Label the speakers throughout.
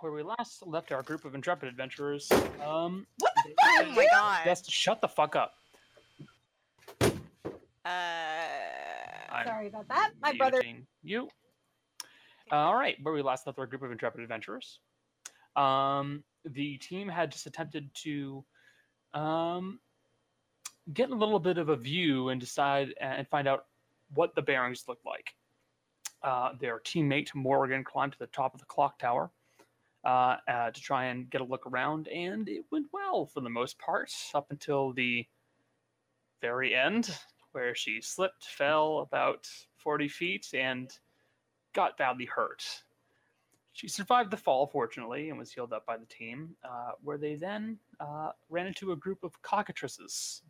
Speaker 1: where we last left our group of intrepid adventurers. Um,
Speaker 2: What the
Speaker 1: Oh
Speaker 2: fuck?
Speaker 1: my
Speaker 2: god.
Speaker 1: just shut the fuck up.
Speaker 2: Uh,
Speaker 1: I'm
Speaker 3: Sorry about that. My brother.
Speaker 1: Eugene, You. all right, where we last left our group of intrepid adventurers. Um, the team had just attempted to um, get a little bit of a view and decide and find out what the bearings looked like. Uh, their teammate Morgan climbed to the top of the clock tower uh, uh, to try and get a look around, and it went well for the most part up until the very end where she slipped, fell about 40 feet, and got badly hurt. She survived the fall, fortunately, and was healed up by the team, uh, where they then uh, ran into a group of cockatrices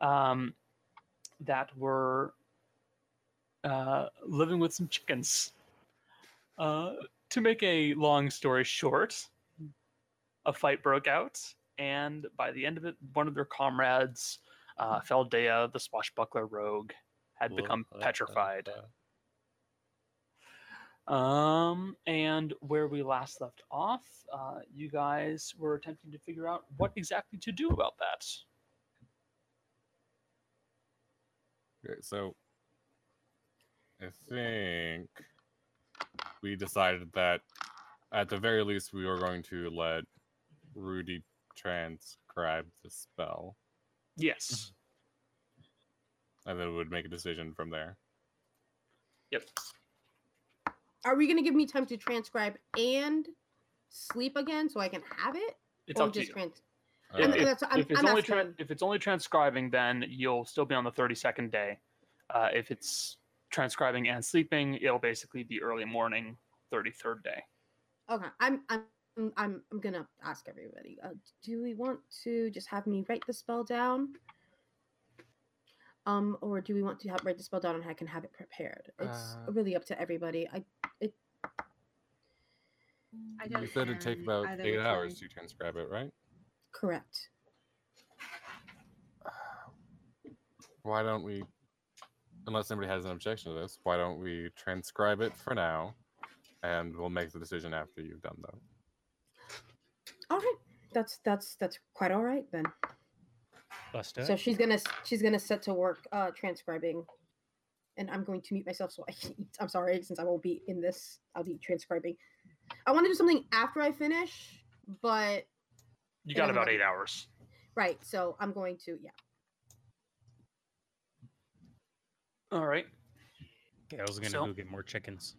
Speaker 1: um, that were uh, living with some chickens. Uh, to make a long story short, a fight broke out, and by the end of it, one of their comrades uh, Feldea, the swashbuckler rogue, had become petrified. Um, and where we last left off, uh, you guys were attempting to figure out what exactly to do about that.
Speaker 4: Okay, so I think we decided that at the very least we were going to let Rudy transcribe the spell,
Speaker 1: Yes.
Speaker 4: and then we would make a decision from there.
Speaker 1: Yep.
Speaker 3: Are we going to give me time to transcribe and sleep again so I can have it?
Speaker 1: It's
Speaker 3: or
Speaker 1: up to you.
Speaker 3: just trans-
Speaker 1: Yeah,
Speaker 3: I'm-
Speaker 4: Uh,
Speaker 1: if-
Speaker 3: that's- I'm-
Speaker 1: if it's
Speaker 3: I'm
Speaker 1: only
Speaker 3: asking-
Speaker 1: tran if it's only transcribing, then you'll still be on the thirty second day. Uh, if it's transcribing and sleeping, it'll basically be early morning, thirty third day.
Speaker 3: Okay, I'm I'm I'm I'm gonna ask everybody. Uh, do we want to just have me write the spell down? Um, or do we want to have write the spell down and I can have it prepared? It's
Speaker 4: Uh,
Speaker 3: really up to everybody. I
Speaker 5: I
Speaker 4: You said it'd take
Speaker 5: um,
Speaker 4: about
Speaker 5: either
Speaker 4: eight
Speaker 5: way.
Speaker 4: hours to transcribe it, right?
Speaker 3: correct.
Speaker 4: Why don't we, unless somebody has an objection to this, why don't we transcribe it for now, and we'll make the decision after you've done that.
Speaker 3: All right, that's that's that's quite all right then.
Speaker 6: Busta,
Speaker 3: So she's gonna s- she's gonna set to work uh transcribing, and I'm going to mute myself so I can eat. I'm sorry since I won't be in this. I'll be transcribing. I want to do something after I finish, but
Speaker 1: You
Speaker 3: It
Speaker 1: got
Speaker 3: doesn't
Speaker 1: about
Speaker 3: matter.
Speaker 1: eight hours.
Speaker 3: right. So I'm going to yeah.
Speaker 1: All right.
Speaker 6: okay, I was gonna
Speaker 1: So-
Speaker 6: go get more chickens.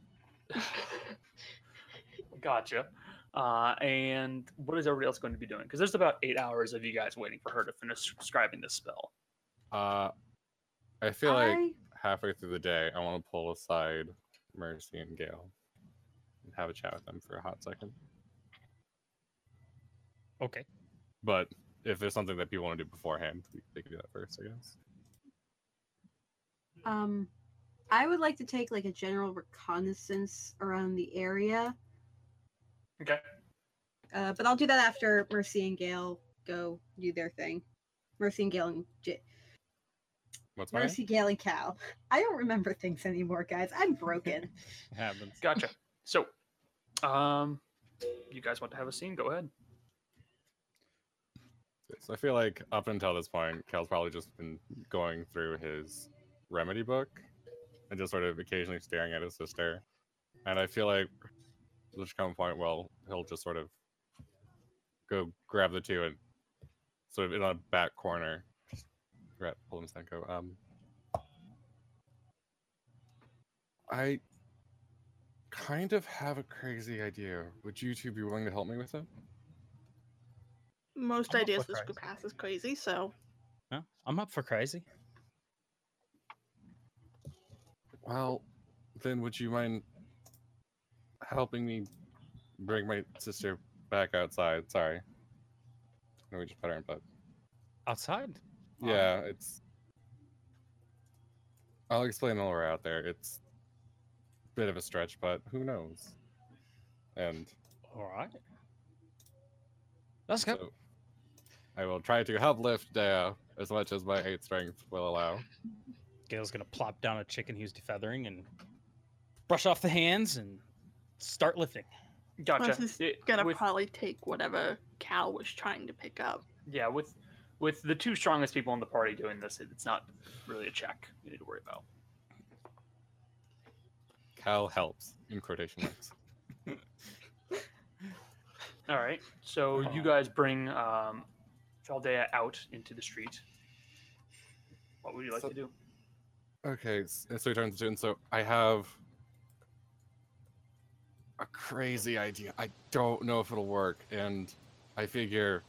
Speaker 1: Gotcha. Uh, and what is everybody else going to be doing? Because there's about eight hours of you guys waiting for her to finish scribing this spell.
Speaker 4: Uh, I feel like
Speaker 3: I-
Speaker 4: halfway through the day, I want to pull aside Mercy and Gail and have a chat with them for a hot second.
Speaker 6: Okay.
Speaker 4: But if there's something that people want to do beforehand, we- they can do that first, I guess.
Speaker 5: Um, I would like to take like a general reconnaissance around the area,
Speaker 1: Okay.
Speaker 5: uh, but I'll do that after Mercy and Gail go do their thing. Mercy and Gail and J-
Speaker 4: What's my name?
Speaker 5: Mercy, Gail and Cal. I don't remember things anymore, guys. I'm broken.
Speaker 4: happens?
Speaker 1: Gotcha. So, um, you guys want to have a scene? Go ahead.
Speaker 4: So I feel like up until this point, Cal's probably just been going through his remedy book and just sort of occasionally staring at his sister. And I feel like there's come a point well, he'll just sort of go grab the two and sort of in a back corner, just grab, pull him aside and go, um, I kind of have a crazy idea. Would you two be willing to help me with it?
Speaker 7: most
Speaker 6: I'm up
Speaker 7: ideas
Speaker 6: with
Speaker 7: this
Speaker 6: Rise.
Speaker 7: group has is crazy. So
Speaker 6: Huh? I'm up for crazy.
Speaker 4: Well, then would you mind helping me bring my sister back outside? Sorry. and we just put her in bed.
Speaker 6: Outside? Wow.
Speaker 4: Yeah, it's. I'll explain while we're out there. It's a bit of a stretch, but who knows? And
Speaker 6: All right. Let's go.
Speaker 4: so I will try to help lift uh, as much as my eight strength will allow.
Speaker 6: Gail's gonna plop down a chicken he was defeathering and brush off the hands and start lifting.
Speaker 1: Gotcha.
Speaker 7: Plus it's
Speaker 1: It-
Speaker 7: gonna
Speaker 1: with-
Speaker 7: probably take whatever Cal was trying to pick up.
Speaker 1: yeah, with with the two strongest people in the party doing this, it, it's not really a check you need to worry about.
Speaker 4: Cal helps in quotation marks.
Speaker 1: All right. So you guys bring um, Faldea out into the street. What would you like
Speaker 4: So-
Speaker 1: to do?
Speaker 4: Okay, s- so he turns to student. So I have a crazy idea. I don't know if it'll work, and I figure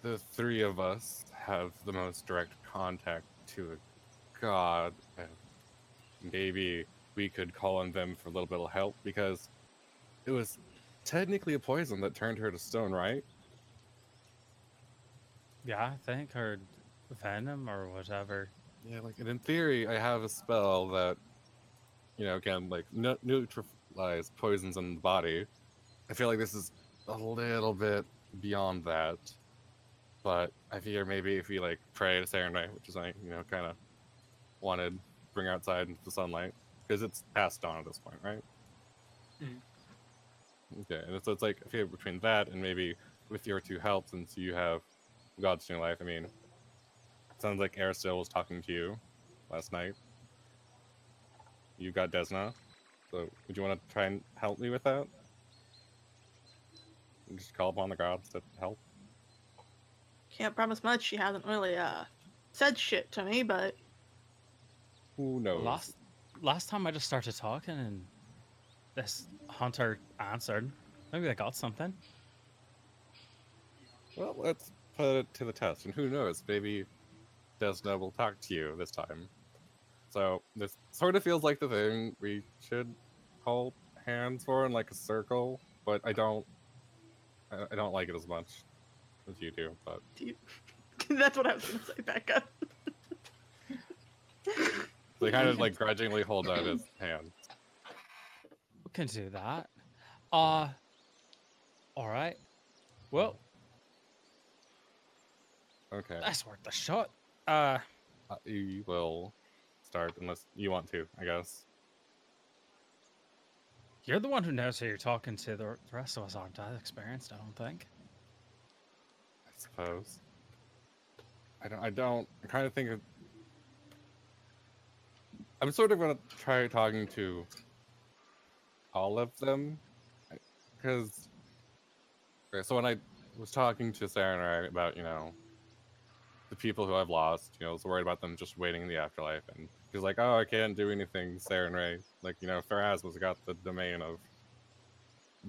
Speaker 4: the three of us have the most direct contact to a god, and maybe we could call on them for a little bit of help because it was technically a poison that turned her to stone, right?
Speaker 6: Yeah, I think her venom or whatever.
Speaker 4: Yeah, like, and in theory, I have a spell that, you know, can like neu- neutralize poisons in the body. I feel like this is a little bit beyond that, but I figure maybe if we like pray to Serenite, which is like you know kind of wanted, bring outside into the sunlight because it's past dawn at this point, right?
Speaker 1: Mhm.
Speaker 4: Okay, and so it's like I figure between that and maybe with your two help, since you have God's new life, I mean, Sounds like Aristotle was talking to you last night. You got Desna. So would you want to try and help me with that? And Just call upon the gods to help.
Speaker 7: Can't promise much. She hasn't really uh said shit to me, but
Speaker 4: Who knows?
Speaker 6: Last last time I just started talking and this hunter answered. Maybe I got something.
Speaker 4: Well, let's put it to the test, and who knows? Maybe Desna will talk to you this time. So this sort of feels like the thing we should hold hands for in like a circle, but I don't. I I don't like it as much as you do, but.
Speaker 7: do you... that's what I was gonna say. Back up.
Speaker 4: They kind of like grudgingly hold out his hand.
Speaker 6: We can do that. Uh all right. Well,
Speaker 4: Okay,
Speaker 6: that's worth the shot. Uh
Speaker 4: uh, you will start unless you want to, I guess.
Speaker 6: you're the one who knows who you're talking to. The r- the rest of us aren't that experienced, I don't think.
Speaker 4: I suppose. I don't. I don't. I kind of think of. I'm sort of gonna try talking to all of them, because. Okay, so when I was talking to Sarah and I about you know the people who I've lost. You know, I was worried about them just waiting in the afterlife. And he's like, oh, I can't do anything, Saren Ray. Like, you know, Pharasma's got the domain of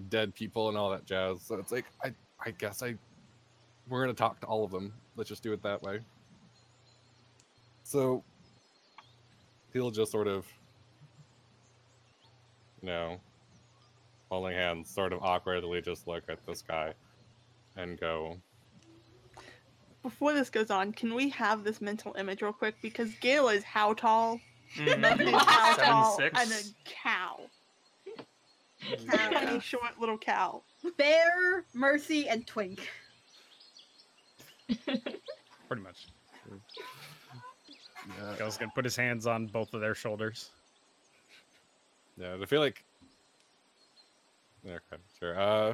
Speaker 4: dead people and all that jazz. So it's like, I, I guess I, we're going to talk to all of them. Let's just do it that way. So he'll just sort of, you know, holding hands, sort of awkwardly just look at this guy and go,
Speaker 7: Before this goes on, can we have this mental image real quick? Because Gail is how tall? Megan is how
Speaker 1: Seven
Speaker 7: tall? And a
Speaker 1: six.
Speaker 7: cow.
Speaker 5: Cow.
Speaker 7: Tiny short little cow.
Speaker 5: Bear, Mercy, and Twink.
Speaker 6: Pretty much.
Speaker 4: yeah,
Speaker 6: Gale's gonna put his hands on both of their shoulders.
Speaker 4: Yeah, I feel like. Yeah, Okay, sure. Uh,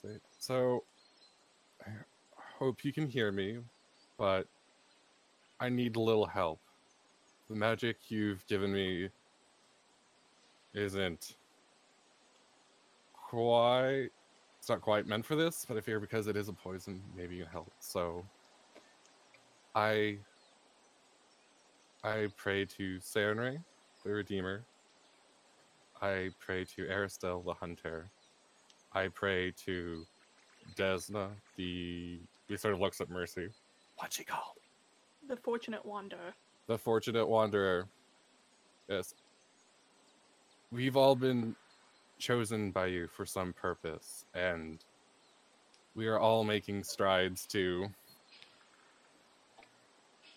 Speaker 4: so, so I hope you can hear me, but I need a little help. The magic you've given me isn't quite. It's not quite meant for this, but I figure because it is a poison, maybe you can help. So, I. I pray to Serenray the Redeemer. I pray to Aristel the Hunter. I pray to Desna the. He sort of looks at Mercy. What's she called?
Speaker 7: The fortunate wanderer.
Speaker 4: The Fortunate Wanderer. Yes. We've all been chosen by you for some purpose, and we are all making strides to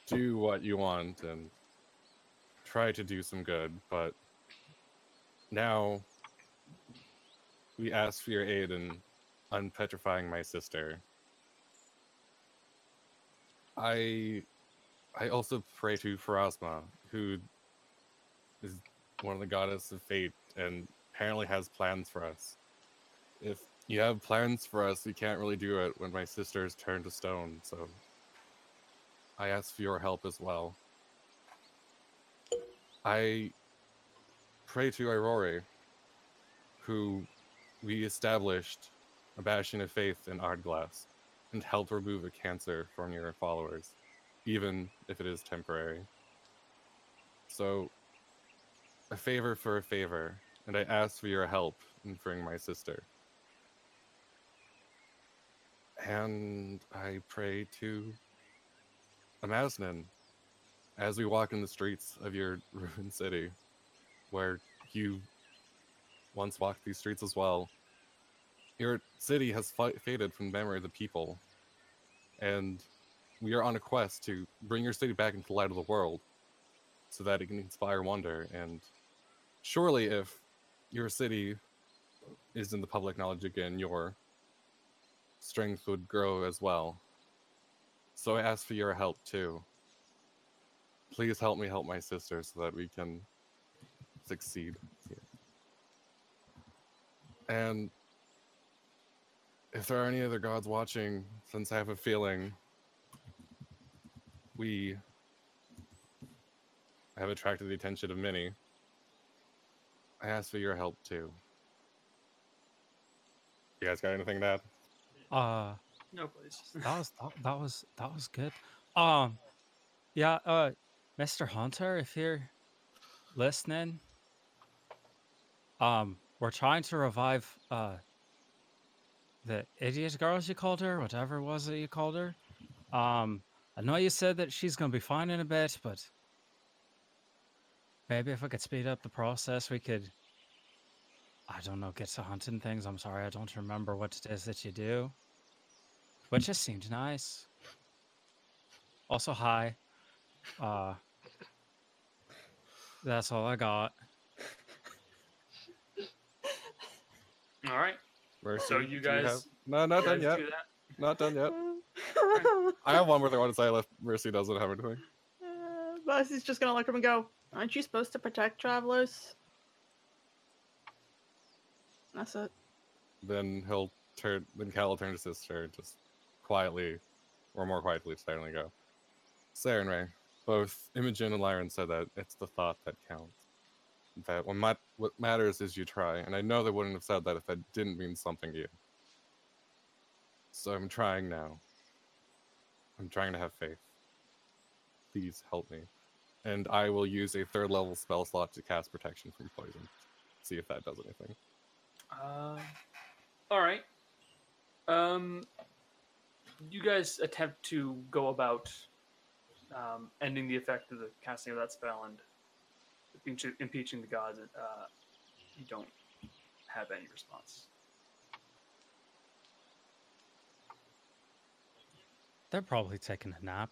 Speaker 4: do what you want and try to do some good, but now we ask for your aid in unpetrifying my sister. I I also pray to Pharasma, who is one of the goddess of fate and apparently has plans for us. If you have plans for us, you can't really do it when my sister is turned to stone, so I ask for your help as well. I pray to Aurore, who we established a bastion of faith in Ardglass and help remove a cancer from your followers, even if it is temporary. So, a favor for a favor, and I ask for your help in freeing my sister. And I pray to Amasnan as we walk in the streets of your ruined city, where you once walked these streets as well. Your city has fi- faded from the memory of the people, and we are on a quest to bring your city back into the light of the world so that it can inspire wonder. And surely, if your city is in the public knowledge again, your strength would grow as well. So I ask for your help too. Please help me help my sister so that we can succeed. here. And if there are any other gods watching, since I have a feeling we have attracted the attention of many, I ask for your help too. You guys got anything to add?
Speaker 8: Uh,
Speaker 1: No, please.
Speaker 8: that was that, that was that was good. Um, yeah. Uh, Mr. Hunter, if you're listening, um, we're trying to revive uh the idiot girls you called her, whatever it was that you called her. Um, I know you said that she's gonna be fine in a bit, but maybe if we could speed up the process, we could. I don't know, get to hunting things. I'm sorry, I don't remember what it is that you do. Which just seemed nice. Also, hi. Uh, that's all I got.
Speaker 1: All right.
Speaker 4: Mercy,
Speaker 1: So you
Speaker 4: do
Speaker 1: guys-
Speaker 4: have- No, not
Speaker 1: You
Speaker 4: done
Speaker 1: guys
Speaker 4: yet.
Speaker 1: do that.
Speaker 4: Not done yet. I have one more thing I want to say. Left Mercy doesn't have anything.
Speaker 7: Uh, Buzz is just gonna look at him and go, "Aren't you supposed to protect travelers?" That's it.
Speaker 4: Then he'll turn. Then Cal will turn to sister, and just quietly, or more quietly, silently go. Sarah and Ray, both Imogen and Lyran said that it's the thought that counts. That what, mat- what matters is you try, and I know they wouldn't have said that if that didn't mean something to you. So I'm trying now. I'm trying to have faith. Please help me. And I will use a third level spell slot to cast protection from poison. See if that does anything.
Speaker 1: Um, all right. Um, you guys attempt to go about um, ending the effect of the casting of that spell and impeach- impeaching the gods. And, uh, you don't have any response.
Speaker 8: They're probably taking a nap.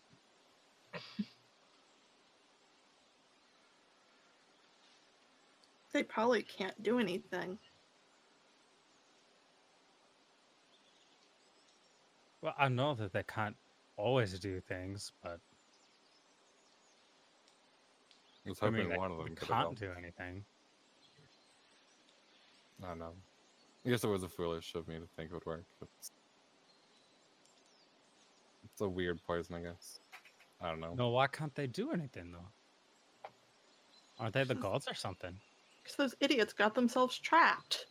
Speaker 7: They probably can't do anything.
Speaker 8: Well, I know that they can't always do things, but
Speaker 4: I was
Speaker 8: I
Speaker 4: hoping
Speaker 8: mean, they
Speaker 4: one of them
Speaker 8: we
Speaker 4: could have
Speaker 8: can't
Speaker 4: helped.
Speaker 8: do anything.
Speaker 4: I know. I guess it was a foolish of me to think it would work. But it's, it's a weird poison, I guess. I don't know.
Speaker 8: No, why can't they do anything though? Aren't they the gods or something?
Speaker 7: Because those idiots got themselves trapped.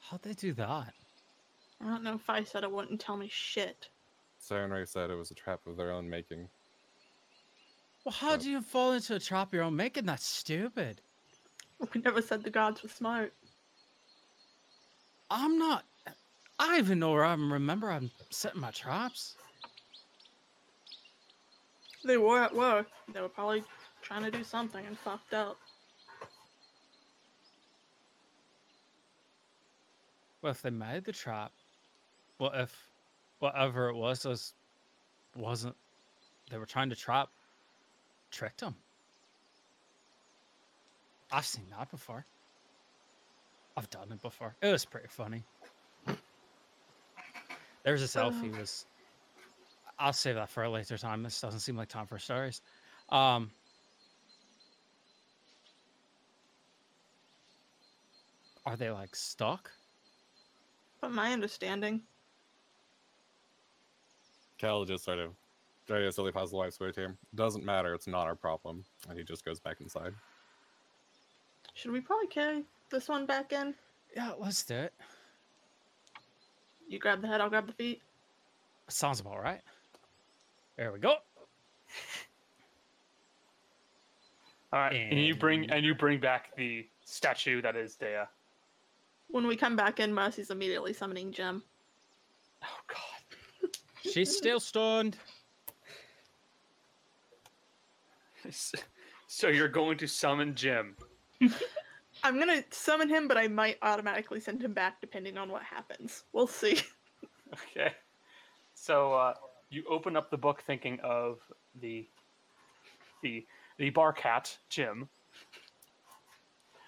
Speaker 8: How'd they do that?
Speaker 7: I don't know if I said it wouldn't tell me shit.
Speaker 4: Sirenray said it was a trap of their own making.
Speaker 8: Well, how
Speaker 4: But-
Speaker 8: do you fall into a trap you're making? That's stupid.
Speaker 7: We never said the gods were smart.
Speaker 8: I'm not. I even know where I remember I'm setting my traps.
Speaker 7: They were at work. They were probably trying to do something and fucked up.
Speaker 8: Well, if they made the trap, What if whatever it was was wasn't they were trying to trap tricked them? I've seen that before. I've done it before. It was pretty funny. There's this elf he was I'll save that for a later time. This doesn't seem like time for stories. Um Are they like stuck?
Speaker 7: From my understanding,
Speaker 4: Cal just sort of try to silly pass the life switch here. Doesn't matter, it's not our problem. And he just goes back inside.
Speaker 7: should we probably carry this one back in?
Speaker 8: Yeah, let's do it.
Speaker 7: You grab the head, I'll grab the feet.
Speaker 8: Sounds about right. There we go.
Speaker 1: All right, and, you bring
Speaker 8: And-
Speaker 1: and you bring back the statue that is Dea.
Speaker 7: When we come back in, Marcy's immediately summoning Jim.
Speaker 1: Oh God.
Speaker 8: She's still stunned.
Speaker 1: S- So you're going to summon Jim.
Speaker 7: I'm gonna summon him, but I might automatically send him back depending on what happens. We'll see.
Speaker 1: Okay. So uh, you open up the book thinking of the the the bar cat Jim,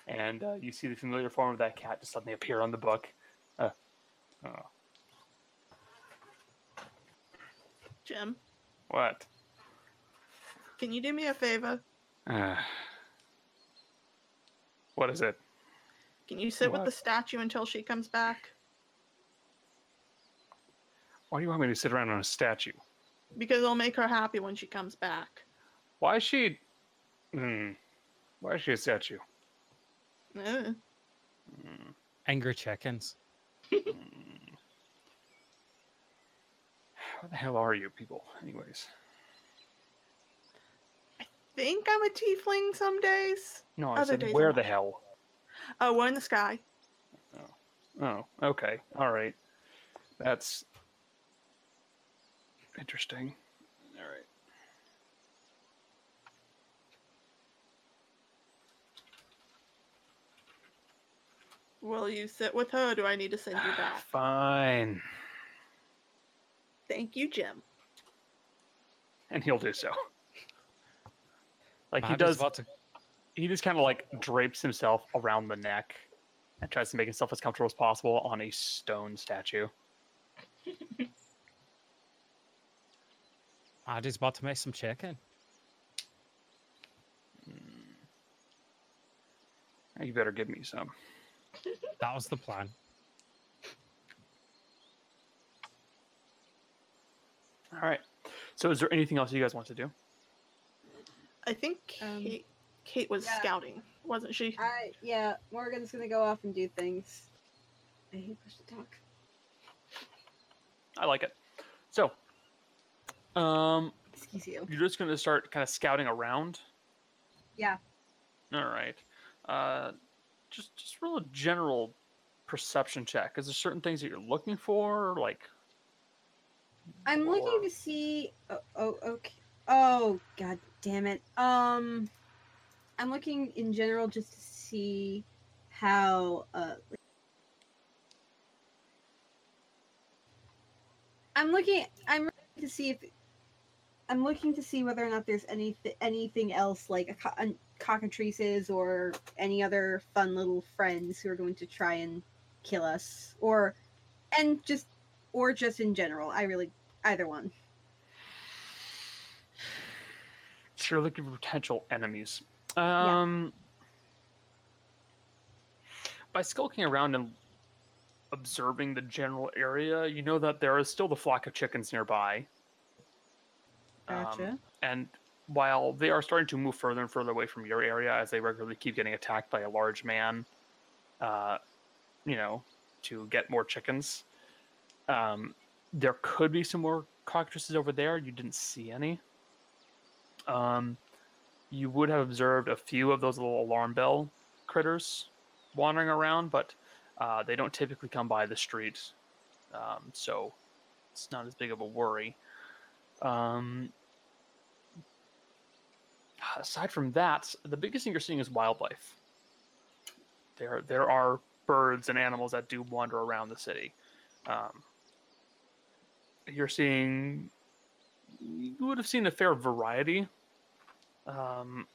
Speaker 1: and uh, you see the familiar form of that cat just suddenly appear on the book. Uh, oh,
Speaker 7: Jim,
Speaker 1: what?
Speaker 7: can you do me a favor?
Speaker 1: Uh, what is it?
Speaker 7: Can you sit with
Speaker 1: What?
Speaker 7: the statue until she comes back?
Speaker 1: Why do you want me to sit around on a statue?
Speaker 7: Because it'll make her happy when she comes back.
Speaker 1: Why is she? Hmm. Why is she a statue? Hmm.
Speaker 7: Eh.
Speaker 8: Angry chickens.
Speaker 1: What the hell are you people, anyways?
Speaker 7: Think I'm a tiefling some days.
Speaker 1: No, I
Speaker 7: Other
Speaker 1: said
Speaker 7: days
Speaker 1: where
Speaker 7: I'm
Speaker 1: the
Speaker 7: not.
Speaker 1: hell?
Speaker 7: Oh, we're in the sky.
Speaker 1: Oh, okay, all right. That's interesting. All right.
Speaker 7: Will you sit with her? Or do I need to send you back?
Speaker 1: Fine.
Speaker 7: Thank you, Jim.
Speaker 1: And he'll do so. Like he
Speaker 8: Bobby's
Speaker 1: does,
Speaker 8: about to-
Speaker 1: he just kind of like drapes himself around the neck and tries to make himself as comfortable as possible on a stone statue.
Speaker 8: Maddie's about to make some chicken.
Speaker 1: Hmm. You better give me some.
Speaker 8: That was the plan.
Speaker 1: All right. So, is there anything else you guys want to do?
Speaker 7: I think
Speaker 5: Um,
Speaker 7: Kate, Kate was
Speaker 5: yeah.
Speaker 7: scouting, wasn't she?
Speaker 5: I yeah, Morgan's gonna go off and do things. I hate push to talk.
Speaker 1: I like it. So, um,
Speaker 5: Excuse you.
Speaker 1: you're just going to start kind of scouting around.
Speaker 5: Yeah.
Speaker 1: All right. Uh, just just real general perception check. Is there certain things that you're looking for? Like,
Speaker 5: I'm looking
Speaker 1: Or-
Speaker 5: to see. Oh, oh, okay. Oh, god damn it. Um, I'm looking in general just to see how. Uh, like- I'm looking. I'm looking to see if. I'm looking to see whether or not there's any anything else like a, co- an- cockatrices or any other fun little friends who are going to try and kill us or and just or just in general. I really Either one.
Speaker 1: So you're looking for potential enemies.
Speaker 5: Yeah.
Speaker 1: Um, By skulking around and observing the general area, you know that there is still the flock of chickens nearby. Um, and while they are starting to move further and further away from your area as they regularly keep getting attacked by a large man, uh, you know, to get more chickens, um, there could be some more cockatrices over there. You didn't see any. Um, you would have observed a few of those little alarm bell critters wandering around, but uh, they don't typically come by the street, um, so it's not as big of a worry. Um, aside from that, the biggest thing you're seeing is wildlife. There, there are birds and animals that do wander around the city. Um, you're seeing you would have seen a fair variety. Um,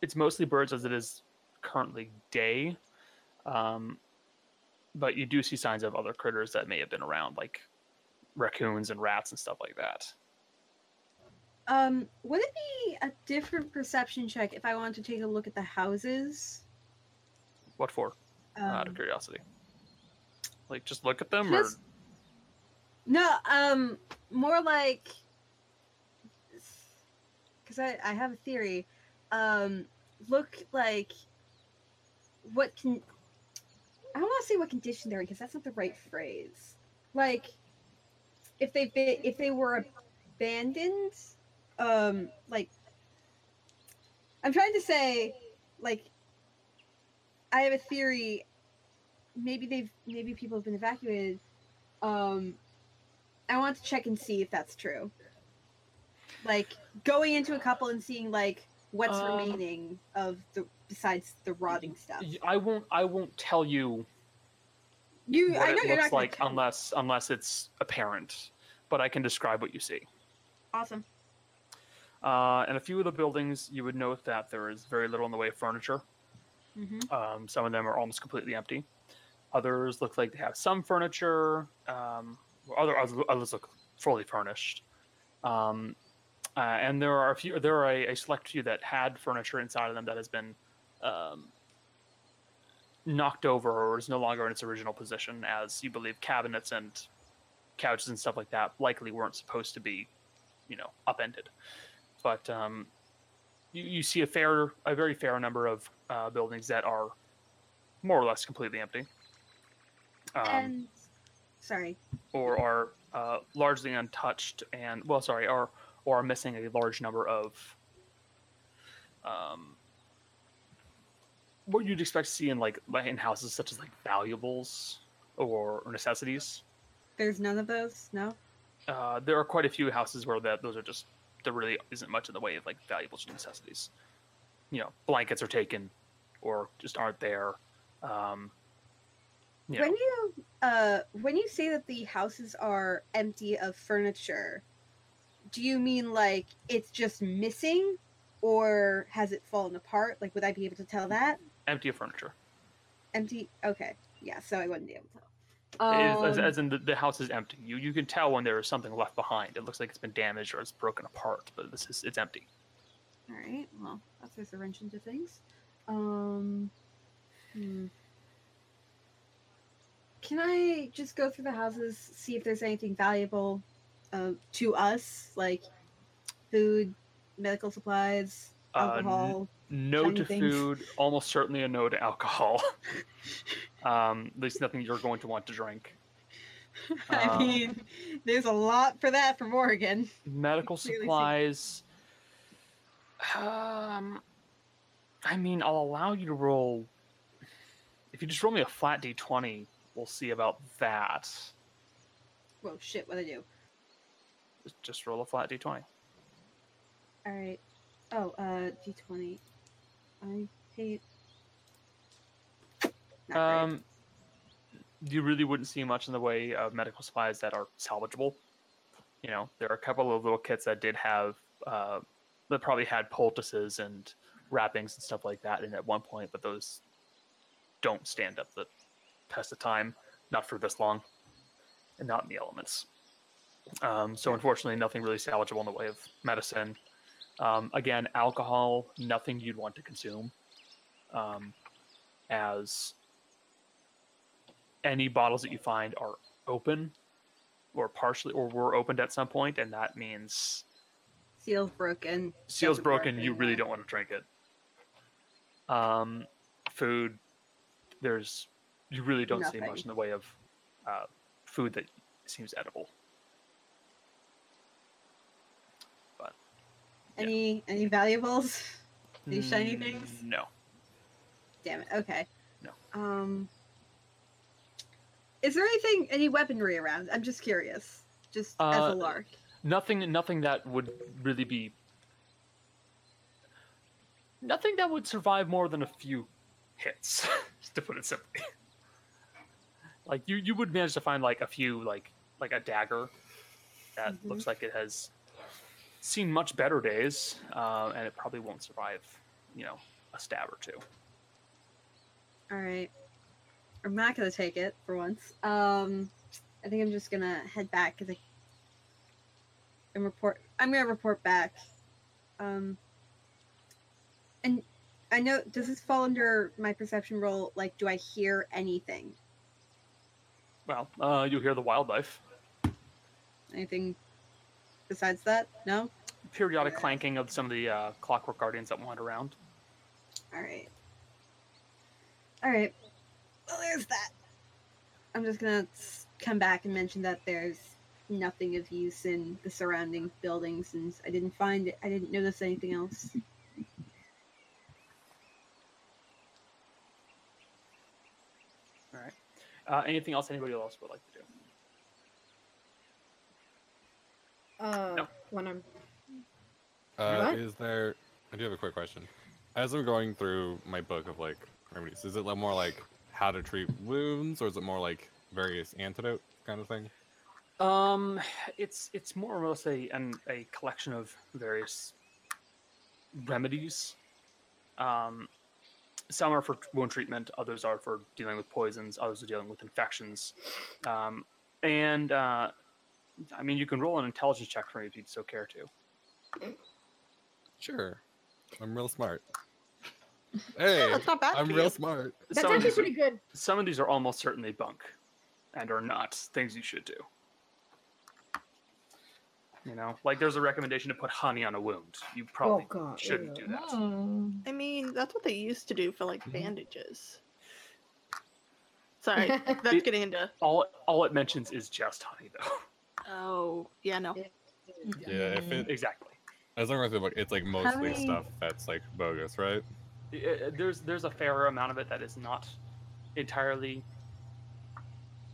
Speaker 1: it's mostly birds as it is currently day, um, but you do see signs of other critters that may have been around, like raccoons and rats and stuff like that.
Speaker 5: Um, would it be a different perception check if I wanted to take a look at the houses?
Speaker 1: What for?
Speaker 5: Um,
Speaker 1: out of curiosity, like just look at them,
Speaker 5: just- No, um, more like because I I have a theory. Um, look like what can I don't want to say what condition they're in because that's not the right phrase. Like if they be, if they were abandoned, um, like I'm trying to say, like I have a theory. Maybe they've maybe people have been evacuated. Um, I want to check and see if that's true. Like going into a couple and seeing like what's
Speaker 1: Um,
Speaker 5: remaining of the besides the rotting stuff.
Speaker 1: or Y- I won't. I won't tell you
Speaker 5: You,
Speaker 1: what
Speaker 5: I know
Speaker 1: it
Speaker 5: you're not
Speaker 1: looks
Speaker 5: gonna
Speaker 1: like
Speaker 5: tell me.
Speaker 1: unless unless it's apparent. But I can describe what you see.
Speaker 5: Awesome.
Speaker 1: Uh, and a few of the buildings, you would note that there is very little in the way of furniture.
Speaker 5: Mm-hmm.
Speaker 1: Um, some of them are almost completely empty. Others look like they have some furniture. Um, or other others- others look fully furnished. Um, uh, and there are a few. There are a, a select few that had furniture inside of them that has been um, knocked over or is no longer in its original position, as you believe cabinets and couches and stuff like that likely weren't supposed to be, you know, upended. But um, you, you see a fair, a very fair number of uh, buildings that are more or less completely empty, um,
Speaker 5: and sorry.
Speaker 1: or are uh, largely untouched, and well, sorry, are or are missing a large number of um, what you'd expect to see in like like in houses such as like valuables or necessities.
Speaker 5: There's none of those. No.
Speaker 1: Uh, there are quite a few houses where that those are just there really isn't much in the way of like valuables and necessities. You know, blankets are taken or just aren't there. Um, you know,
Speaker 5: When you uh when you say that the houses are empty of furniture, do you mean like it's just missing or has it fallen apart? Like would I be able to tell that?
Speaker 1: empty of furniture.
Speaker 5: Empty okay. Yeah, so I wouldn't be able to tell.
Speaker 1: It is-
Speaker 5: Um,
Speaker 1: as, as in the, the house is empty. You you can tell when there is something left behind. It looks like it's been damaged or it's broken apart, but this is it's empty.
Speaker 5: all right. Well, that throws a wrench into things. Um hmm. Can I just go through the houses, see if there's anything valuable uh, to us, like food, medical supplies,
Speaker 1: Uh, n-
Speaker 5: alcohol?
Speaker 1: no
Speaker 5: Tiny
Speaker 1: to
Speaker 5: things.
Speaker 1: food, almost certainly a no to alcohol. um, at least nothing you're going to want to drink.
Speaker 5: I
Speaker 1: Um,
Speaker 5: mean, there's a lot for that for Morgan.
Speaker 1: medical
Speaker 5: Really sick.
Speaker 1: supplies. Um, I mean, I'll allow you to roll. If you just roll me a flat d20, we'll see about that.
Speaker 5: Whoa, shit! What I do?
Speaker 1: Just- Just roll a flat d20.
Speaker 5: All right. Oh, uh, d20. I hate. Not great.
Speaker 1: Um, you really wouldn't see much in the way of medical supplies that are salvageable. You know, there are a couple of little kits that did have, uh, that probably had poultices and wrappings and stuff like that in at one point, but those don't stand up the test of time, not for this long, and not in the elements. Um, so unfortunately, nothing really salvageable in the way of medicine. Um, again, alcohol, nothing you'd want to consume, um, as any bottles that you find are open or partially or were opened at some point and that means
Speaker 5: Seal's broken.
Speaker 1: seals
Speaker 5: Doesn't work
Speaker 1: broken you really
Speaker 5: anymore.
Speaker 1: don't want to drink it um food there's you really don't see
Speaker 5: Nothing.
Speaker 1: much in the way of uh, food that seems edible yeah.
Speaker 5: Any any valuables? Any shiny things?
Speaker 1: no
Speaker 5: Damn it. Okay.
Speaker 1: No.
Speaker 5: Um. Is there anything, any weaponry around? I'm just curious, just as
Speaker 1: Uh,
Speaker 5: a lark.
Speaker 1: nothing nothing that would really be nothing that would survive more than a few hits just to put it simply like you you would manage to find like a few like like a dagger that
Speaker 5: Mhm.
Speaker 1: looks like it has seen much better days, uh, and it probably won't survive, you know, a stab or two.
Speaker 5: All right. I'm not gonna take it for once. Um, I think I'm just gonna head back because I and report. I'm gonna report back. Um, and I know does this fall under my perception role? Like, do I hear anything?
Speaker 1: Well, uh, you hear the wildlife,
Speaker 5: Anything besides that? No.
Speaker 1: periodic clanking of some of the uh, clockwork guardians that wander around.
Speaker 5: All right. All right. Well, there's that. I'm just gonna s- come back and mention that there's nothing of use in the surrounding buildings, since I didn't find it. I didn't notice anything else.
Speaker 1: All right. Uh, anything else anybody else would like to do?
Speaker 3: Uh,
Speaker 1: No.
Speaker 3: when I'm
Speaker 4: Uh,
Speaker 3: What?
Speaker 4: is there? I do have a quick question. As I'm going through my book of like remedies, is it like more like how to treat wounds, or is it more like various antidote kind of thing?
Speaker 1: Um, it's it's more or less a an, a collection of various remedies. Um, some are for t- wound treatment, others are for dealing with poisons, others are dealing with infections. Um, and uh, I mean, you can roll an intelligence check for me if you'd so care to.
Speaker 4: Sure, I'm real smart. Hey,
Speaker 7: That's not bad.
Speaker 4: I'm
Speaker 7: for
Speaker 4: real
Speaker 7: you.
Speaker 4: smart.
Speaker 3: that's
Speaker 1: some, of
Speaker 3: actually
Speaker 1: these are,
Speaker 3: pretty good.
Speaker 1: some of these are almost certainly bunk, and are not things you should do. You know, like there's a recommendation to put honey on a wound. You probably
Speaker 3: oh god,
Speaker 1: shouldn't
Speaker 3: ew.
Speaker 1: do that.
Speaker 7: I mean, that's what they used to do for like
Speaker 4: Mm-hmm.
Speaker 7: bandages. Sorry, that's
Speaker 1: It-
Speaker 7: getting into.
Speaker 1: All all it mentions is just honey, though.
Speaker 7: Oh, yeah, no.
Speaker 4: Yeah, if it,
Speaker 1: exactly.
Speaker 4: as I'm going through the book, it's like mostly
Speaker 5: many-
Speaker 4: stuff that's like bogus, right?
Speaker 1: I- I- There's there's a fair amount of it that is not entirely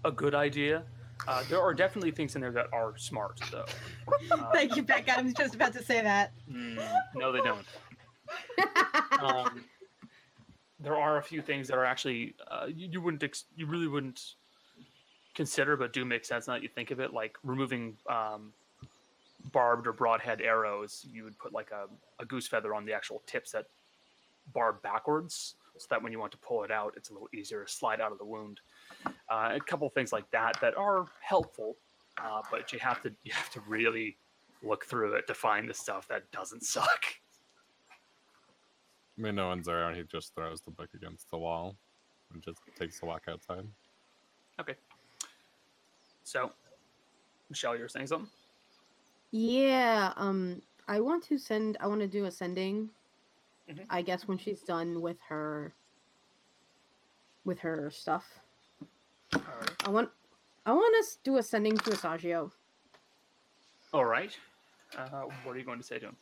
Speaker 1: a good idea. Uh, there are definitely things in there that are smart, though. Uh,
Speaker 5: Thank you, Becca. I was just about to say that.
Speaker 1: mm, no, they don't. um, there are a few things that are actually uh, you, you wouldn't ex- you really wouldn't consider, but do make sense now that you think of it. Like removing um, barbed or broadhead arrows, you would put like a, a goose feather on the actual tips that barb backwards, so that when you want to pull it out, it's a little easier to slide out of the wound. Uh, a couple things like that that are helpful, uh, but you have to you have to really look through it to find the stuff that doesn't suck.
Speaker 4: I mean, no one's around. He just throws the book against the wall and just takes a walk outside.
Speaker 1: So, Michelle, you're saying something?
Speaker 3: Yeah, um I want to send I want to do a sending.
Speaker 1: Mhm.
Speaker 3: I guess when she's done with her with her stuff. I want I want to do a sending to Asagio.
Speaker 1: All right. Uh, what are you going to say to him?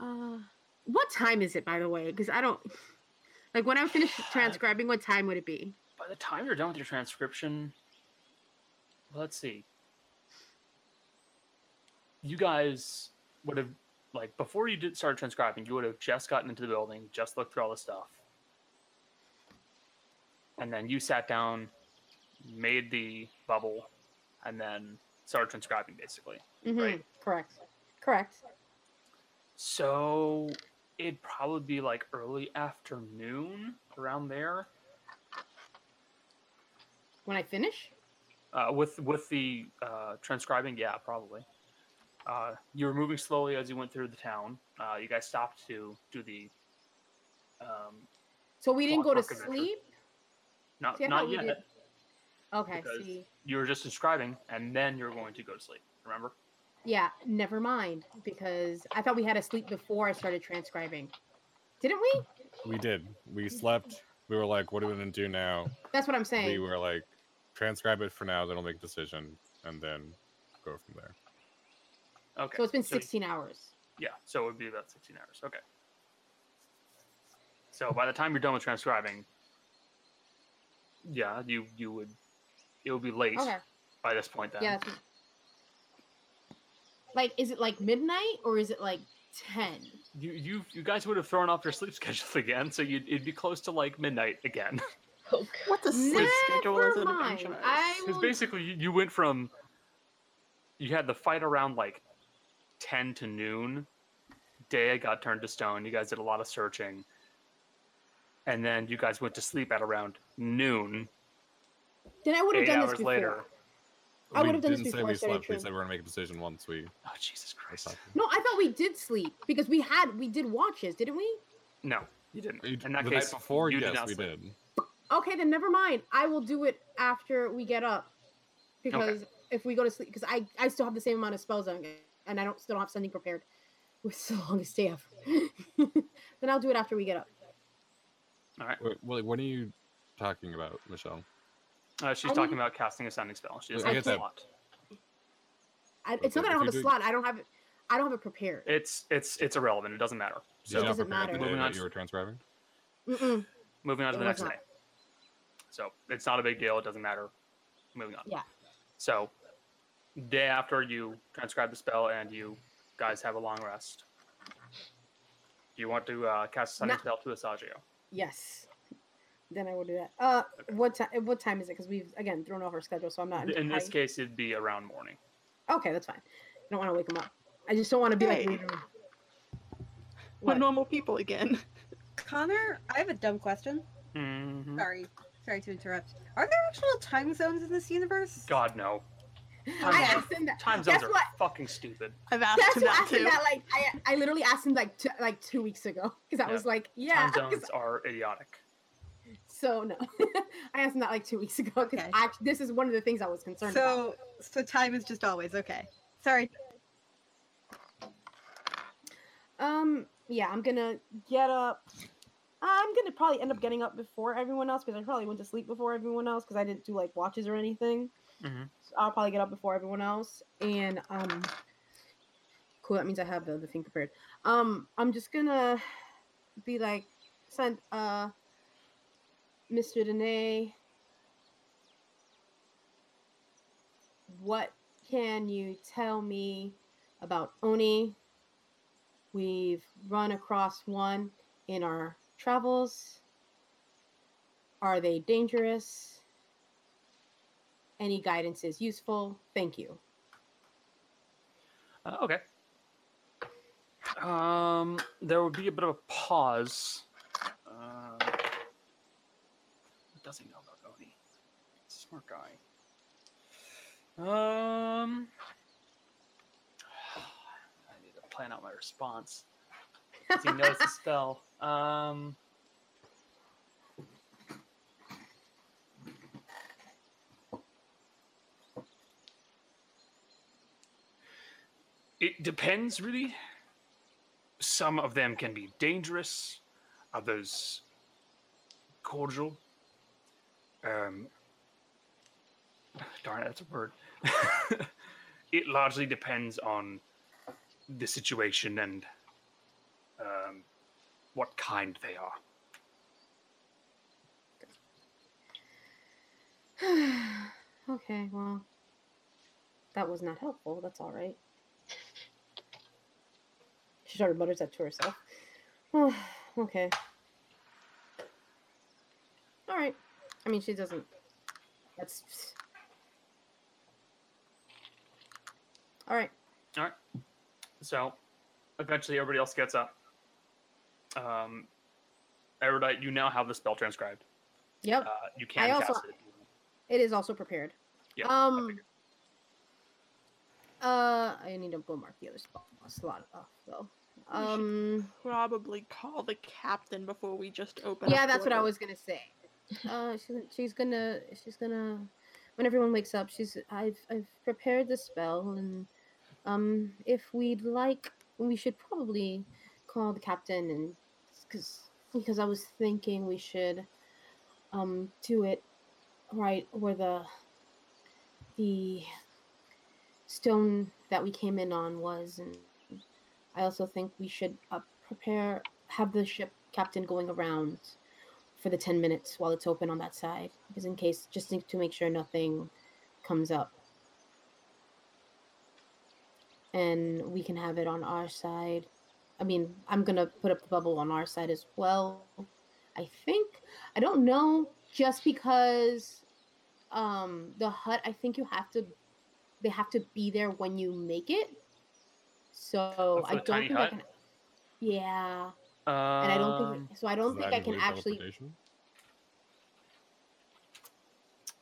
Speaker 3: Uh what time is it by the way? Cuz I don't like when I'm finished transcribing what time would it be?
Speaker 1: By the time you're done with your transcription, let's see. You guys would have, like, before you did start transcribing, you would have just gotten into the building, just looked through all the stuff, and then you sat down, made the bubble, and then started transcribing, basically.
Speaker 3: Mhm.
Speaker 1: Right.
Speaker 3: Correct. Correct.
Speaker 1: So it'd probably be like early afternoon around there.
Speaker 3: When I finish?
Speaker 1: Uh, with with the uh, transcribing, yeah, probably. Uh, you were moving slowly as you went through the town. Uh, you guys stopped to do the. Um,
Speaker 3: So we didn't go to
Speaker 1: Clockwork adventure.
Speaker 3: sleep?
Speaker 1: not
Speaker 3: See, I
Speaker 1: not
Speaker 3: thought we
Speaker 1: yet.
Speaker 3: did- Okay,
Speaker 1: Because-
Speaker 3: see.
Speaker 1: You were just transcribing, and then you're going to go to sleep. Remember?
Speaker 3: Yeah, never mind because I thought we had a sleep before I started transcribing. Didn't we?
Speaker 4: We did. We slept. We were like, what are we going to do now?
Speaker 3: That's what I'm saying.
Speaker 4: we were like transcribe it for now then i'll make a decision and then go from there
Speaker 1: Okay.
Speaker 3: So it's been
Speaker 1: you-
Speaker 3: 16 hours.
Speaker 1: Yeah, so it would be about 16 hours. Okay. So by the time you're done with transcribing, yeah, you you would it would be late
Speaker 3: Okay.
Speaker 1: by this point then.
Speaker 3: Yeah. that's- Like, is it like midnight or is it like 10?
Speaker 1: You you you guys would have thrown off your sleep schedule again, so you'd it'd be close to like midnight again.
Speaker 7: What the sleep schedule is
Speaker 3: Never
Speaker 7: an
Speaker 3: mind.
Speaker 7: adventure?
Speaker 3: I
Speaker 1: Because
Speaker 3: will.
Speaker 1: basically you, you went from you had the fight around like 10 to noon. Daya got turned to stone. You guys did a lot of searching. And then you guys went to sleep at around noon,
Speaker 3: Then I would have
Speaker 1: eight
Speaker 3: done this
Speaker 1: hours
Speaker 3: before.
Speaker 1: later.
Speaker 3: I
Speaker 4: we
Speaker 3: would've done this
Speaker 4: didn't say
Speaker 3: before I
Speaker 4: we
Speaker 3: started
Speaker 4: slept. We
Speaker 3: training.
Speaker 4: said we are gonna make a decision once we.
Speaker 1: Oh, Jesus Christ.
Speaker 3: No, I thought we did sleep because we had we did watches, didn't we?
Speaker 1: No, you didn't.
Speaker 4: You-
Speaker 1: In that
Speaker 4: the
Speaker 1: case,
Speaker 4: night before,
Speaker 1: you
Speaker 4: yes,
Speaker 1: did not
Speaker 4: we
Speaker 1: sleep.
Speaker 4: did.
Speaker 3: Okay, then never mind. I will do it after we get up because if we go to sleep, because I I still have the same amount of spells on and I don't still don't have something prepared. With so long a stay ever. then I'll do it after we get up.
Speaker 4: Wait, well, like, what are you talking about, Michelle?
Speaker 1: Uh, she's
Speaker 3: I
Speaker 1: talking
Speaker 3: mean-
Speaker 1: about casting a sounding spell. She doesn't
Speaker 4: I
Speaker 1: have
Speaker 4: get
Speaker 1: a
Speaker 4: that.
Speaker 1: slot.
Speaker 3: I, it's not
Speaker 4: Okay,
Speaker 3: that I don't
Speaker 4: if
Speaker 3: have a
Speaker 4: you do-
Speaker 3: slot. I don't have it. I don't have it prepared.
Speaker 1: It's it's it's irrelevant. It doesn't matter.
Speaker 4: Did you
Speaker 3: So-
Speaker 4: not
Speaker 3: Doesn't
Speaker 4: prepare at the
Speaker 3: matter.
Speaker 4: day
Speaker 1: Moving on
Speaker 4: that
Speaker 1: to-
Speaker 4: you were transcribing.
Speaker 3: Mm-mm.
Speaker 1: Moving on to
Speaker 3: It
Speaker 1: the
Speaker 3: was
Speaker 1: next
Speaker 3: not.
Speaker 1: day. So it's not a big deal. It doesn't matter. Moving on.
Speaker 3: Yeah.
Speaker 1: So day after you transcribe the spell and you guys have a long rest. Do you want to uh, cast a sounding
Speaker 3: No.
Speaker 1: spell to Asagio?
Speaker 3: Yes. Then I will do that. Uh, what time? What time is it? Because we've again thrown off our schedule, so I'm not.
Speaker 1: In this
Speaker 3: entirely-
Speaker 1: case, it'd be around morning.
Speaker 3: okay, that's fine. I don't want to wake him up. I just don't want to be
Speaker 7: Hey.
Speaker 3: like. "Mm,
Speaker 7: We're
Speaker 3: What?
Speaker 7: normal people again.
Speaker 5: Connor, I have a dumb question.
Speaker 1: Mhm.
Speaker 5: Sorry, sorry to interrupt. Are there actual time zones in this universe?
Speaker 1: God no.
Speaker 3: I
Speaker 1: zones.
Speaker 3: asked him that.
Speaker 1: Time zones
Speaker 3: Guess
Speaker 1: are
Speaker 3: what?
Speaker 1: fucking stupid.
Speaker 7: I've asked
Speaker 3: That's
Speaker 7: him
Speaker 3: what
Speaker 7: that
Speaker 3: asked him
Speaker 7: too.
Speaker 3: that like I I literally asked him like two, like two weeks ago because I
Speaker 1: Yeah.
Speaker 3: was like
Speaker 1: Time
Speaker 3: yeah 'cause-
Speaker 1: zones are idiotic.
Speaker 3: so no I asked him that like two weeks ago because
Speaker 5: Okay.
Speaker 3: this is one of the things I was concerned about.
Speaker 5: So, so time is just always okay. Sorry.
Speaker 3: Um yeah I'm gonna get up. I'm gonna probably end up getting up before everyone else because I probably went to sleep before everyone else because I didn't do like watches or anything.
Speaker 1: Mhm.
Speaker 3: So I'll probably get up before everyone else and um cool that means I have the other thing prepared. Um I'm just gonna be like send uh Mr. Dene, what can you tell me about Oni? We've run across one in our travels. Are they dangerous? Any guidance is useful. Thank you.
Speaker 1: Uh, okay. Um, there would be a bit of a pause. Uh, what does he know about Oni? Smart guy. Um, I need to plan out my response. 'Cause He knows the spell. Um. It depends, really. Some of them can be dangerous, others cordial. Um, darn it, that's a word. it largely depends on the situation and um, what kind they are.
Speaker 3: okay, well, that was not helpful. That's all right. She started mutters that to herself. Oh, okay. All right. I mean, she doesn't. That's. All right.
Speaker 1: All right. So, eventually, everybody else gets up. Um, Erudite, you now have the spell transcribed.
Speaker 3: Yep.
Speaker 1: Uh, you can
Speaker 3: also-
Speaker 1: cast it. if you want.
Speaker 3: It is also prepared.
Speaker 1: Yeah, I
Speaker 3: Um. Uh, I need to go mark the other spot slot off though.
Speaker 7: We should-
Speaker 3: Um.
Speaker 7: Probably call the captain before we just open.
Speaker 3: yeah
Speaker 7: up
Speaker 3: that's what i
Speaker 7: doors.
Speaker 3: was gonna say uh she's, she's gonna she's gonna when everyone wakes up she's i've i've prepared the spell and um if we'd like we should probably call the captain and because because i was thinking we should um do it right where the the stone that we came in on was and i also think we should uh, prepare have the ship captain going around for the 10 minutes while it's open on that side because in case just think- to make sure nothing comes up and we can have it on our side i mean i'm gonna put up the bubble on our side as well i think i don't know just because um the hut i think you have to they have to be there when you make it. So
Speaker 1: That's
Speaker 3: I
Speaker 1: Oh, the
Speaker 3: don't
Speaker 1: tiny
Speaker 3: think I
Speaker 1: hut?
Speaker 3: can. Yeah,
Speaker 1: Um,
Speaker 3: and I don't think so. I don't
Speaker 4: Does
Speaker 3: think
Speaker 4: that
Speaker 3: I can
Speaker 4: include
Speaker 3: actually.
Speaker 4: teleportation?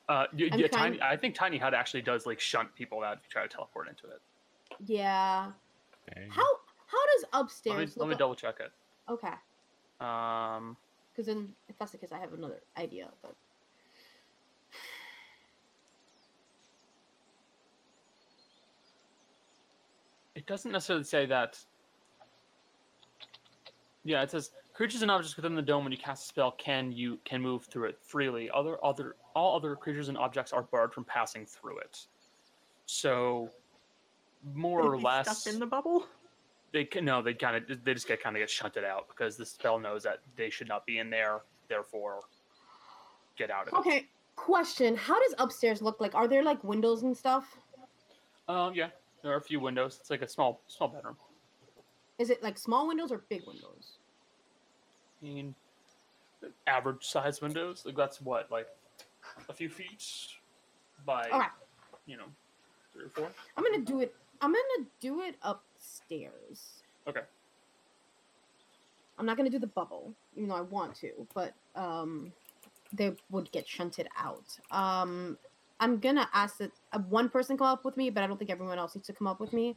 Speaker 1: Uh, y-
Speaker 3: I'm
Speaker 1: yeah,
Speaker 3: trying-
Speaker 1: tiny, I think Tiny Hut actually does like shunt people out if you try to teleport into it.
Speaker 3: Yeah.
Speaker 4: Dang.
Speaker 3: How how does
Speaker 1: Let me,
Speaker 3: upstairs
Speaker 1: let me
Speaker 3: look?
Speaker 1: double check it.
Speaker 3: okay,
Speaker 1: Um,
Speaker 3: because then if that's the case, I have another idea. But
Speaker 1: it doesn't necessarily say that. Yeah, it says creatures and objects within the dome when you cast a spell can you can move through it freely. Other other all other creatures and objects are barred from passing through it. So, more
Speaker 7: They'd
Speaker 1: or
Speaker 7: be
Speaker 1: less,
Speaker 7: stuck in the bubble.
Speaker 1: they can no they kind of they just get kind of get shunted out because the spell knows that they should not be in there therefore get out of
Speaker 3: okay, question: How does upstairs look like? Are there like windows and stuff?
Speaker 1: it um yeah there are a few windows it's like a small small bedroom
Speaker 3: Is it like small windows or big windows?
Speaker 1: i mean average size windows like that's what like a few feet by
Speaker 3: Okay,
Speaker 1: you know three or four
Speaker 3: I'm gonna do it. I'm gonna do it upstairs.
Speaker 1: Okay.
Speaker 3: I'm not gonna do the bubble, even though I want to, but um, they would get shunted out. Um, I'm gonna ask that uh, one person come up with me, but I don't think everyone else needs to come up with me.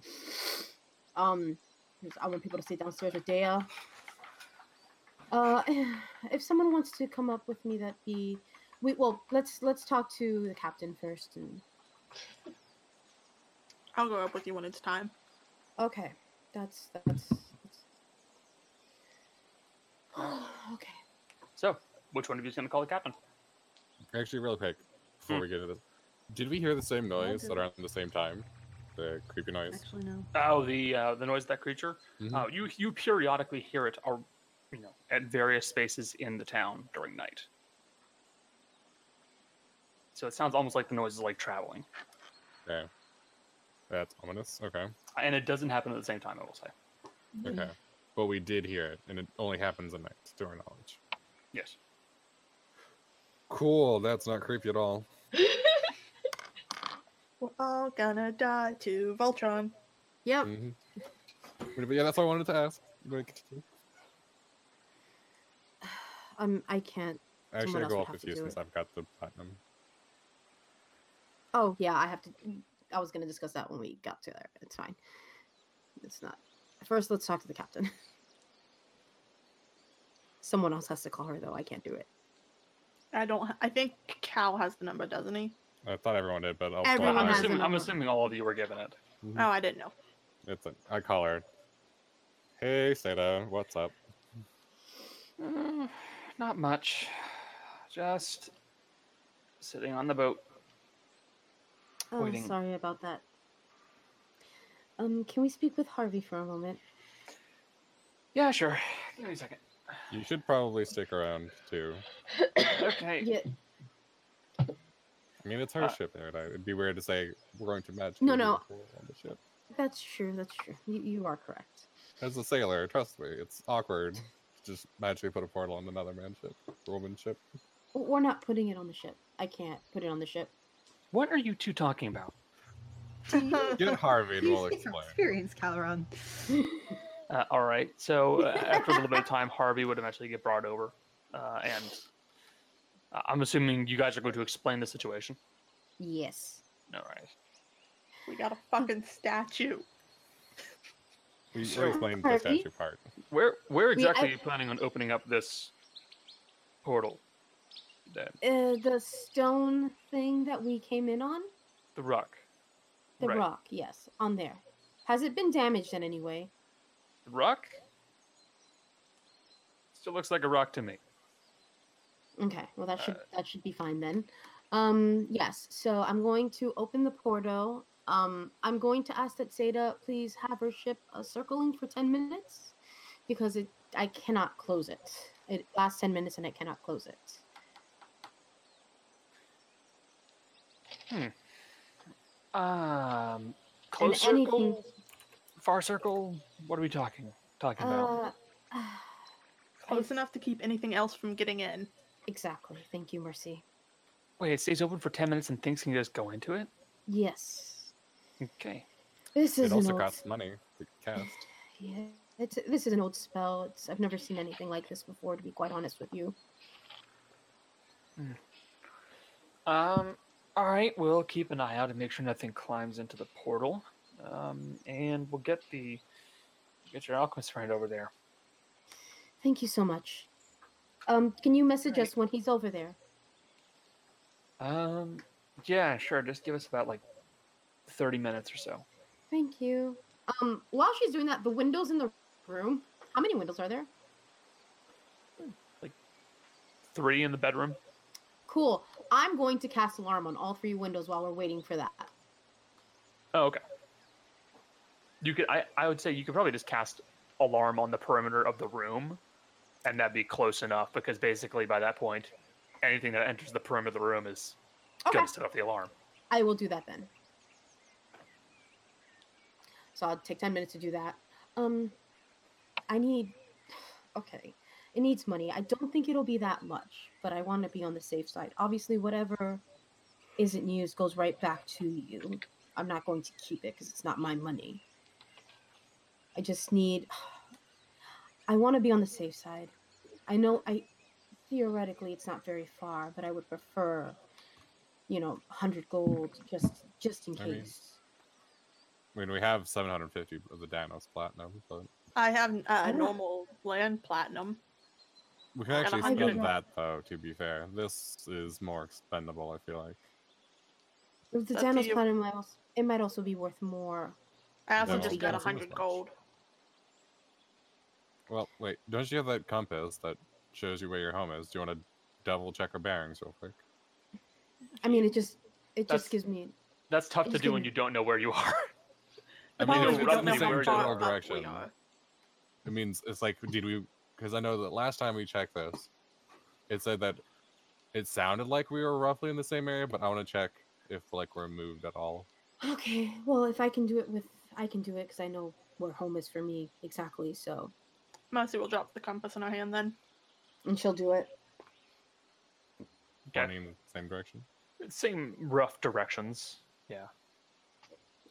Speaker 3: Um, 'cause I want people to stay downstairs with Dea. Uh, if someone wants to come up with me, that'd be. We, well, let's let's talk to the captain first. And
Speaker 7: I'll go up with you when it's time.
Speaker 3: okay, that's that's. that's... okay.
Speaker 1: so which one of you is going to call the captain
Speaker 4: Actually, really quick, before
Speaker 1: Hmm.
Speaker 4: we get into this, did we hear the same
Speaker 5: Well,
Speaker 4: noise
Speaker 5: did-
Speaker 4: around the same time? The creepy noise.
Speaker 5: Actually, no.
Speaker 1: oh the uh, the noise of that creature
Speaker 4: Mhm.
Speaker 1: oh you you periodically hear it or you know at various spaces in the town during night so it sounds almost like the noise is like traveling
Speaker 4: Okay. That's ominous. Okay.
Speaker 1: and it doesn't happen at the same time i will say
Speaker 3: Mm-hmm.
Speaker 4: Okay. But we did hear it, and it only happens at night, to our knowledge.
Speaker 1: yes
Speaker 4: Cool. That's not creepy at all.
Speaker 7: We're all gonna die to Voltron.
Speaker 3: Yep.
Speaker 4: hmm But yeah, that's what I wanted to ask. You wanna continue?
Speaker 3: Um, I can't. Someone
Speaker 4: Actually, I
Speaker 3: else
Speaker 4: go
Speaker 3: would
Speaker 4: up
Speaker 3: have
Speaker 4: with
Speaker 3: to
Speaker 4: you
Speaker 3: do
Speaker 4: since
Speaker 3: it.
Speaker 4: I've got the platinum.
Speaker 3: Oh yeah, I have to. I was gonna discuss that when we got to there. It's fine. It's not. First, let's talk to the captain. Someone else has to call her though. I can't do it.
Speaker 7: I don't. I think Cal has the number, doesn't he?
Speaker 4: I thought everyone did, but I'll
Speaker 3: Everyone
Speaker 4: call
Speaker 1: I'm
Speaker 3: has
Speaker 4: her.
Speaker 3: it.
Speaker 1: assuming, I'm
Speaker 3: number.
Speaker 1: assuming all of you were given it
Speaker 4: Mhm.
Speaker 7: Oh, I didn't know.
Speaker 4: It's a, I call her. Hey, Seda, what's up?
Speaker 1: Mm, not much just sitting on the boat
Speaker 3: Oh,
Speaker 1: Waiting.
Speaker 3: sorry about that. Um, can we speak with Harvey for a moment?
Speaker 1: yeah sure give me a second
Speaker 4: You should probably stick around too.
Speaker 1: okay
Speaker 3: Yeah.
Speaker 4: I mean, it's her
Speaker 1: Uh,
Speaker 4: ship, and I- it'd be weird to say we're going to match.
Speaker 3: No,
Speaker 4: you
Speaker 3: no.
Speaker 4: before we're on the ship.
Speaker 3: That's true. That's true. You, you are correct.
Speaker 4: As a sailor, trust me, it's awkward. to Just magically put a portal on another man ship, woman ship.
Speaker 3: W- We're not putting it on the ship. I can't put it on the ship.
Speaker 1: what are you two talking about
Speaker 5: Do you,
Speaker 4: Get Harvey and
Speaker 5: you
Speaker 4: we'll
Speaker 5: speak from
Speaker 4: explain.
Speaker 5: experience, Calron.
Speaker 1: Uh, all right. So uh, after a little bit of time, Harvey would eventually get brought over, uh, and uh, I'm assuming you guys are going to explain the situation.
Speaker 3: Yes.
Speaker 1: All right.
Speaker 7: We
Speaker 3: Hmm.
Speaker 7: got a fucking statue.
Speaker 4: We we
Speaker 1: So-
Speaker 4: explained the
Speaker 3: Harvey?
Speaker 4: statue part.
Speaker 1: Where where
Speaker 3: Wait, I-
Speaker 1: exactly are you planning on opening up this portal? The,
Speaker 3: Uh, the stone thing that we came in on,
Speaker 1: the rock.
Speaker 3: the
Speaker 1: Right.
Speaker 3: rock. Yes, on there. Has it been damaged in any way?
Speaker 1: The rock. Still looks like a rock to me.
Speaker 3: Okay, well that should
Speaker 1: Uh,
Speaker 3: that should be fine then. Um yes, so I'm going to open the portal. Um I'm going to ask that Seda please have her ship uh, circling for 10 minutes because it I cannot close it. It lasts 10 minutes and I cannot close it.
Speaker 1: Um, close circle,
Speaker 3: anything-
Speaker 1: far circle. What are we talking talking about?
Speaker 3: Uh,
Speaker 7: Close enough to keep anything else from getting in.
Speaker 3: exactly. Thank you, Mercy.
Speaker 1: Wait, it stays open for ten minutes and things can just go into it.
Speaker 3: Yes.
Speaker 1: Okay.
Speaker 3: This is
Speaker 4: It also
Speaker 3: an old.
Speaker 4: costs money to cast.
Speaker 3: Yeah, it's, this is an old spell. It's, I've never seen anything like this before. To be quite honest with you.
Speaker 1: Um. All right. We'll keep an eye out and make sure nothing climbs into the portal. Um. And we'll get the get your alchemist friend over there.
Speaker 3: Thank you so much. Um, can you message
Speaker 1: Right.
Speaker 3: us when he's over there?
Speaker 1: Um. Yeah. Sure. Just give us about like thirty minutes or so.
Speaker 3: Thank you. Um, while she's doing that, the windows in the room. How many windows are there?
Speaker 1: Three in the bedroom.
Speaker 3: Cool. I'm going to cast alarm on all three windows while we're waiting for that.
Speaker 1: Oh, okay. You could. I. I would say you could probably just cast alarm on the perimeter of the room, and that'd be close enough because basically by that point, anything that enters the perimeter of the room is
Speaker 3: Okay.
Speaker 1: gonna set off the alarm.
Speaker 3: I will do that then. So I'll take 10 minutes to do that. Um, I need. Okay. It needs money. I don't think it'll be that much, but I want to be on the safe side. Obviously, whatever isn't used goes right back to you. I'm not going to keep it because it's not my money. I just need. I want to be on the safe side. I know I. Theoretically, it's not very far, but I would prefer you know, hundred gold just just in
Speaker 4: I mean-
Speaker 3: case.
Speaker 4: I mean, we have 750 of the Dinos platinum, but
Speaker 7: I have uh,
Speaker 3: Yeah.
Speaker 7: normal land platinum.
Speaker 4: we can
Speaker 7: And
Speaker 4: actually
Speaker 7: 100
Speaker 4: spend
Speaker 3: more.
Speaker 4: that though. To be fair, this is more expendable. I feel like.
Speaker 3: With the
Speaker 7: It's up to
Speaker 3: Danos
Speaker 7: you.
Speaker 3: platinum, I als- it might also be worth more.
Speaker 7: I also
Speaker 1: Oh,
Speaker 4: No.
Speaker 7: just
Speaker 3: Yeah,
Speaker 7: got
Speaker 4: almost
Speaker 3: it's
Speaker 7: 100
Speaker 4: much.
Speaker 7: gold.
Speaker 4: Well, wait, don't you have that compass that shows you where your home is? Do you want to double check our bearings real quick?
Speaker 3: I mean, it just it
Speaker 1: That's-
Speaker 3: just gives me.
Speaker 1: That's tough
Speaker 3: I
Speaker 1: to
Speaker 3: just
Speaker 1: do when
Speaker 3: didn't-
Speaker 1: you don't know where you are.
Speaker 4: I
Speaker 7: The problem
Speaker 4: mean,
Speaker 7: is
Speaker 4: if
Speaker 7: we
Speaker 4: we
Speaker 7: don't
Speaker 4: don't
Speaker 7: know
Speaker 4: see
Speaker 7: how
Speaker 4: where
Speaker 7: far
Speaker 4: general
Speaker 7: up we
Speaker 4: direction,
Speaker 7: are.
Speaker 4: it means it's like, did we? Because I know that last time we checked this, it said that it sounded like we were roughly in the same area, but I want to check if like we're moved at all.
Speaker 3: Okay, well, if I can do it with, I can do it because I know where home is for me exactly. So,
Speaker 7: Mercy will drop the compass in our hand then.
Speaker 3: and she'll do it.
Speaker 1: Okay.
Speaker 4: Running in the same direction.
Speaker 1: Same rough directions. Yeah.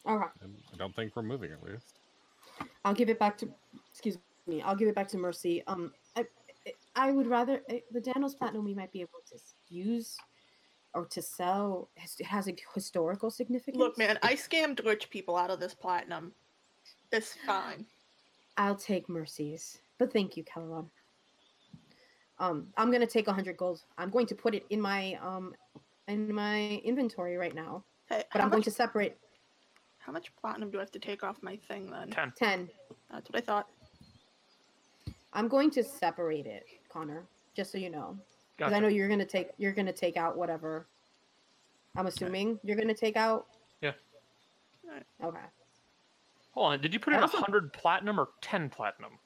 Speaker 3: All right,
Speaker 4: And I don't think we're moving at least.
Speaker 3: I'll give it back to. Excuse me, I'll give it back to Mercy. Um, I I- I would rather eh, the Danos platinum we might be able to use or to sell. has- It has a historical significance.
Speaker 7: Look, man, I scammed rich people out of this platinum. It's fine.
Speaker 3: I'll take mercies, but thank you, Kelron. Um, I'm gonna take 100 gold. I'm going to put it in my um, in my inventory right now,
Speaker 7: Hey,
Speaker 3: but
Speaker 7: how
Speaker 3: I'm going
Speaker 7: much-
Speaker 3: to separate
Speaker 7: How much platinum do I have to take off my thing then?
Speaker 1: Ten.
Speaker 3: 10.
Speaker 7: That's what I thought.
Speaker 3: I'm going to separate it, Connor, just so you know, because
Speaker 1: Gotcha.
Speaker 3: I know you're gonna take you're gonna take out whatever. I'm assuming you're gonna take out.
Speaker 1: Yeah.
Speaker 7: Alright.
Speaker 3: Okay.
Speaker 1: Hold on. Did you put in
Speaker 3: I
Speaker 1: a
Speaker 3: also-
Speaker 1: hundred platinum or ten platinum?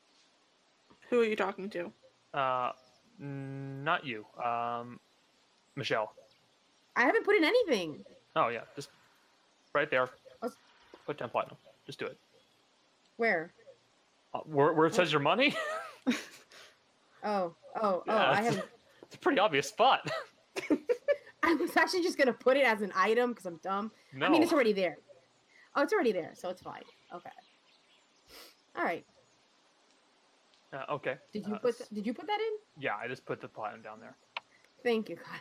Speaker 7: Who are you talking to?
Speaker 1: Uh, n- not you. Um, Michelle.
Speaker 3: I haven't put in anything.
Speaker 1: Oh yeah, just right there.
Speaker 3: Let's-
Speaker 1: Put ten platinum. Just do it.
Speaker 3: Where?
Speaker 1: Uh, where, where it says your money?
Speaker 3: Oh, oh, oh!
Speaker 1: Yeah,
Speaker 3: I
Speaker 1: it's-
Speaker 3: haven't.
Speaker 1: it's a pretty obvious spot.
Speaker 3: I was actually just gonna put it as an item because I'm dumb.
Speaker 1: No.
Speaker 3: I mean, it's already there. Oh, it's already there, so it's fine. Okay. All right.
Speaker 1: Uh, okay.
Speaker 3: Did you
Speaker 1: Uh,
Speaker 3: put
Speaker 1: s-
Speaker 3: th- Did you put that in?
Speaker 1: yeah, I just put the platinum down there.
Speaker 3: Thank you, God.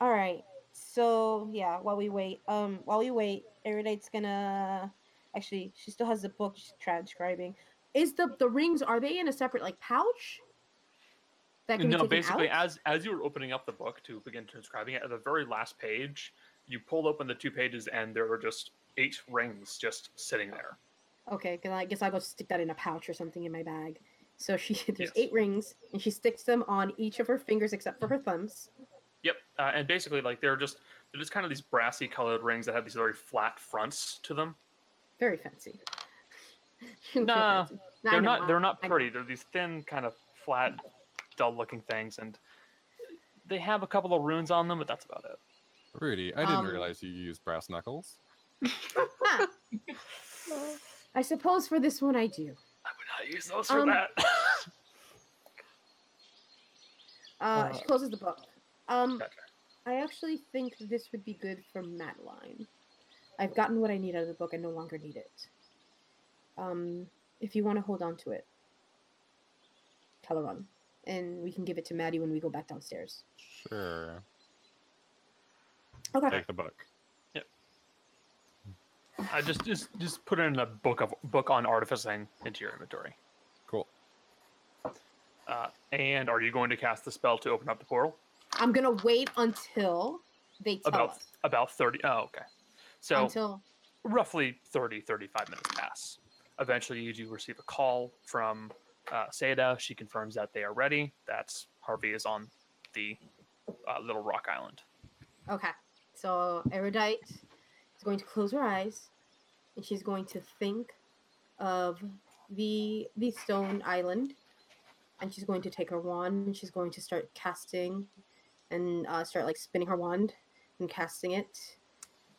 Speaker 3: All right. So yeah, while we wait, um, while we wait, Erudite's gonna. Actually, she still has the book she's transcribing. Is the the rings are they in a separate like pouch? That be
Speaker 1: no
Speaker 3: taken
Speaker 1: basically
Speaker 3: out?
Speaker 1: as as you were opening up the book to begin transcribing it at the very last page you pulled open the two pages and there were just eight rings just sitting there
Speaker 3: Okay, because I guess I'll go stick that in a pouch or something in my bag. So she there's
Speaker 1: Yes.
Speaker 3: eight rings, and she sticks them on each of her fingers except for her thumbs.
Speaker 1: yep uh, and basically like they're just they're just kind of these brassy colored rings that have these very flat fronts to them
Speaker 3: Very fancy. Feel
Speaker 1: Nah,
Speaker 3: fancy. I
Speaker 1: they're
Speaker 3: know,
Speaker 1: not
Speaker 3: I-
Speaker 1: they're not
Speaker 3: I know.
Speaker 1: pretty they're these thin kind of flat dull looking things and they have a couple of runes on them but that's about it
Speaker 4: Rudy, I didn't
Speaker 3: Um,
Speaker 4: realize you used brass knuckles.
Speaker 3: Huh. I suppose for this one I do.
Speaker 1: i would not use those for
Speaker 3: Um,
Speaker 1: that
Speaker 3: Uh, she closes the book. Um,
Speaker 1: Gotcha.
Speaker 3: I actually think this would be good for Madeline. I've gotten what I need out of the book. I no longer need it. Um, if you want to hold on to it, Calaron, and we can give it to Maddie when we go back downstairs.
Speaker 4: Sure.
Speaker 3: Okay.
Speaker 4: Take the book.
Speaker 1: Uh, just just just put it in the book of book on artificing into your inventory.
Speaker 4: Cool.
Speaker 1: Uh, and are you going to cast the spell to open up the portal?
Speaker 3: I'm gonna wait until they tell
Speaker 1: About
Speaker 3: us.
Speaker 1: about 30. Oh, okay. So
Speaker 3: until
Speaker 1: roughly 30, 35 minutes pass. Eventually, you do receive a call from uh, Seda. She confirms that they are ready. That's Harvey is on the uh, Little Rock Island.
Speaker 3: Okay. So Erudite is going to close her eyes and she's going to think of the the stone island and she's going to take her wand and she's going to start casting and uh, start like spinning her wand and casting it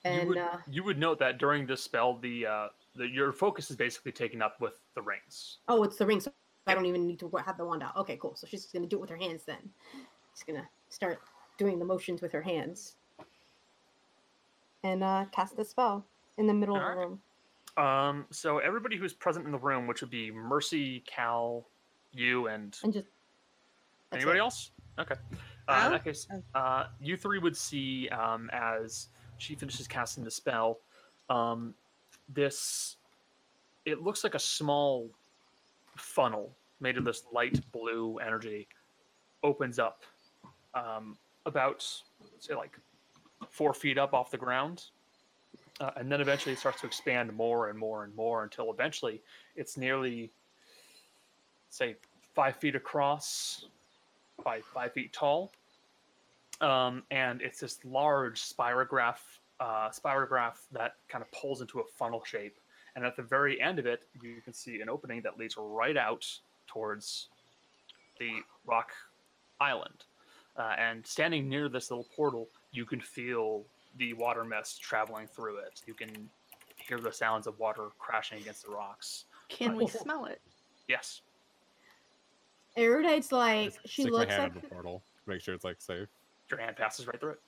Speaker 1: you
Speaker 3: and
Speaker 1: would,
Speaker 3: uh,
Speaker 1: you would note that during this spell, the, uh, the your focus is basically taken up with the rings.
Speaker 3: oh it's the ring so i don't even need to wa- have the wand out okay cool so she's going to do it with her hands then she's going to start doing the motions with her hands and uh, cast the spell in the middle of the
Speaker 1: Alright.
Speaker 3: room
Speaker 1: Um, so everybody who's present in the room, which would be Mercy, Cal, you, and
Speaker 3: and just that's
Speaker 1: Anybody
Speaker 3: it.
Speaker 1: else? Okay. Uh, in
Speaker 5: No?
Speaker 1: that case,
Speaker 5: Oh.
Speaker 1: uh, you three would see um, as she finishes casting the spell. Um, this it looks like a small funnel made of this light blue energy opens up um, about say like four feet up off the ground, uh, and then eventually it starts to expand more and more and more until eventually it's nearly say five feet across by five feet tall. Um, and it's this large spirograph, uh, spirograph that kind of pulls into a funnel shape. And at the very end of it, you can see an opening that leads right out towards the rock island. Uh, and standing near this little portal, you can feel the water mist traveling through it. You can hear the sounds of water crashing against the rocks.
Speaker 7: Can we
Speaker 1: Oh.
Speaker 7: smell it?
Speaker 1: Yes.
Speaker 3: Erudite's
Speaker 4: I
Speaker 3: like
Speaker 4: just
Speaker 3: she
Speaker 4: stick
Speaker 3: looks
Speaker 4: my hand
Speaker 3: like
Speaker 4: on the portal to make sure it's like safe.
Speaker 1: your hand passes right through it.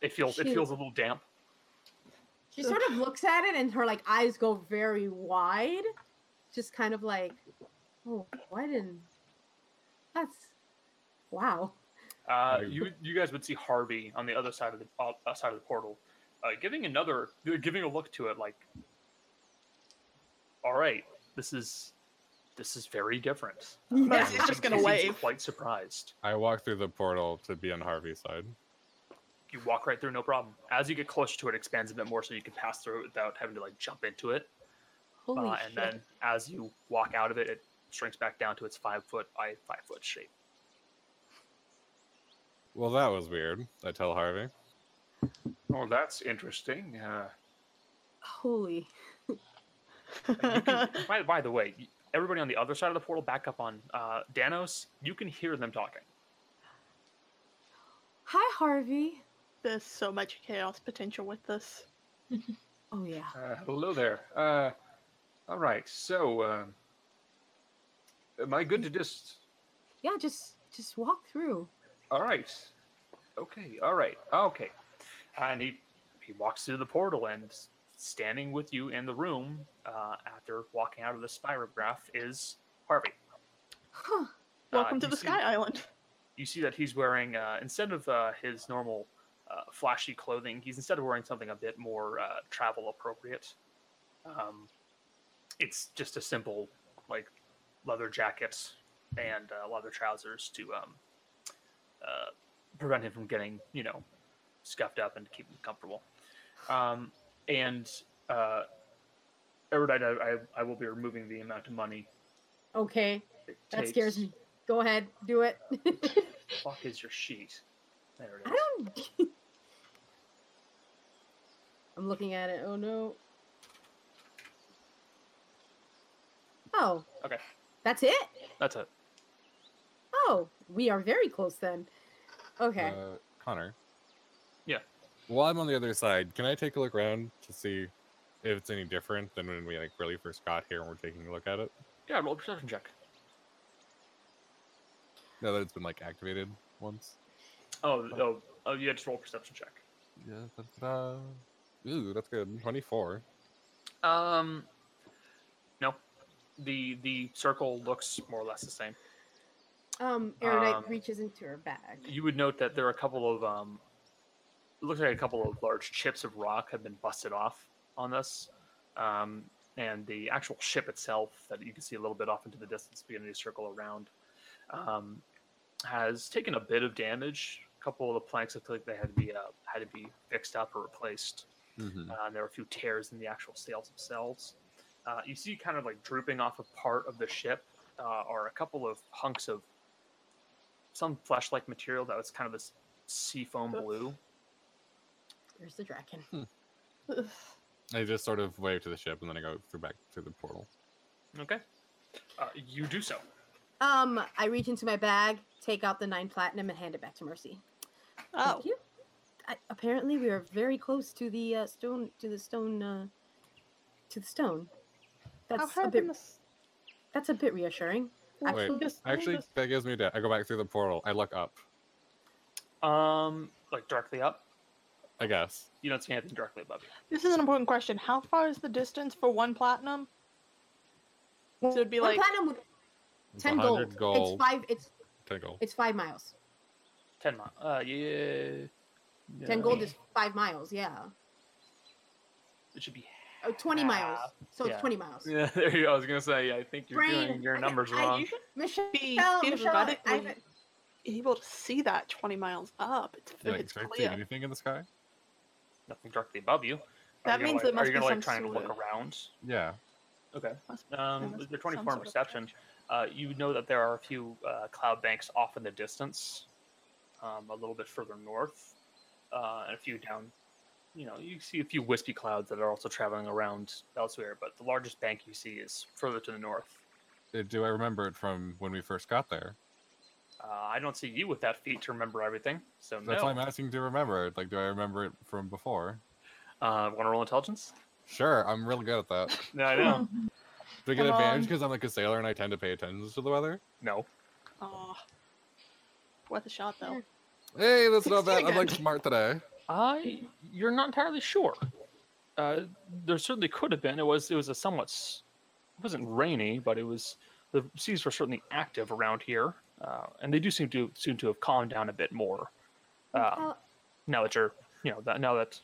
Speaker 1: It feels it
Speaker 3: Shoot.
Speaker 1: feels a little damp.
Speaker 3: she sort of looks at it and her like eyes go very wide, just kind of like, oh, why didn't that's wow.
Speaker 1: Uh,
Speaker 4: I-
Speaker 1: you you guys would see Harvey on the other side of the uh, uh, side of the portal, uh, giving another giving a look to it like, all right, this is this is very different.
Speaker 7: Mercy's
Speaker 1: And
Speaker 7: just gonna
Speaker 1: he seems
Speaker 7: wave.
Speaker 1: Quite surprised.
Speaker 4: I walk through the portal to be on Harvey's side.
Speaker 1: You walk right through, no problem. As you get closer to it, it expands a bit more, so you can pass through it without having to like jump into it. Uh,
Speaker 3: Holy
Speaker 1: and
Speaker 3: shit.
Speaker 1: then as you walk out of it, it shrinks back down to its five foot by five foot shape.
Speaker 4: Well, that was weird. I tell Harvey.
Speaker 1: Oh, that's interesting. Uh,
Speaker 3: Holy
Speaker 1: You can- by, by the way, y- everybody on the other side of the portal, back up on uh, Danos, you can hear them talking.
Speaker 3: Hi Harvey.
Speaker 7: There's so much chaos potential with this.
Speaker 3: Oh yeah.
Speaker 1: Uh, hello there. Uh, all right, so um, am I good to just?
Speaker 3: Yeah, just just walk through.
Speaker 1: All right, okay, all right, okay. And he he walks through the portal and standing with you in the room uh, after walking out of the spirograph is Harvey.
Speaker 3: Huh.
Speaker 1: Uh,
Speaker 7: Welcome to
Speaker 1: you
Speaker 7: the
Speaker 1: see-
Speaker 7: Sky Island.
Speaker 1: you see that he's wearing uh, instead of uh, his normal uh, flashy clothing, he's instead of wearing something a bit more uh, travel appropriate. Um, it's just a simple like leather jacket and uh, leather trousers to um, uh, prevent him from getting you know scuffed up and keep him comfortable. Um, and uh, Erudite, I, I, I will be removing the amount of money.
Speaker 3: Okay.
Speaker 1: It
Speaker 3: That scares
Speaker 1: takes-
Speaker 3: me. Go ahead, do it.
Speaker 1: Fuck is your sheet? There it is.
Speaker 3: I don't I'm looking at it. Oh no. Oh.
Speaker 1: Okay.
Speaker 3: That's it?
Speaker 1: That's it.
Speaker 3: Oh, we are very close then. Okay.
Speaker 4: Uh, Connor.
Speaker 1: Yeah.
Speaker 4: While I'm on the other side, can I take a look around to see if it's any different than when we like really first got here and we're taking a look at it?
Speaker 1: Yeah, roll a perception check.
Speaker 4: Now that it's been like activated once.
Speaker 1: Oh, oh, oh, yeah, just roll a perception check.
Speaker 4: Yeah. da, da. Ooh, that's good. 24.
Speaker 1: Um, no, the the circle looks more or less the same.
Speaker 3: Um, Erudite
Speaker 1: Um,
Speaker 3: reaches into her bag.
Speaker 1: You would note that there are a couple of um, it looks like a couple of large chips of rock have been busted off on this, um, and the actual ship itself that you can see a little bit off into the distance, beginning to circle around, um, has taken a bit of damage. A couple of the planks look like they had to be uh, had to be fixed up or replaced.
Speaker 4: Mm-hmm.
Speaker 1: Uh, and there are a few tears in the actual sails themselves. Uh, you see, kind of like drooping off a part of the ship, uh, are a couple of hunks of some flesh-like material that was kind of this sea foam blue.
Speaker 3: There's the dragon.
Speaker 4: I just sort of wave to the ship and then I go through back through the portal.
Speaker 1: Okay, uh, you do so.
Speaker 3: Um, I reach into my bag, take out the nine platinum, and hand it back to Mercy.
Speaker 7: Oh,
Speaker 3: Thank you. I, apparently, we are very close to the uh, stone. To the stone. Uh, to the stone.
Speaker 7: how
Speaker 3: That's a
Speaker 7: hard
Speaker 3: bit.
Speaker 7: can this?
Speaker 3: That's a bit reassuring. Actually,
Speaker 4: Wait,
Speaker 7: Just-
Speaker 4: actually,
Speaker 7: just-
Speaker 4: that gives me that. I go back through the portal. I look up,
Speaker 1: Um, like directly up,
Speaker 4: I guess.
Speaker 1: you don't see anything directly above you.
Speaker 7: This is an important question. How far is the distance for one platinum? So it'd be
Speaker 3: one
Speaker 7: like
Speaker 3: platinum would
Speaker 4: It's
Speaker 3: ten
Speaker 4: 100
Speaker 3: gold. It's five. It's
Speaker 4: 10 gold.
Speaker 3: it's five miles.
Speaker 1: Ten miles. Uh, yeah.
Speaker 3: Ten gold is five miles. Yeah.
Speaker 1: It should be.
Speaker 3: Oh, 20 miles.
Speaker 1: half.
Speaker 3: So it's
Speaker 1: yeah.
Speaker 3: 20 miles.
Speaker 1: Yeah, there you go. I was gonna say. I think you're
Speaker 3: Brain,
Speaker 1: doing your
Speaker 3: I-
Speaker 1: numbers
Speaker 3: I-
Speaker 1: wrong.
Speaker 3: you should- Michelle,
Speaker 7: be
Speaker 3: Michelle, I-
Speaker 7: theoretically able to see that 20 miles up. It's,
Speaker 4: Yeah,
Speaker 7: it's
Speaker 4: can I see
Speaker 7: clear.
Speaker 4: anything in the sky?
Speaker 1: Nothing directly above you. Are
Speaker 7: That
Speaker 1: you gonna,
Speaker 7: means
Speaker 1: like,
Speaker 7: there must
Speaker 1: are you
Speaker 7: be
Speaker 1: gonna like
Speaker 7: some
Speaker 1: trying to
Speaker 7: sort
Speaker 1: look
Speaker 7: of-
Speaker 1: around?
Speaker 4: Yeah.
Speaker 1: Okay.
Speaker 7: Must- there
Speaker 1: Um,
Speaker 7: must
Speaker 1: with
Speaker 7: be
Speaker 1: your 24
Speaker 7: some
Speaker 1: in
Speaker 7: sort of
Speaker 1: perception, uh, you know that there are a few uh, cloud banks off in the distance, um, a little bit further north, uh, and a few down. You know, you see a few wispy clouds that are also traveling around elsewhere, but the largest bank you see is further to the north.
Speaker 4: Uh, Do I remember it from when we first got there?
Speaker 1: Uh, I don't see you with that feat to remember everything, so
Speaker 4: That's why I'm
Speaker 1: no.
Speaker 4: asking to remember it. Like, do I remember it from before?
Speaker 1: Uh, Want to roll intelligence?
Speaker 4: Sure, I'm really good at that.
Speaker 1: No, I know.
Speaker 4: Do I get
Speaker 7: Come
Speaker 4: advantage
Speaker 7: on.
Speaker 4: because I'm like a sailor and I tend to pay attention to the weather?
Speaker 1: no.
Speaker 7: Aw. Ah, worth a shot though.
Speaker 4: Hey, that's not bad. I'm like
Speaker 7: Again.
Speaker 4: smart today.
Speaker 1: I you're not entirely sure. Uh, there certainly could have been. It was it was a somewhat s- it wasn't rainy, but it was the seas were certainly active around here, uh, and they do seem to seem to have calmed down a bit more. Um,
Speaker 3: Michelle,
Speaker 1: now that you're you know that now that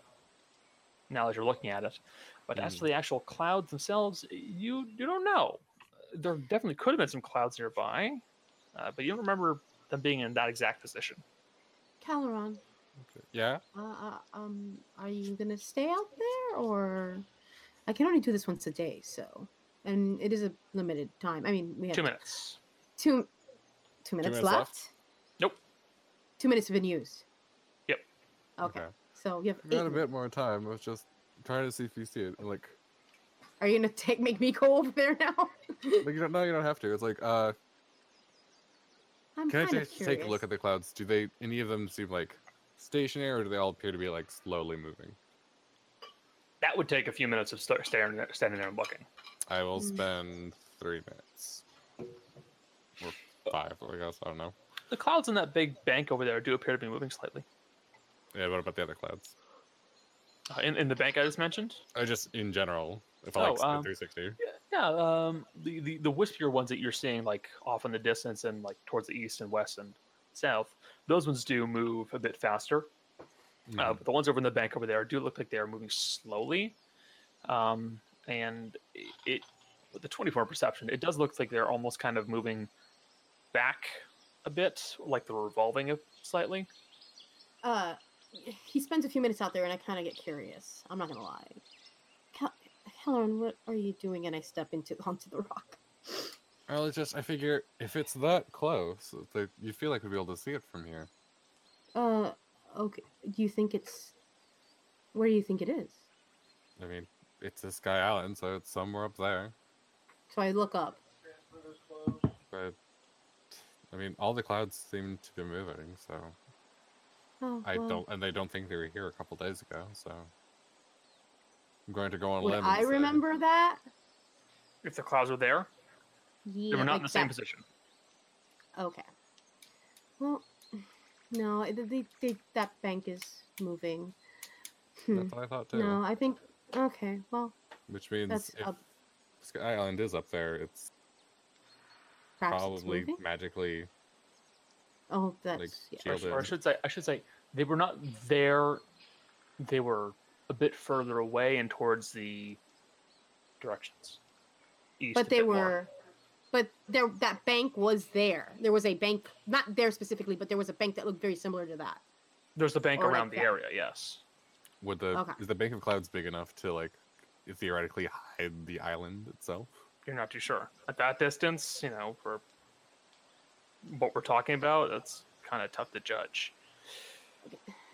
Speaker 1: now that you're looking at it, but as to the actual clouds themselves, you you don't know. There definitely could have been some clouds nearby, uh, but you don't remember them being in that exact position.
Speaker 3: Caloron,
Speaker 4: Yeah.
Speaker 3: uh, uh, um, are you gonna stay out there or? I can only do this once a day, so, and it is a limited time. I mean, we have
Speaker 1: Two minutes.
Speaker 3: Two, two minutes,
Speaker 4: minutes
Speaker 3: left.
Speaker 4: left?
Speaker 1: Nope.
Speaker 3: Two minutes have been used.
Speaker 1: Yep.
Speaker 3: Okay.
Speaker 4: Okay.
Speaker 3: So you have
Speaker 4: I've
Speaker 3: eight.
Speaker 4: got a
Speaker 3: minutes.
Speaker 4: bit more time. I was just trying to see if you see it. I'm like,
Speaker 3: Are you gonna take make me go over there now?
Speaker 4: like you don't know. You don't have to. It's like, uh,
Speaker 3: I'm
Speaker 4: can I
Speaker 3: kind of
Speaker 4: just take a look at the clouds? Do they? Any of them seem like stationary, or do they all appear to be like slowly moving?
Speaker 1: That would take a few minutes of st- staring, there- standing there and looking.
Speaker 4: I will
Speaker 3: Mm.
Speaker 4: spend three minutes or five. I guess I don't know.
Speaker 1: The clouds in that big bank over there do appear to be moving slightly.
Speaker 4: Yeah. What about the other clouds?
Speaker 1: Uh, in, in the bank I just mentioned,
Speaker 4: I just in general, if I
Speaker 1: Oh,
Speaker 4: like spin
Speaker 1: um,
Speaker 4: 360.
Speaker 1: yeah, um, the, the the wispier ones that you're seeing like off in the distance and like towards the east and west and south, those ones do move a bit faster. Uh,
Speaker 4: Mhm.
Speaker 1: but the ones over in the bank over there do look like they are moving slowly. Um, and i- it, with the 24 perception, it does look like they're almost kind of moving back a bit, like they're revolving a- slightly.
Speaker 3: Uh, he spends a few minutes out there, and I kind of get curious. I'm not gonna lie. Cal- Halloran, what are you doing? And I step into onto the rock.
Speaker 4: Well, it's just I figure if it's that close, it's like, you feel like we'd be able to see it from here.
Speaker 3: Uh, okay. Do you think it's? Where do you think it is?
Speaker 4: I mean, it's this guy Allen, so it's somewhere up there.
Speaker 3: So I look up.
Speaker 4: But I mean, all the clouds seem to be moving, so
Speaker 3: Oh,
Speaker 4: I
Speaker 3: well,
Speaker 4: don't, and they don't think they were here a couple days ago. So I'm going to go on a
Speaker 3: Would
Speaker 4: limb. and
Speaker 3: I
Speaker 4: say-
Speaker 3: remember that?
Speaker 1: If the clouds are there,
Speaker 3: Yeah,
Speaker 1: they were not
Speaker 3: like
Speaker 1: in the same
Speaker 3: that-
Speaker 1: position.
Speaker 3: Okay. Well, no, it- they, they, that bank is moving. Hmm.
Speaker 4: That's what I thought too.
Speaker 3: No, I think. Okay, well,
Speaker 4: Which means
Speaker 3: that's
Speaker 4: if
Speaker 3: up.
Speaker 4: Sky Island is up there, it's
Speaker 3: Perhaps it's
Speaker 4: probably
Speaker 3: moving?
Speaker 4: magically
Speaker 3: Oh, that's
Speaker 4: like
Speaker 3: yeah.
Speaker 1: Or,
Speaker 4: shielded.
Speaker 1: or I should say, I should say, they were not there. They were a bit further away and towards the directions. East a
Speaker 3: but they
Speaker 1: bit
Speaker 3: were
Speaker 1: more.
Speaker 3: but there that bank was there there was a bank not there specifically but there was a bank that looked very similar to that
Speaker 1: There's a bank
Speaker 3: or like
Speaker 1: around the
Speaker 3: that.
Speaker 1: area. Yes.
Speaker 4: Would the
Speaker 3: Okay.
Speaker 4: is the Bank of Clouds big enough to like theoretically hide the island itself?
Speaker 1: You're not too sure at that distance. You know, for what we're talking about, that's kind of tough to judge.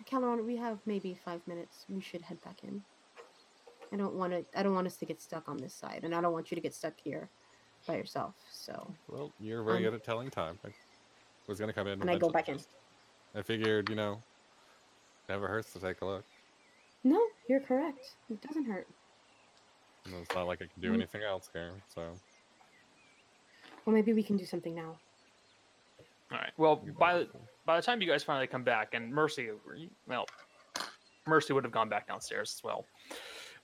Speaker 3: Calderon, we have maybe five minutes we should head back in i don't want to i don't want us to get stuck on this side and i don't want you to get stuck here by yourself so
Speaker 4: Well, you're very
Speaker 3: Um,
Speaker 4: good at telling time. I was gonna come in
Speaker 3: and I go
Speaker 4: eventually,
Speaker 3: back in.
Speaker 4: just- I figured, you know, never hurts to take a look.
Speaker 3: no you're correct it doesn't hurt
Speaker 4: And it's not like I can do
Speaker 3: Mm.
Speaker 4: anything else here. So
Speaker 3: well maybe we can do something now
Speaker 1: All right. Well,
Speaker 4: you
Speaker 1: by
Speaker 4: guys-
Speaker 1: the- by the time you guys finally come back, and Mercy, well, Mercy would have gone back downstairs as well.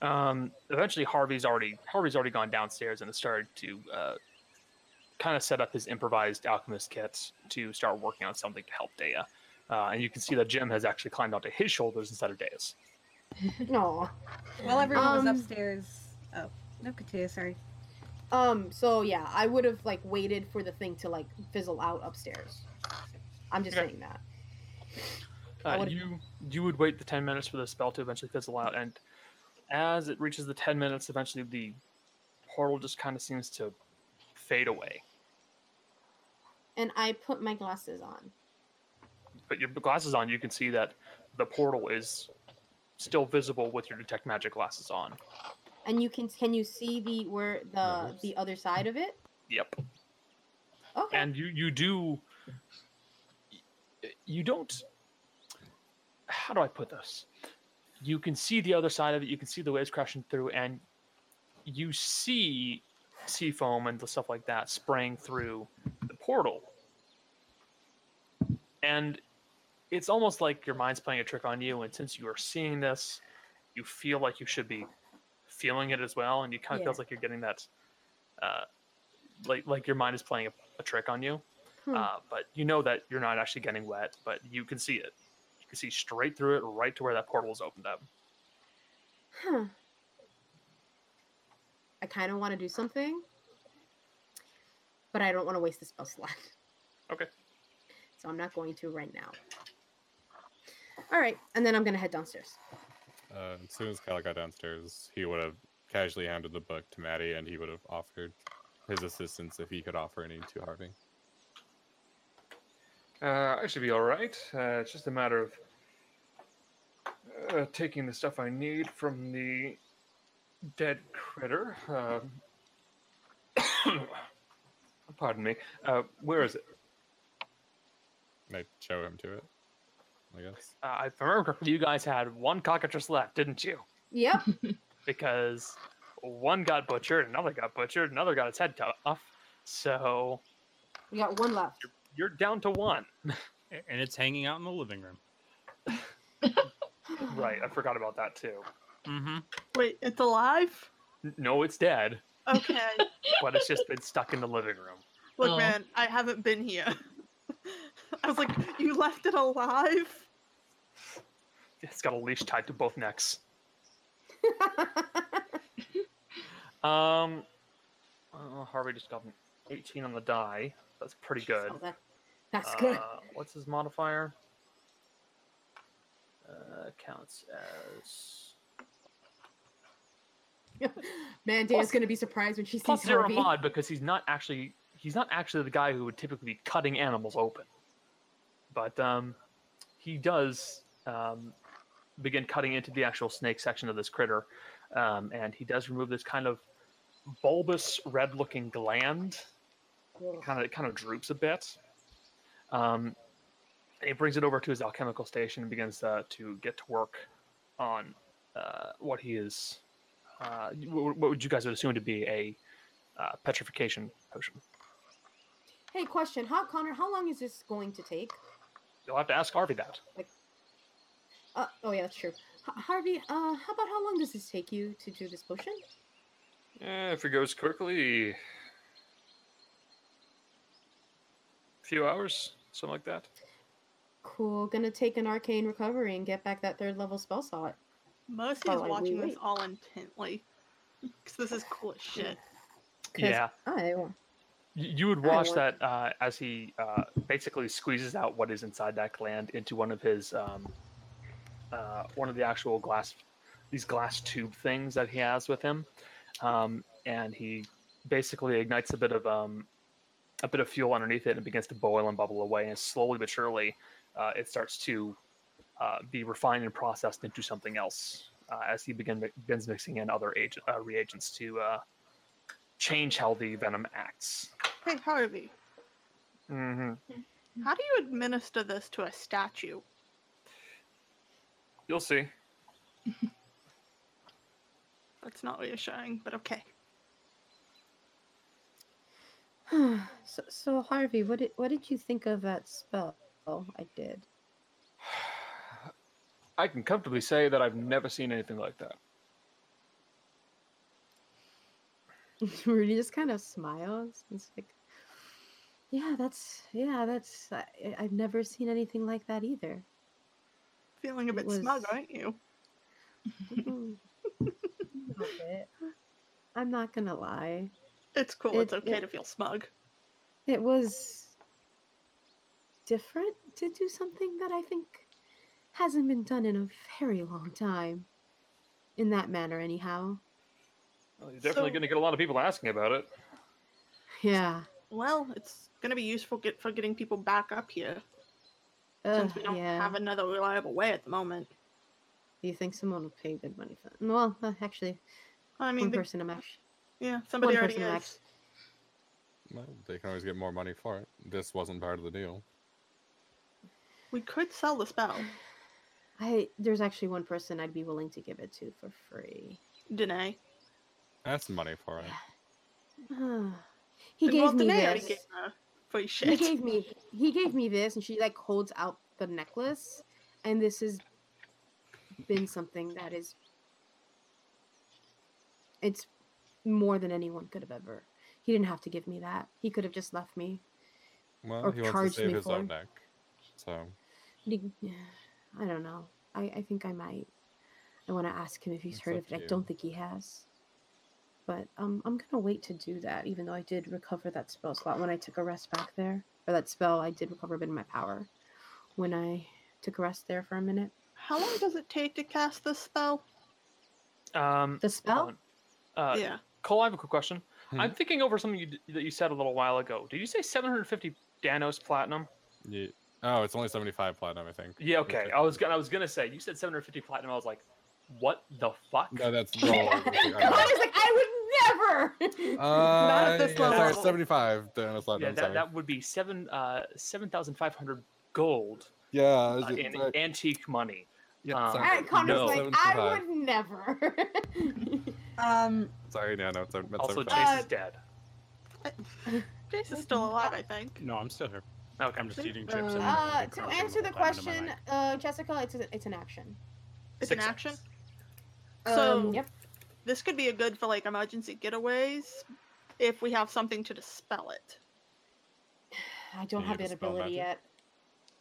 Speaker 1: Um, eventually, Harvey's already Harvey's already gone downstairs and has started to uh, kind of set up his improvised alchemist kits to start working on something to help Dea. Uh, and you can see that Jim has actually climbed onto his shoulders instead of Dea's.
Speaker 3: no
Speaker 5: While everyone
Speaker 3: Um,
Speaker 5: was upstairs. Oh, no, Katia, sorry.
Speaker 3: Um, so yeah, I would have like waited for the thing to like fizzle out upstairs. I'm just
Speaker 1: Okay.
Speaker 3: saying that. I
Speaker 1: Uh,
Speaker 3: would-
Speaker 1: you you would wait the ten minutes for the spell to eventually fizzle out, and as it reaches the ten minutes, eventually the portal just kind of seems to fade away.
Speaker 3: And I put my glasses on.
Speaker 1: put your glasses on, you can see that the portal is still visible with your detect magic glasses on.
Speaker 3: And you can can you see the where the
Speaker 4: Nice.
Speaker 3: the other side of it?
Speaker 1: Yep.
Speaker 3: Okay.
Speaker 1: And you you do you don't how do I put this? You can see the other side of it, you can see the waves crashing through and you see sea foam and stuff like that spraying through the portal. And it's almost like your mind's playing a trick on you and since you are seeing this, you feel like you should be feeling it as well and you kind of
Speaker 3: Yeah.
Speaker 1: feels like you're getting that uh like like your mind is playing a, a trick on you.
Speaker 3: Hmm.
Speaker 1: Uh, but you know that you're not actually getting wet, but you can see it. You can see straight through it, right to where that portal is opened up.
Speaker 3: Huh. I kind of want to do something, but I don't want to waste the spell slot.
Speaker 1: Okay.
Speaker 3: So I'm not going to right now. All right, and then I'm gonna head downstairs.
Speaker 4: uh, as soon as Cal got downstairs, he would have casually handed the book to Maddie, and he would have offered his assistance if he could offer any to Harvey.
Speaker 1: Uh, I should be all right. Uh, it's just a matter of uh, taking the stuff I need from the dead critter. Um, pardon me. Uh, where is it?
Speaker 4: And I show him to it. I guess.
Speaker 1: Uh, if I remember correctly, you guys had one cockatrice left, didn't you?
Speaker 3: Yep.
Speaker 1: because one got butchered, another got butchered, another got its head cut off. So
Speaker 3: we got one left.
Speaker 1: you're down to one.
Speaker 6: A- And it's hanging out in the living room.
Speaker 1: Right, I forgot about that too.
Speaker 6: Mm-hmm.
Speaker 7: Wait, it's alive?
Speaker 1: N- No, it's dead,
Speaker 7: Okay.
Speaker 1: but it's just been stuck in the living room.
Speaker 7: Look,
Speaker 9: Oh.
Speaker 7: man, I haven't been here. I was like, you left it alive?
Speaker 1: It's got a leash tied to both necks. Um, uh, Harvey just got an 18 on the die. That's pretty good.
Speaker 3: So that- that's good.
Speaker 1: Uh, what's his modifier? Uh, counts as
Speaker 3: Man, Dana's gonna be surprised when she sees
Speaker 1: plus zero
Speaker 3: Harvey.
Speaker 1: mod because he's not actually he's not actually the guy who would typically be cutting animals open but um he does um begin cutting into the actual snake section of this critter um and he does remove this kind of bulbous red looking gland kind of it kind of droops a bit um and he brings it over to his alchemical station and begins uh, to get to work on uh, what he is uh, what, what would you guys would assume to be a uh, petrification potion.
Speaker 3: Hey, question, how Connor? How long is this going to take?
Speaker 1: You'll have to ask Harvey that.
Speaker 3: Uh, oh yeah, that's true. H- Harvey, uh, how about how long does this take you to do this potion?
Speaker 1: Yeah, if it goes quickly, a few hours, something like that.
Speaker 3: Cool. Gonna take an arcane recovery and get back that third level spell slot.
Speaker 7: Mercy
Speaker 3: While
Speaker 7: is
Speaker 3: we
Speaker 7: watching this
Speaker 3: wait.
Speaker 7: all intently. Because this is cool as shit.
Speaker 3: 'Cause
Speaker 1: Yeah,
Speaker 3: I wa-
Speaker 1: Y- you would
Speaker 3: I
Speaker 1: watch
Speaker 3: want-
Speaker 1: that uh, as he uh, basically squeezes out what is inside that gland into one of his um, uh, one of the actual glass these glass tube things that he has with him, um, and he basically ignites a bit of um, a bit of fuel underneath it and it begins to boil and bubble away, and slowly but surely uh, it starts to uh, be refined and processed into something else uh, as he begin, begins mixing in other agent, uh, reagents to uh, change how the venom acts.
Speaker 7: Hey, Harvey,
Speaker 1: Mm-hmm.
Speaker 7: how do you administer this to a statue?
Speaker 1: You'll see.
Speaker 7: That's not reassuring, but okay.
Speaker 3: so, so Harvey, what did what did you think of that spell I did?
Speaker 1: I can comfortably say that I've never seen anything like that.
Speaker 3: Rudy just kind of smiles. and It's like, yeah, that's yeah, that's I, I've never seen anything like that either.
Speaker 7: Feeling a
Speaker 3: It
Speaker 7: bit smug,
Speaker 3: was-
Speaker 7: aren't you?
Speaker 3: Mm. A little bit. I'm not gonna lie.
Speaker 7: It's cool. It's
Speaker 3: It-
Speaker 7: okay
Speaker 3: it-
Speaker 7: to feel smug.
Speaker 3: It was different to do something that I think hasn't been done in a very long time. In that manner, anyhow.
Speaker 1: Well, you're
Speaker 7: definitely
Speaker 1: definitely
Speaker 7: So-
Speaker 1: going
Speaker 7: gonna
Speaker 1: to get a lot of people asking about it.
Speaker 3: Yeah.
Speaker 7: Well, it's going to be useful get, for getting people back up here
Speaker 3: Ugh,
Speaker 7: since we don't
Speaker 3: Oh, yeah.
Speaker 7: have another reliable way at the moment.
Speaker 3: Do you think someone will pay good money for that? Well, uh, actually,
Speaker 7: I mean,
Speaker 3: one
Speaker 7: the-
Speaker 3: person I'm actually.
Speaker 7: yeah, somebody
Speaker 3: one
Speaker 7: already
Speaker 3: person
Speaker 7: is.
Speaker 3: max.
Speaker 4: Well, they can always get more money for it. This wasn't part of the deal.
Speaker 7: We could sell the spell.
Speaker 3: I there's actually one person I'd be willing to give it to for free.
Speaker 7: Danae.
Speaker 4: That's money for it.
Speaker 3: he gave
Speaker 7: well,
Speaker 3: me
Speaker 7: Danae already
Speaker 3: this.
Speaker 7: gave her free
Speaker 3: he
Speaker 7: shit.
Speaker 3: gave me he gave me this, and she like holds out the necklace, and this has been something that is it's more than anyone could have ever. He didn't have to give me that. He could have just left me.
Speaker 4: Well,
Speaker 3: Or
Speaker 4: he wants
Speaker 3: charged
Speaker 4: to save
Speaker 3: me
Speaker 4: his
Speaker 3: for
Speaker 4: own
Speaker 3: it.
Speaker 4: neck. So
Speaker 3: He- I don't know. I, I think I might. I want to ask him if he's
Speaker 4: That's
Speaker 3: heard
Speaker 4: up
Speaker 3: of it.
Speaker 4: to
Speaker 3: I
Speaker 4: you.
Speaker 3: don't think he has. But um, I'm gonna wait to do that, even though I did recover that spell slot when I took a rest back there, or that spell I did recover a bit in my power when I took a rest there for a minute.
Speaker 7: How long does it take to cast this spell?
Speaker 1: Um,
Speaker 3: The spell?
Speaker 1: hold on. Uh,
Speaker 7: yeah.
Speaker 1: Cole, I have a quick question.
Speaker 4: Hmm?
Speaker 1: I'm thinking over something you, d- that you said a little while ago. Did you say 750 Danos platinum?
Speaker 4: ye- oh, it's only seventy-five platinum, I think.
Speaker 1: Yeah, okay. I was gonna, I was gonna say you said 750 platinum. I was like, what the fuck?
Speaker 4: No, that's gold.
Speaker 3: God is like, I would
Speaker 4: Uh,
Speaker 3: never.
Speaker 4: Not
Speaker 7: at this
Speaker 4: Sorry,
Speaker 7: level.
Speaker 4: seventy-five. Then
Speaker 1: yeah,
Speaker 4: it's platinum.
Speaker 1: that,
Speaker 4: sorry.
Speaker 1: that would be seven uh 7,500 gold
Speaker 4: yeah, I was
Speaker 1: uh,
Speaker 4: just-
Speaker 1: in
Speaker 4: sorry.
Speaker 1: antique money.
Speaker 4: yeah,
Speaker 1: um,
Speaker 4: sorry.
Speaker 3: Alright, Connor's
Speaker 1: No.
Speaker 3: like, I would never.
Speaker 5: Um,
Speaker 4: Sorry, no, no, it's seven- that's
Speaker 1: Also,
Speaker 4: seventy-five.
Speaker 1: Jace is
Speaker 7: Uh,
Speaker 1: dead.
Speaker 7: Jace is still alive, I think.
Speaker 6: No, I'm still here.
Speaker 1: Okay.
Speaker 6: I'm just eating chips.
Speaker 3: uh,
Speaker 6: and
Speaker 3: to answer the question, uh, Jessica, it's a, it's an action.
Speaker 7: It's
Speaker 1: Six
Speaker 7: an action.
Speaker 1: cents.
Speaker 7: So-
Speaker 3: um, yep.
Speaker 7: This could be a good for like emergency getaways if we have something to dispel it.
Speaker 3: I don't
Speaker 4: you
Speaker 3: have
Speaker 4: have
Speaker 3: that
Speaker 4: a spell
Speaker 3: ability
Speaker 4: magic?
Speaker 3: yet.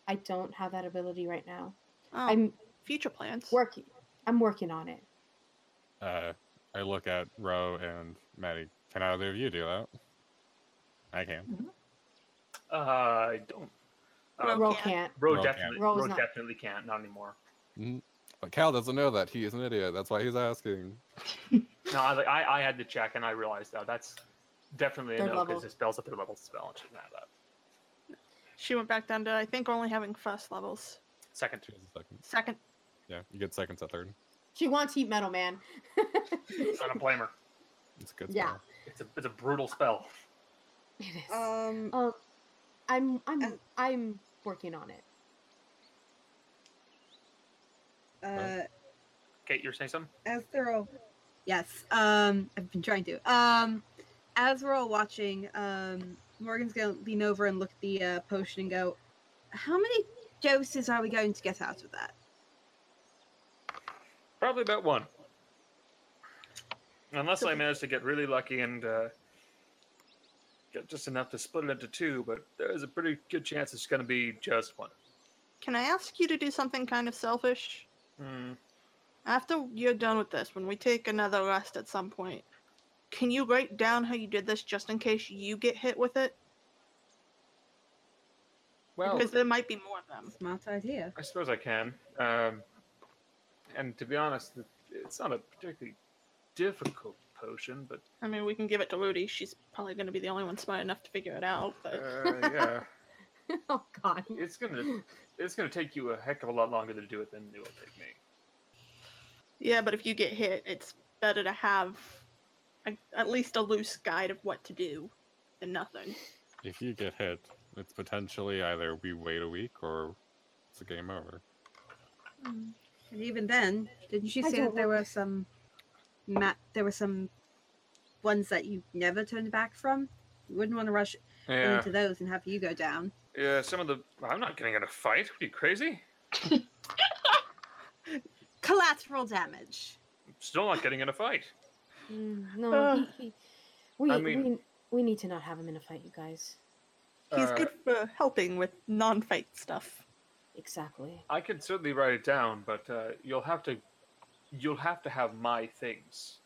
Speaker 3: I don't have that ability right now.
Speaker 7: Oh,
Speaker 3: I'm
Speaker 7: future plans.
Speaker 3: working. I'm working on it.
Speaker 4: Uh, I look at Ro and Maddie. Can either of you do that? I can.
Speaker 1: Uh, I don't.
Speaker 7: Well,
Speaker 1: Uh,
Speaker 3: Roll
Speaker 7: can't.
Speaker 3: can't.
Speaker 1: Ro
Speaker 4: Ro
Speaker 1: definitely,
Speaker 3: can't. Ro's
Speaker 1: Ro
Speaker 3: not-
Speaker 1: definitely can't. Not anymore.
Speaker 4: But Cal doesn't know that he is an idiot. That's why he's asking.
Speaker 1: No, I, like, I, I had to check and I realized that that's definitely a
Speaker 3: Third
Speaker 1: no
Speaker 3: level.
Speaker 1: because the spell's a third level spell and shouldn't have that.
Speaker 7: She went back down to I think only having first levels.
Speaker 1: Second.
Speaker 4: She has a second.
Speaker 7: Second,
Speaker 4: Yeah, you get seconds at third.
Speaker 3: She wants heat metal, man.
Speaker 1: It's not a blamer.
Speaker 4: It's a good.
Speaker 3: Yeah.
Speaker 4: spell.
Speaker 1: It's a, it's a brutal spell.
Speaker 3: It is.
Speaker 5: um,
Speaker 3: um, I'm I'm
Speaker 5: and-
Speaker 3: I'm working on it.
Speaker 5: uh,
Speaker 1: Kate, you're saying something?
Speaker 5: as they're all yes um i've been trying to um as we're all watching um morgan's gonna lean over and look at the uh, potion and go how many doses are we going to get out of that
Speaker 1: Probably about one. Unless I manage to get really lucky and uh, get just enough to split it into two, but there's a pretty good chance it's going to be just one.
Speaker 7: Can I ask you to do something kind of selfish?
Speaker 1: Hmm.
Speaker 7: After you're done with this, when we take another rest at some point, can you write down how you did this just in case you get hit with it?
Speaker 1: Well,
Speaker 7: Because there might be more of them.
Speaker 5: Smart idea.
Speaker 1: I suppose I can. Um, and to be honest, it's not a particularly difficult potion, but
Speaker 7: I mean, we can give it to Ludi. She's probably going to be the only one smart enough to figure it out. But
Speaker 1: uh, yeah,
Speaker 3: oh god.
Speaker 1: it's gonna it's gonna take you a heck of a lot longer to do it than it will take me.
Speaker 7: yeah, but if you get hit, it's better to have a, at least a loose guide of what to do than nothing.
Speaker 4: If you get hit, it's potentially either we wait a week or it's a game over.
Speaker 5: And even then, didn't you
Speaker 3: Hmm. I
Speaker 5: say
Speaker 3: don't
Speaker 5: that there
Speaker 3: want-
Speaker 5: were some ma- there were some ones that you never turned back from? You wouldn't want to rush
Speaker 1: Yeah,
Speaker 5: into those and have you go down.
Speaker 1: yeah. Some of the I'm not getting in a fight. What are you crazy?
Speaker 5: Collateral damage.
Speaker 1: I'm still not getting in a fight.
Speaker 3: Mm, no,
Speaker 7: Uh,
Speaker 3: he, he, we,
Speaker 1: I mean-
Speaker 3: we we need to not have him in a fight, you guys.
Speaker 7: He's
Speaker 1: Uh,
Speaker 7: good for helping with non-fight stuff.
Speaker 3: Exactly.
Speaker 1: I can certainly write it down, but uh, you'll have to you'll have to have my things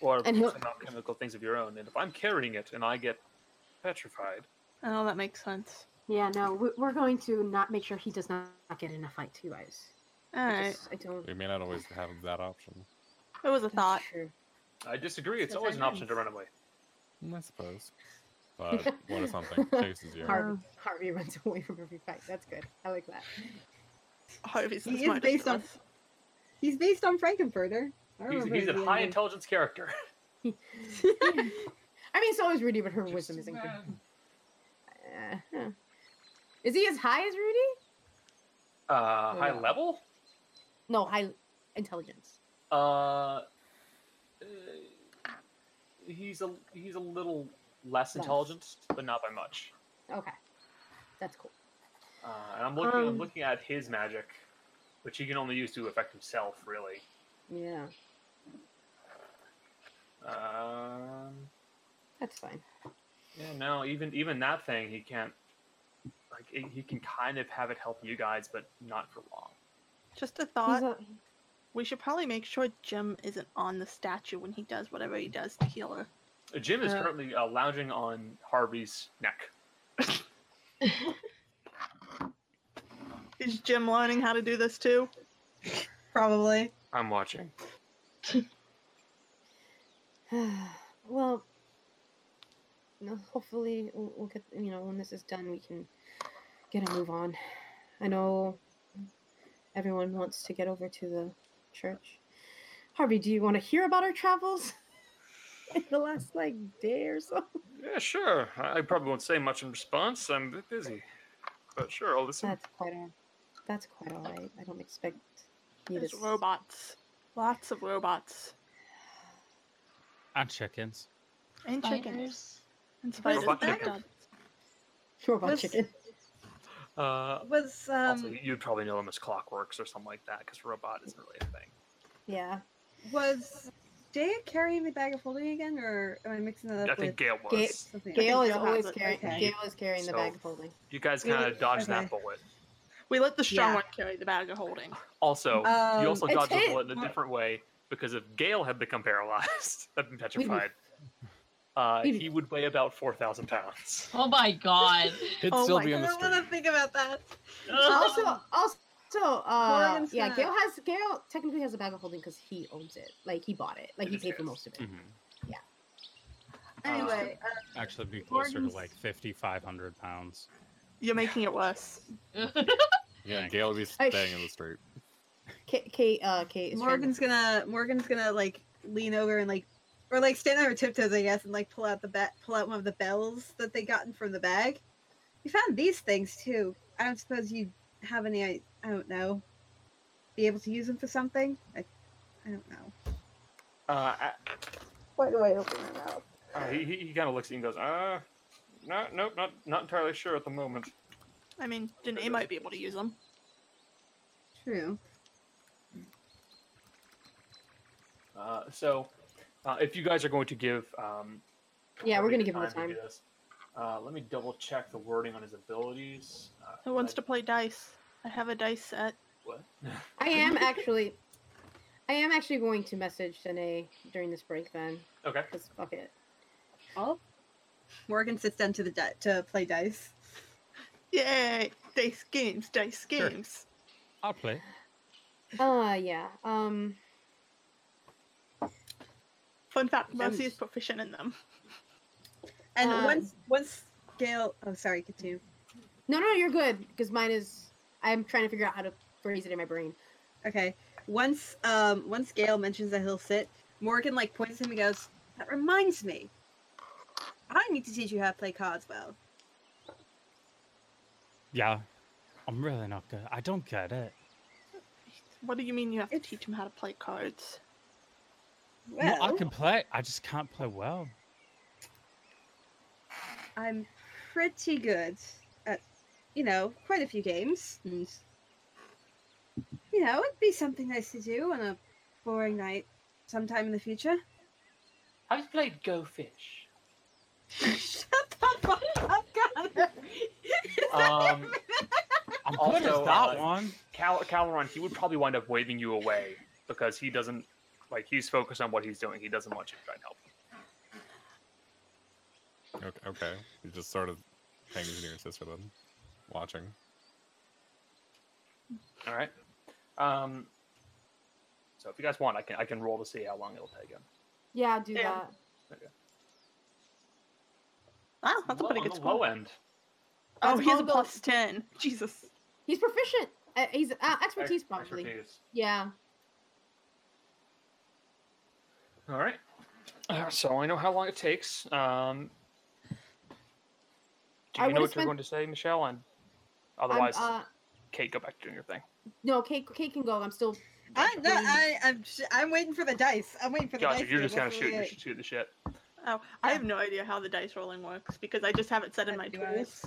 Speaker 1: or
Speaker 3: And he'll-
Speaker 1: some non-chemical things of your own. And if I'm carrying it and I get petrified,
Speaker 7: Oh, that makes sense.
Speaker 3: Yeah, no, we- we're going to not make sure he does not get in a fight, you guys.
Speaker 7: All
Speaker 3: I
Speaker 7: right,
Speaker 3: just- I don't.
Speaker 4: We may not always have that option.
Speaker 7: it was a thought.
Speaker 3: Sure.
Speaker 1: I disagree. It's
Speaker 5: Because
Speaker 1: always
Speaker 5: I
Speaker 1: an option to
Speaker 5: know.
Speaker 1: run away.
Speaker 4: Mm, I suppose. But what if something chases you?
Speaker 3: Harvey, Harvey runs away from every fight. That's good. I like that.
Speaker 7: Harvey's the
Speaker 5: He is
Speaker 7: smartest
Speaker 5: based
Speaker 7: of
Speaker 5: on-
Speaker 7: us.
Speaker 5: He's based on Frankenfurter. I
Speaker 1: He's,
Speaker 5: remember
Speaker 1: he's
Speaker 5: the
Speaker 1: a high
Speaker 5: ending.
Speaker 1: intelligence character.
Speaker 3: I mean, so is Rudy, but her wisdom isn't good. Uh, huh. Is he as high as Rudy?
Speaker 1: Uh, high
Speaker 3: Yeah.
Speaker 1: level?
Speaker 3: No, high intelligence.
Speaker 1: Uh, uh, he's a he's a little less
Speaker 3: Less.
Speaker 1: intelligent, but not by much.
Speaker 3: Okay, that's cool.
Speaker 1: Uh, and I'm looking I'm
Speaker 3: Um.
Speaker 1: looking at his magic, which he can only use to affect himself, really.
Speaker 3: Yeah,
Speaker 1: Um,
Speaker 3: that's fine.
Speaker 1: yeah, no, even even that thing he can't. Like it, he can kind of have it help you guys, but not for long.
Speaker 7: Just a
Speaker 3: He's
Speaker 7: thought.
Speaker 3: a-
Speaker 7: We should probably make sure Jim isn't on the statue when he does whatever he does to heal her.
Speaker 1: Uh, Jim is
Speaker 3: Uh.
Speaker 1: currently uh, lounging on Harvey's neck.
Speaker 7: Is Jim learning how to do this too?
Speaker 5: Probably.
Speaker 1: I'm watching.
Speaker 3: well, no, hopefully we'll, we'll get you know when this is done we can get a move on. I know everyone wants to get over to the church. Harvey, do you want to hear about our travels in the last like day or so?
Speaker 1: Yeah, sure. I I probably won't say much in response. I'm a bit busy, but sure, I'll listen.
Speaker 3: That's quite all. That's quite all right. I don't expect you to.
Speaker 7: There's
Speaker 3: s-
Speaker 7: robots. Lots of robots.
Speaker 8: And chickens.
Speaker 7: And chickens.
Speaker 2: Spiders.
Speaker 7: And spiders.
Speaker 1: Robot
Speaker 7: and
Speaker 1: chicken.
Speaker 7: dogs.
Speaker 3: Robot
Speaker 5: Was-
Speaker 3: chicken.
Speaker 1: Uh,
Speaker 5: Was
Speaker 1: also,
Speaker 5: um
Speaker 1: you'd probably know him as Clockworks or something like that, because robot isn't really a thing.
Speaker 3: Yeah.
Speaker 5: was Dea carrying the bag of holding again, or am I mixing that up
Speaker 1: I think
Speaker 5: with
Speaker 1: Gale was.
Speaker 5: something? else?
Speaker 3: Gail is
Speaker 7: Gail has
Speaker 3: always
Speaker 7: it,
Speaker 3: carrying.
Speaker 5: okay.
Speaker 3: Gail is carrying the bag
Speaker 1: So-
Speaker 3: of holding.
Speaker 1: You guys kind
Speaker 5: Really?
Speaker 1: of dodged
Speaker 5: Okay.
Speaker 1: that bullet.
Speaker 7: We let the strong
Speaker 5: Yeah.
Speaker 7: one carry the bag of holding.
Speaker 1: Also,
Speaker 5: Um,
Speaker 1: you also
Speaker 3: it's
Speaker 1: dodged the
Speaker 3: hit-
Speaker 1: bullet in a different way because if Gale had become paralyzed, had been petrified, uh,
Speaker 3: we'd be-
Speaker 1: he would weigh about four thousand pounds.
Speaker 2: Oh my god.
Speaker 4: It'd
Speaker 7: Oh
Speaker 4: still
Speaker 7: my
Speaker 4: be
Speaker 5: I
Speaker 4: on the
Speaker 5: don't
Speaker 4: street.
Speaker 5: want to think about that.
Speaker 3: also, also, uh,
Speaker 5: Morgan's
Speaker 3: yeah,
Speaker 5: not-
Speaker 3: Gail has Gail technically has a bag of holding because he owns it. Like he bought it. Like he
Speaker 1: It is
Speaker 3: paid for
Speaker 1: his. Mm-hmm.
Speaker 3: most of it. Um,
Speaker 8: Mhm.
Speaker 5: Anyway, uh,
Speaker 8: Actually, be closer
Speaker 5: Gordon's-
Speaker 8: to like 5,500 pounds.
Speaker 7: You're making it worse.
Speaker 4: Yeah, Gail would be
Speaker 3: I-
Speaker 4: staying in the street.
Speaker 3: Kate, Kate, uh, Kate is trying to-
Speaker 5: Morgan's gonna Morgan's gonna like lean over and like or like stand on her tiptoes, I guess, and like pull out the ba- pull out one of the bells that they gotten from the bag. You found these things too. I don't suppose you have any. I, I don't know. Be able to use them for something. I, I don't know.
Speaker 1: Uh, I-
Speaker 5: Why do I open my mouth?
Speaker 1: uh, he he, he kind of looks at you and goes, "Uh, no, nope, not not entirely sure at the moment."
Speaker 7: I mean, Danae might be able to use them.
Speaker 5: True.
Speaker 1: Uh, so, uh, if you guys are going to give, um,
Speaker 3: Yeah, we're
Speaker 1: Harvey
Speaker 3: gonna give him the
Speaker 1: to
Speaker 3: time.
Speaker 1: do this, Uh, let me double check the wording on his abilities. Uh,
Speaker 7: Who wants to play dice? I have a dice set.
Speaker 1: What?
Speaker 3: I am actually, I am actually going to message Sene during this break then,
Speaker 1: okay.
Speaker 3: because fuck it.
Speaker 5: Oh. Morgan sits down to the di- to play dice.
Speaker 7: Yay! Dice games, dice
Speaker 8: Sure.
Speaker 7: games.
Speaker 8: I'll play.
Speaker 3: Uh, yeah. Um,
Speaker 7: Fun fact: Mercy is
Speaker 5: Sounds-
Speaker 7: proficient in them.
Speaker 5: And
Speaker 3: Um,
Speaker 5: once once Gail, oh sorry, continue.
Speaker 3: no, no, you're good, because mine is. I'm trying to figure out how to phrase it in my brain.
Speaker 5: Okay. Once um once Gail mentions that he'll sit, Morgan like points at him and goes, "That reminds me, I need to teach you how to play cards well."
Speaker 8: Yeah. I'm really not good. I don't get it.
Speaker 7: What do you mean you have to
Speaker 5: It's-
Speaker 7: teach him how to play cards?
Speaker 5: Well,
Speaker 8: no, I can play. I just can't play well.
Speaker 5: I'm pretty good at, you know, quite a few games, and you know, it'd be something nice to do on a boring night sometime in the future.
Speaker 1: Have you played Go Fish?
Speaker 5: Shut the fuck up, God.
Speaker 1: Um,
Speaker 8: I'm good
Speaker 1: Also,
Speaker 8: at that
Speaker 1: uh,
Speaker 8: one.
Speaker 9: Cal- Calron, he would probably wind up waving you away because he doesn't like he's focused on what he's doing. He doesn't want you to try and help. him.
Speaker 4: Okay, okay. He just sort of hangs near his sister then, watching.
Speaker 1: all right. Um, so if you guys want, I can I can roll to see how long it'll take him.
Speaker 3: Yeah, do
Speaker 7: Yeah.
Speaker 3: that.
Speaker 7: Wow, Ah, that's
Speaker 1: Low-
Speaker 7: a pretty
Speaker 1: on
Speaker 7: good
Speaker 1: the low
Speaker 7: score.
Speaker 1: end.
Speaker 7: Oh,
Speaker 3: That's
Speaker 7: he has a
Speaker 3: all the-
Speaker 7: plus ten. Jesus.
Speaker 3: He's proficient. Uh, he's uh,
Speaker 1: Ex-
Speaker 3: expertise probably.
Speaker 1: expertise.
Speaker 3: Yeah.
Speaker 1: All right. Uh, so I know how long it takes. Um, do
Speaker 3: I
Speaker 1: you know
Speaker 3: would've
Speaker 1: what
Speaker 3: spent-
Speaker 1: you're going to say, Michelle? And
Speaker 3: I'm,
Speaker 1: otherwise,
Speaker 3: uh,
Speaker 1: Kate, go back to doing your thing.
Speaker 3: no, Kate, Kate can go. I'm still.
Speaker 5: I, no,
Speaker 3: waiting.
Speaker 5: I, I'm, sh- I'm waiting for the dice. I'm waiting for the
Speaker 1: Gotcha.
Speaker 5: dice.
Speaker 1: You're
Speaker 5: to
Speaker 1: just kind of
Speaker 5: roll
Speaker 1: shooting, you
Speaker 5: for it.
Speaker 1: should shoot the shit.
Speaker 7: Oh, I have no idea how the dice rolling works because I just have it set in
Speaker 5: As
Speaker 7: my
Speaker 5: do I.
Speaker 7: tools.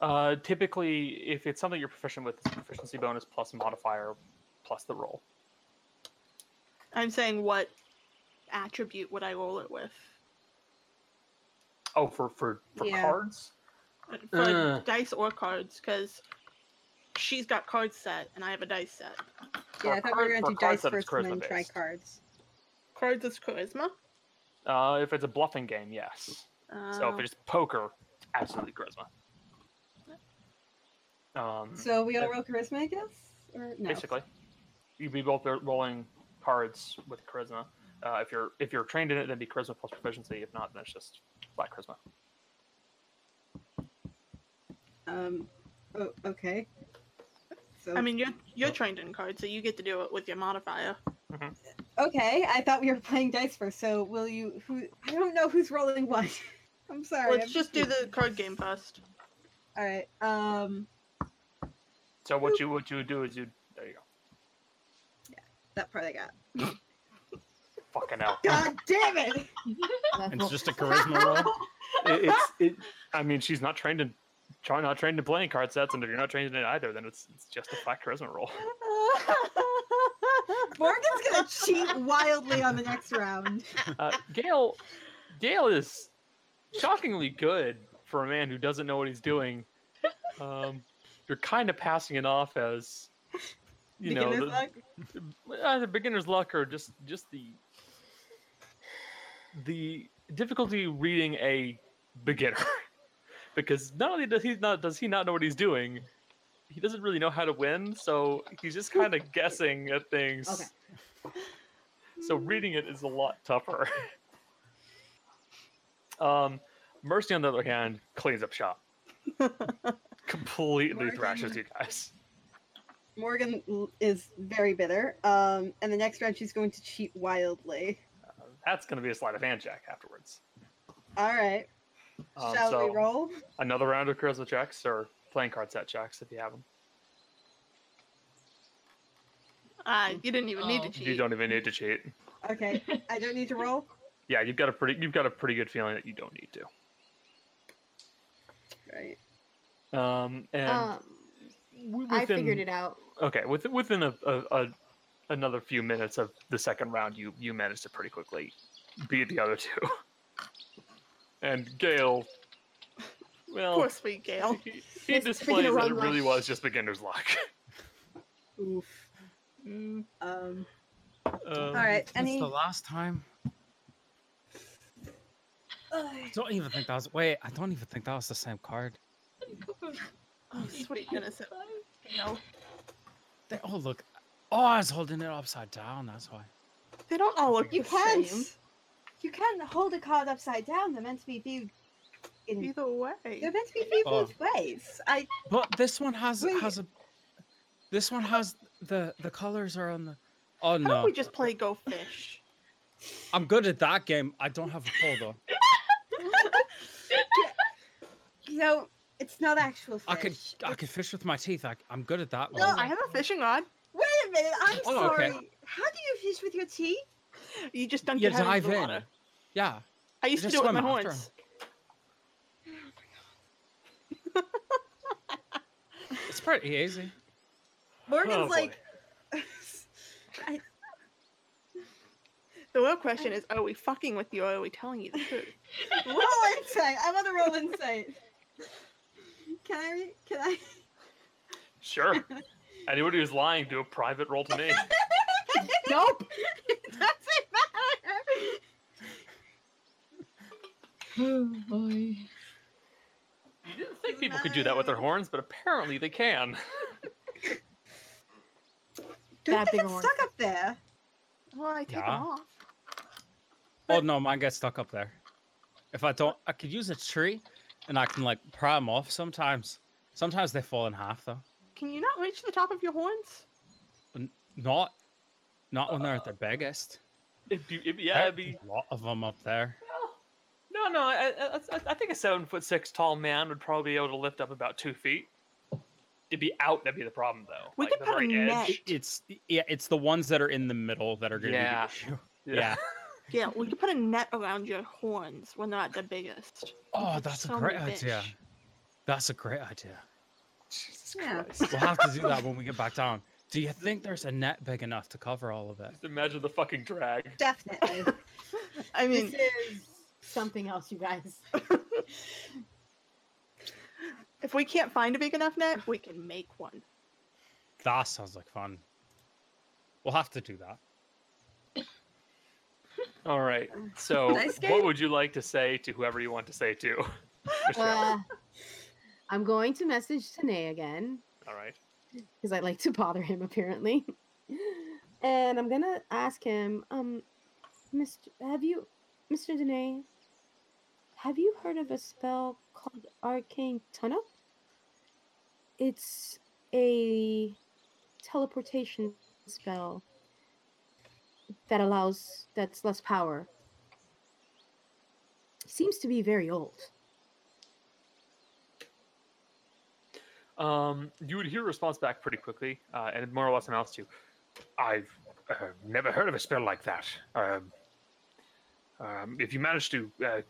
Speaker 1: Uh, typically, if it's something you're proficient with, it's proficiency bonus plus modifier plus the roll.
Speaker 7: I'm saying what attribute would I roll it with?
Speaker 1: Oh, for for for
Speaker 5: Yeah.
Speaker 1: cards.
Speaker 7: Uh, For
Speaker 1: Uh.
Speaker 7: dice or cards, because she's got cards set and I have a dice set.
Speaker 5: Yeah,
Speaker 1: For
Speaker 5: I thought we were
Speaker 1: card-
Speaker 5: going to
Speaker 1: for
Speaker 5: do
Speaker 1: cards
Speaker 5: dice
Speaker 1: that it's
Speaker 5: first and then try
Speaker 1: charisma-based.
Speaker 5: cards.
Speaker 7: Cards is charisma.
Speaker 1: Uh, if it's a bluffing game, yes. So
Speaker 3: Uh-huh.
Speaker 1: if
Speaker 7: Uh,
Speaker 1: it's poker, it's absolutely charisma. Um,
Speaker 5: So we all
Speaker 1: if-
Speaker 5: roll charisma, I guess? Or no?
Speaker 1: basically, you'd be both ro- rolling cards with charisma. Uh, if you're if you're trained in it, then it'd be charisma plus proficiency. If not, then it's just black charisma.
Speaker 5: Um, oh, okay. So,
Speaker 7: Uh, I mean, you're
Speaker 1: Oh.
Speaker 7: you're trained in cards, so you get to do it with your modifier.
Speaker 5: okay, I thought we were playing dice first, so will you, who, I don't know who's rolling what. I'm sorry.
Speaker 7: Let's
Speaker 5: I'm
Speaker 7: just do
Speaker 5: confused.
Speaker 7: the card game first.
Speaker 5: All right, um,
Speaker 1: So what you what you would do is you there you go.
Speaker 5: that part I got.
Speaker 1: Fucking hell.
Speaker 5: God damn it!
Speaker 3: That's
Speaker 8: It's
Speaker 3: all.
Speaker 8: just a charisma roll.
Speaker 1: it, it's it. I mean, she's not trained in. Try not trained in playing card sets, and if you're not trained in it either, then it's, it's just a black charisma roll.
Speaker 5: Morgan's gonna cheat wildly on the next round.
Speaker 1: Uh, Gail, Gail is shockingly good for a man who doesn't know what he's doing. Um, you're kind of passing it off as, you
Speaker 5: Beginner's
Speaker 1: know, the,
Speaker 5: luck.
Speaker 1: either beginner's luck or just just the the difficulty reading a beginner because not only does he not does he not know what he's doing he doesn't really know how to win so he's just kind of guessing at things
Speaker 3: Okay.
Speaker 1: so reading it is a lot tougher um mercy on the other hand cleans up shop completely
Speaker 5: Morgan-
Speaker 1: thrashes you guys
Speaker 5: Morgan l- is very bitter. Um, and the next round she's going to cheat wildly.
Speaker 1: Uh, that's going to be a sleight of hand check afterwards
Speaker 5: All right,
Speaker 1: Um,
Speaker 5: shall
Speaker 1: so-
Speaker 5: we roll?
Speaker 1: another round of charisma checks or playing card set checks if you have them.
Speaker 7: Ah, you didn't even need to
Speaker 2: Oh.
Speaker 7: cheat.
Speaker 1: You don't even need to cheat.
Speaker 5: Okay, I don't need to roll.
Speaker 1: Yeah, you've got a pretty you've got a pretty good feeling that you don't need to.
Speaker 5: Right.
Speaker 1: Um, and
Speaker 3: Um,
Speaker 1: w-
Speaker 3: I figured it out.
Speaker 1: Okay, with, within a, a, a another few minutes of the second round, you you managed to pretty quickly beat the other two. And Gale, well,
Speaker 7: Poor sweet Gale.
Speaker 1: he, he
Speaker 3: Yes,
Speaker 1: displays
Speaker 3: speaking of
Speaker 1: that it
Speaker 3: run
Speaker 1: really
Speaker 3: left.
Speaker 1: was just beginner's luck.
Speaker 5: Oof. Um. All
Speaker 1: Um,
Speaker 5: right.
Speaker 8: That's
Speaker 5: Any.
Speaker 8: the last time. I don't even think that was. Wait, I don't even think that was the same card.
Speaker 7: Oh, sweet innocent Gale.
Speaker 8: They all look. Oh, I was holding it upside down. That's why.
Speaker 7: They don't all look
Speaker 5: You
Speaker 7: the
Speaker 5: can't.
Speaker 7: same.
Speaker 5: You can't hold a card upside down. They're meant to be viewed. In,
Speaker 7: Either way.
Speaker 5: they're meant to be viewed
Speaker 8: Oh.
Speaker 5: both ways. I.
Speaker 8: But this one has
Speaker 5: Wait.
Speaker 8: has a. This one has the the colors are on the. Oh
Speaker 7: How about
Speaker 8: no,
Speaker 7: we just play Go Fish?
Speaker 8: I'm good at that game. I don't have a folder.
Speaker 5: You know, it's not actual fish.
Speaker 8: I could I could fish with my teeth. I, I'm good at that one.
Speaker 5: No,
Speaker 7: I have a fishing rod.
Speaker 5: Wait a minute. I'm
Speaker 8: Oh,
Speaker 5: sorry.
Speaker 8: okay.
Speaker 5: How do you fish with your teeth?
Speaker 7: You just dunk
Speaker 8: you
Speaker 7: your head
Speaker 8: dive
Speaker 7: into the
Speaker 8: in.
Speaker 7: water.
Speaker 8: Yeah.
Speaker 7: I used to
Speaker 8: just
Speaker 7: do it with my
Speaker 8: swim after 'em.
Speaker 7: horns.
Speaker 8: It's pretty easy.
Speaker 5: Morgan's
Speaker 1: Oh, boy.
Speaker 5: like.
Speaker 7: The real question is, are we fucking with you or are we telling you the truth?
Speaker 5: roll insight. I'm on the roll insight. Can I? Re- can I?
Speaker 1: sure. Anybody who's lying, do a private roll to me.
Speaker 3: Nope.
Speaker 5: it doesn't matter.
Speaker 3: Oh boy.
Speaker 1: You didn't think people could do that with their
Speaker 5: Nine.
Speaker 1: horns, but apparently they can.
Speaker 5: Don't
Speaker 3: That
Speaker 5: they
Speaker 3: big
Speaker 5: get
Speaker 3: horn.
Speaker 5: stuck up there?
Speaker 7: Well, I take it
Speaker 8: Yeah.
Speaker 7: off.
Speaker 8: Oh no, mine gets stuck up there. If I don't, I could use a tree, and I can like pry them off sometimes. Sometimes they fall in half though.
Speaker 7: Can you not reach the top of your horns?
Speaker 8: Not, not when they're at their biggest.
Speaker 1: It'd be, it'd be- yeah, it'd
Speaker 8: There's
Speaker 1: be.
Speaker 8: a lot of them up there.
Speaker 1: No, no, I, I, I- I think a seven foot six tall man would probably be able to lift up about two feet. It'd be out. That'd be the problem, though.
Speaker 7: We
Speaker 1: like,
Speaker 7: could
Speaker 1: the
Speaker 7: put a
Speaker 1: very
Speaker 7: net.
Speaker 1: edge.
Speaker 8: It's yeah, it's the ones that are in the middle that are going to
Speaker 1: Yeah.
Speaker 8: be the issue. Yeah.
Speaker 7: Yeah, we could put a net around your horns when they're at their biggest.
Speaker 8: Oh,
Speaker 7: Like
Speaker 8: that's a
Speaker 7: so
Speaker 8: great
Speaker 7: many
Speaker 8: idea.
Speaker 7: fish.
Speaker 8: That's a great idea.
Speaker 1: Jesus
Speaker 5: Yeah.
Speaker 1: Christ.
Speaker 8: We'll have to do that when we get back down. Do you think there's a net big enough to cover all of it?
Speaker 1: Just imagine the fucking drag.
Speaker 5: Definitely.
Speaker 7: I
Speaker 3: This
Speaker 7: mean,
Speaker 3: is something else, you guys.
Speaker 7: if we can't find a big enough net, we can make one.
Speaker 8: That sounds like fun. We'll have to do that.
Speaker 1: All right. So,
Speaker 5: Nice
Speaker 1: what
Speaker 5: game.
Speaker 1: would you like to say to whoever you want to say to? Michelle.
Speaker 3: Uh, I'm going to message Tanae again
Speaker 1: All right.
Speaker 3: because I like to bother him apparently. And I'm gonna ask him, um, Mr. Have you, Mr. Danae, have you heard of a spell called Arcane Tunnel? It's a teleportation spell that allows that's less power. Seems to be very old.
Speaker 1: Um, you would hear a response back pretty quickly, uh, and it more or less amounts to, "I've uh, never heard of a spell like that. Um, um, if you manage to uh,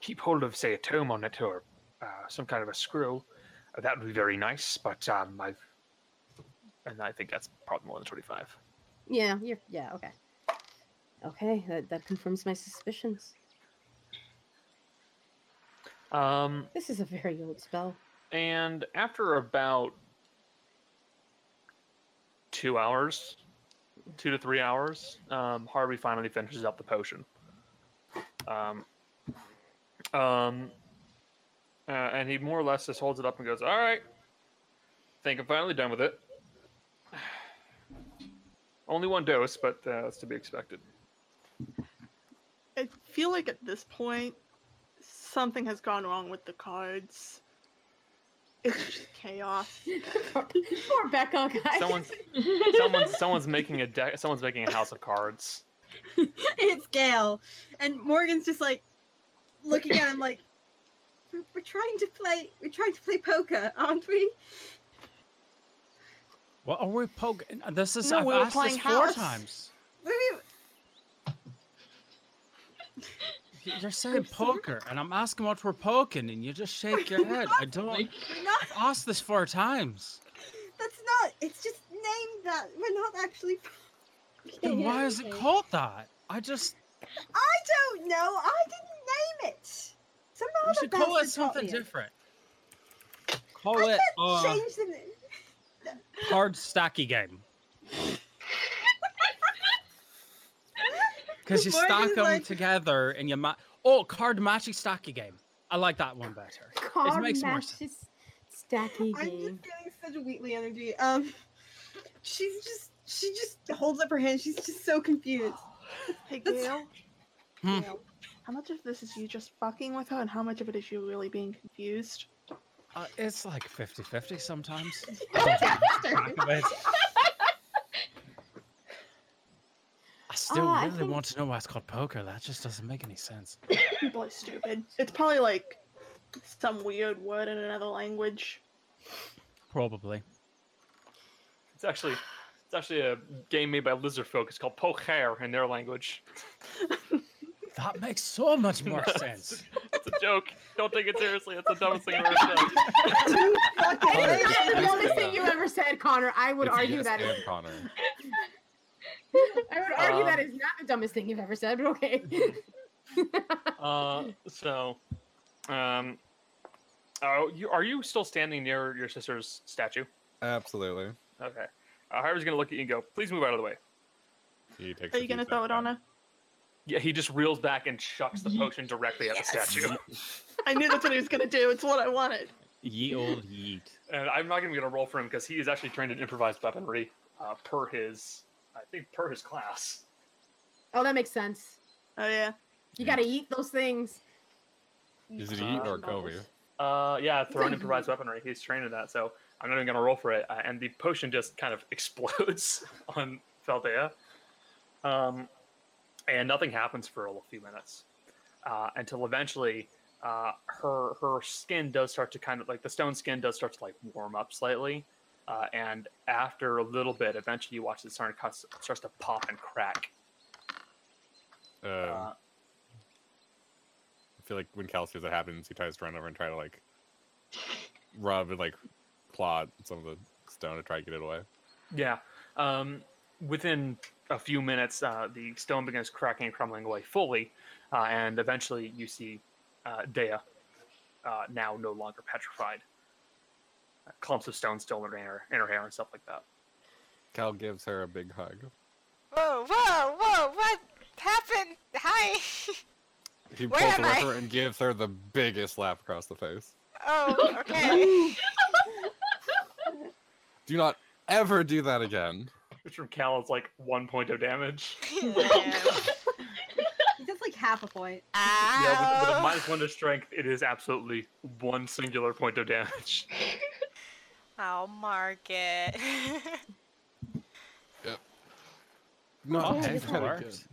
Speaker 1: keep hold of, say, a tome on it or uh, some kind of a scroll, uh, that would be very nice. But um, I've, and I think that's probably more than twenty-five.
Speaker 3: Yeah, you're yeah, okay. Okay, that, that confirms my suspicions.
Speaker 1: Um,
Speaker 3: This is a very old spell.
Speaker 1: And after about two hours, two to three hours, um, Harvey finally finishes up the potion. Um, um, uh, and he more or less just holds it up and goes, "All right, think I'm finally done with it. Only one dose, but uh, that's to be expected."
Speaker 7: I feel like at this point, something has gone wrong with the cards. It's just chaos.
Speaker 3: Poor Becca, guys.
Speaker 1: Someone's, someone's, someone's making a deck. Someone's making a house of cards.
Speaker 5: it's Gail, and Morgan's just like looking at him like, we're, "We're trying to play. We're trying to play poker, aren't we?"
Speaker 8: What are we poking? This is
Speaker 7: No,
Speaker 8: I've
Speaker 7: we were
Speaker 8: asked this
Speaker 7: playing
Speaker 8: four
Speaker 7: house.
Speaker 8: times.
Speaker 5: We- we-
Speaker 8: Y- You're saying poker, and I'm asking what we're poking, and you just shake your head. I don't.
Speaker 5: We're not.
Speaker 8: I've asked this four times.
Speaker 5: That's not. It's just named that. We're not actually.
Speaker 8: Then why is it called that? I just
Speaker 5: I don't know. I didn't name it. Some
Speaker 8: we
Speaker 5: other
Speaker 8: should call it
Speaker 5: bastard taught
Speaker 8: something
Speaker 5: me
Speaker 8: different. Call
Speaker 5: I
Speaker 8: it
Speaker 5: can't
Speaker 8: uh,
Speaker 5: change the name.
Speaker 8: hard stacky game. Because you
Speaker 5: Morgan's
Speaker 8: stack them
Speaker 5: like-
Speaker 8: together and you ma- oh card matchy stacky game. I like that one better.
Speaker 3: Car
Speaker 8: makes more
Speaker 3: matches stacky
Speaker 5: I'm
Speaker 3: game.
Speaker 5: just getting such Wheatley energy. Um, she's just she just holds up her hand. She's just so confused.
Speaker 7: Hey
Speaker 5: That's-
Speaker 7: Gail,
Speaker 8: Hmm.
Speaker 5: Gail.
Speaker 7: how much of this is you just fucking with her, and how much of it is you really being confused?
Speaker 8: Uh, it's like 50-50 sometimes. I don't keep track of it. I still
Speaker 3: Ah, I
Speaker 8: really
Speaker 3: think-
Speaker 8: want to know why it's called poker. That just doesn't make any sense.
Speaker 7: People are stupid. It's probably like some weird word in another language.
Speaker 8: Probably.
Speaker 1: It's actually it's actually a game made by lizard folk. It's called poker in their language.
Speaker 8: That makes so much more
Speaker 1: That's-
Speaker 8: sense.
Speaker 1: It's a joke. Don't take it seriously. It's the dumbest thing I've ever said.
Speaker 3: Hey,
Speaker 4: Connor,
Speaker 3: that's the
Speaker 4: it's-
Speaker 3: dumbest thing you ever said, Connor. I would
Speaker 4: It's
Speaker 3: argue
Speaker 4: yes
Speaker 3: that.
Speaker 4: and Connor.
Speaker 3: I would argue that
Speaker 1: Um,
Speaker 3: is not the dumbest thing you've ever said, but okay.
Speaker 1: Uh, so, um, are you, are you still standing near your sister's statue?
Speaker 4: Absolutely.
Speaker 1: Okay. Uh, Harvey's gonna look at you and go, "Please move out of the way."
Speaker 4: He takes
Speaker 7: Are
Speaker 4: a
Speaker 7: you gonna
Speaker 4: deep
Speaker 7: throw
Speaker 4: breath
Speaker 7: it on
Speaker 4: in.
Speaker 7: her?
Speaker 1: Yeah, he just reels back and chucks the potion directly at the statue.
Speaker 7: I knew that's what he was gonna do. It's what I wanted.
Speaker 8: Ye old yeet.
Speaker 1: and I'm not even gonna roll for him because he is actually trained in improvised weaponry, uh, per his, I think, per his class.
Speaker 3: oh, that makes sense.
Speaker 7: Oh yeah.
Speaker 3: You gotta eat those things.
Speaker 4: Is it eat or
Speaker 7: Uh,
Speaker 4: Kobe?
Speaker 1: Uh, yeah, thrown improvised weaponry. He's trained in that, so I'm not even gonna roll for it. Uh, and the potion just kind of explodes on Faldea, um, and nothing happens for a few minutes uh, until eventually uh, her her skin does start to kind of like the stone skin does start to like warm up slightly, uh, and after a little bit, eventually you watch it start to cut- starts to pop and crack.
Speaker 4: Uh,
Speaker 1: Uh,
Speaker 4: I feel like when Cal sees it happens, he tries to run over and try to like rub and like claw at some of the stone to try to get it away.
Speaker 1: Yeah. Um, within a few minutes, uh, the stone begins cracking and crumbling away fully, uh, and eventually you see uh, Dea, uh, now no longer petrified. Uh, clumps of stone still in her, in her hair and stuff like that.
Speaker 4: Cal gives her a big hug.
Speaker 2: Whoa, whoa, whoa, what happened? Hi.
Speaker 4: He
Speaker 2: Where
Speaker 4: pulls
Speaker 2: am
Speaker 4: her
Speaker 2: I?
Speaker 4: over and gives her the biggest slap across the face.
Speaker 2: Oh, okay.
Speaker 4: Do not ever do that again.
Speaker 1: Which from Cal is like one point of damage.
Speaker 2: Yeah.
Speaker 5: He does like half a point.
Speaker 1: Yeah, with, with a
Speaker 2: Ow.
Speaker 1: minus one to strength, it is absolutely one singular point of damage.
Speaker 2: I'll mark it.
Speaker 4: Not
Speaker 8: Okay,
Speaker 4: ever
Speaker 8: that
Speaker 4: again.
Speaker 8: works.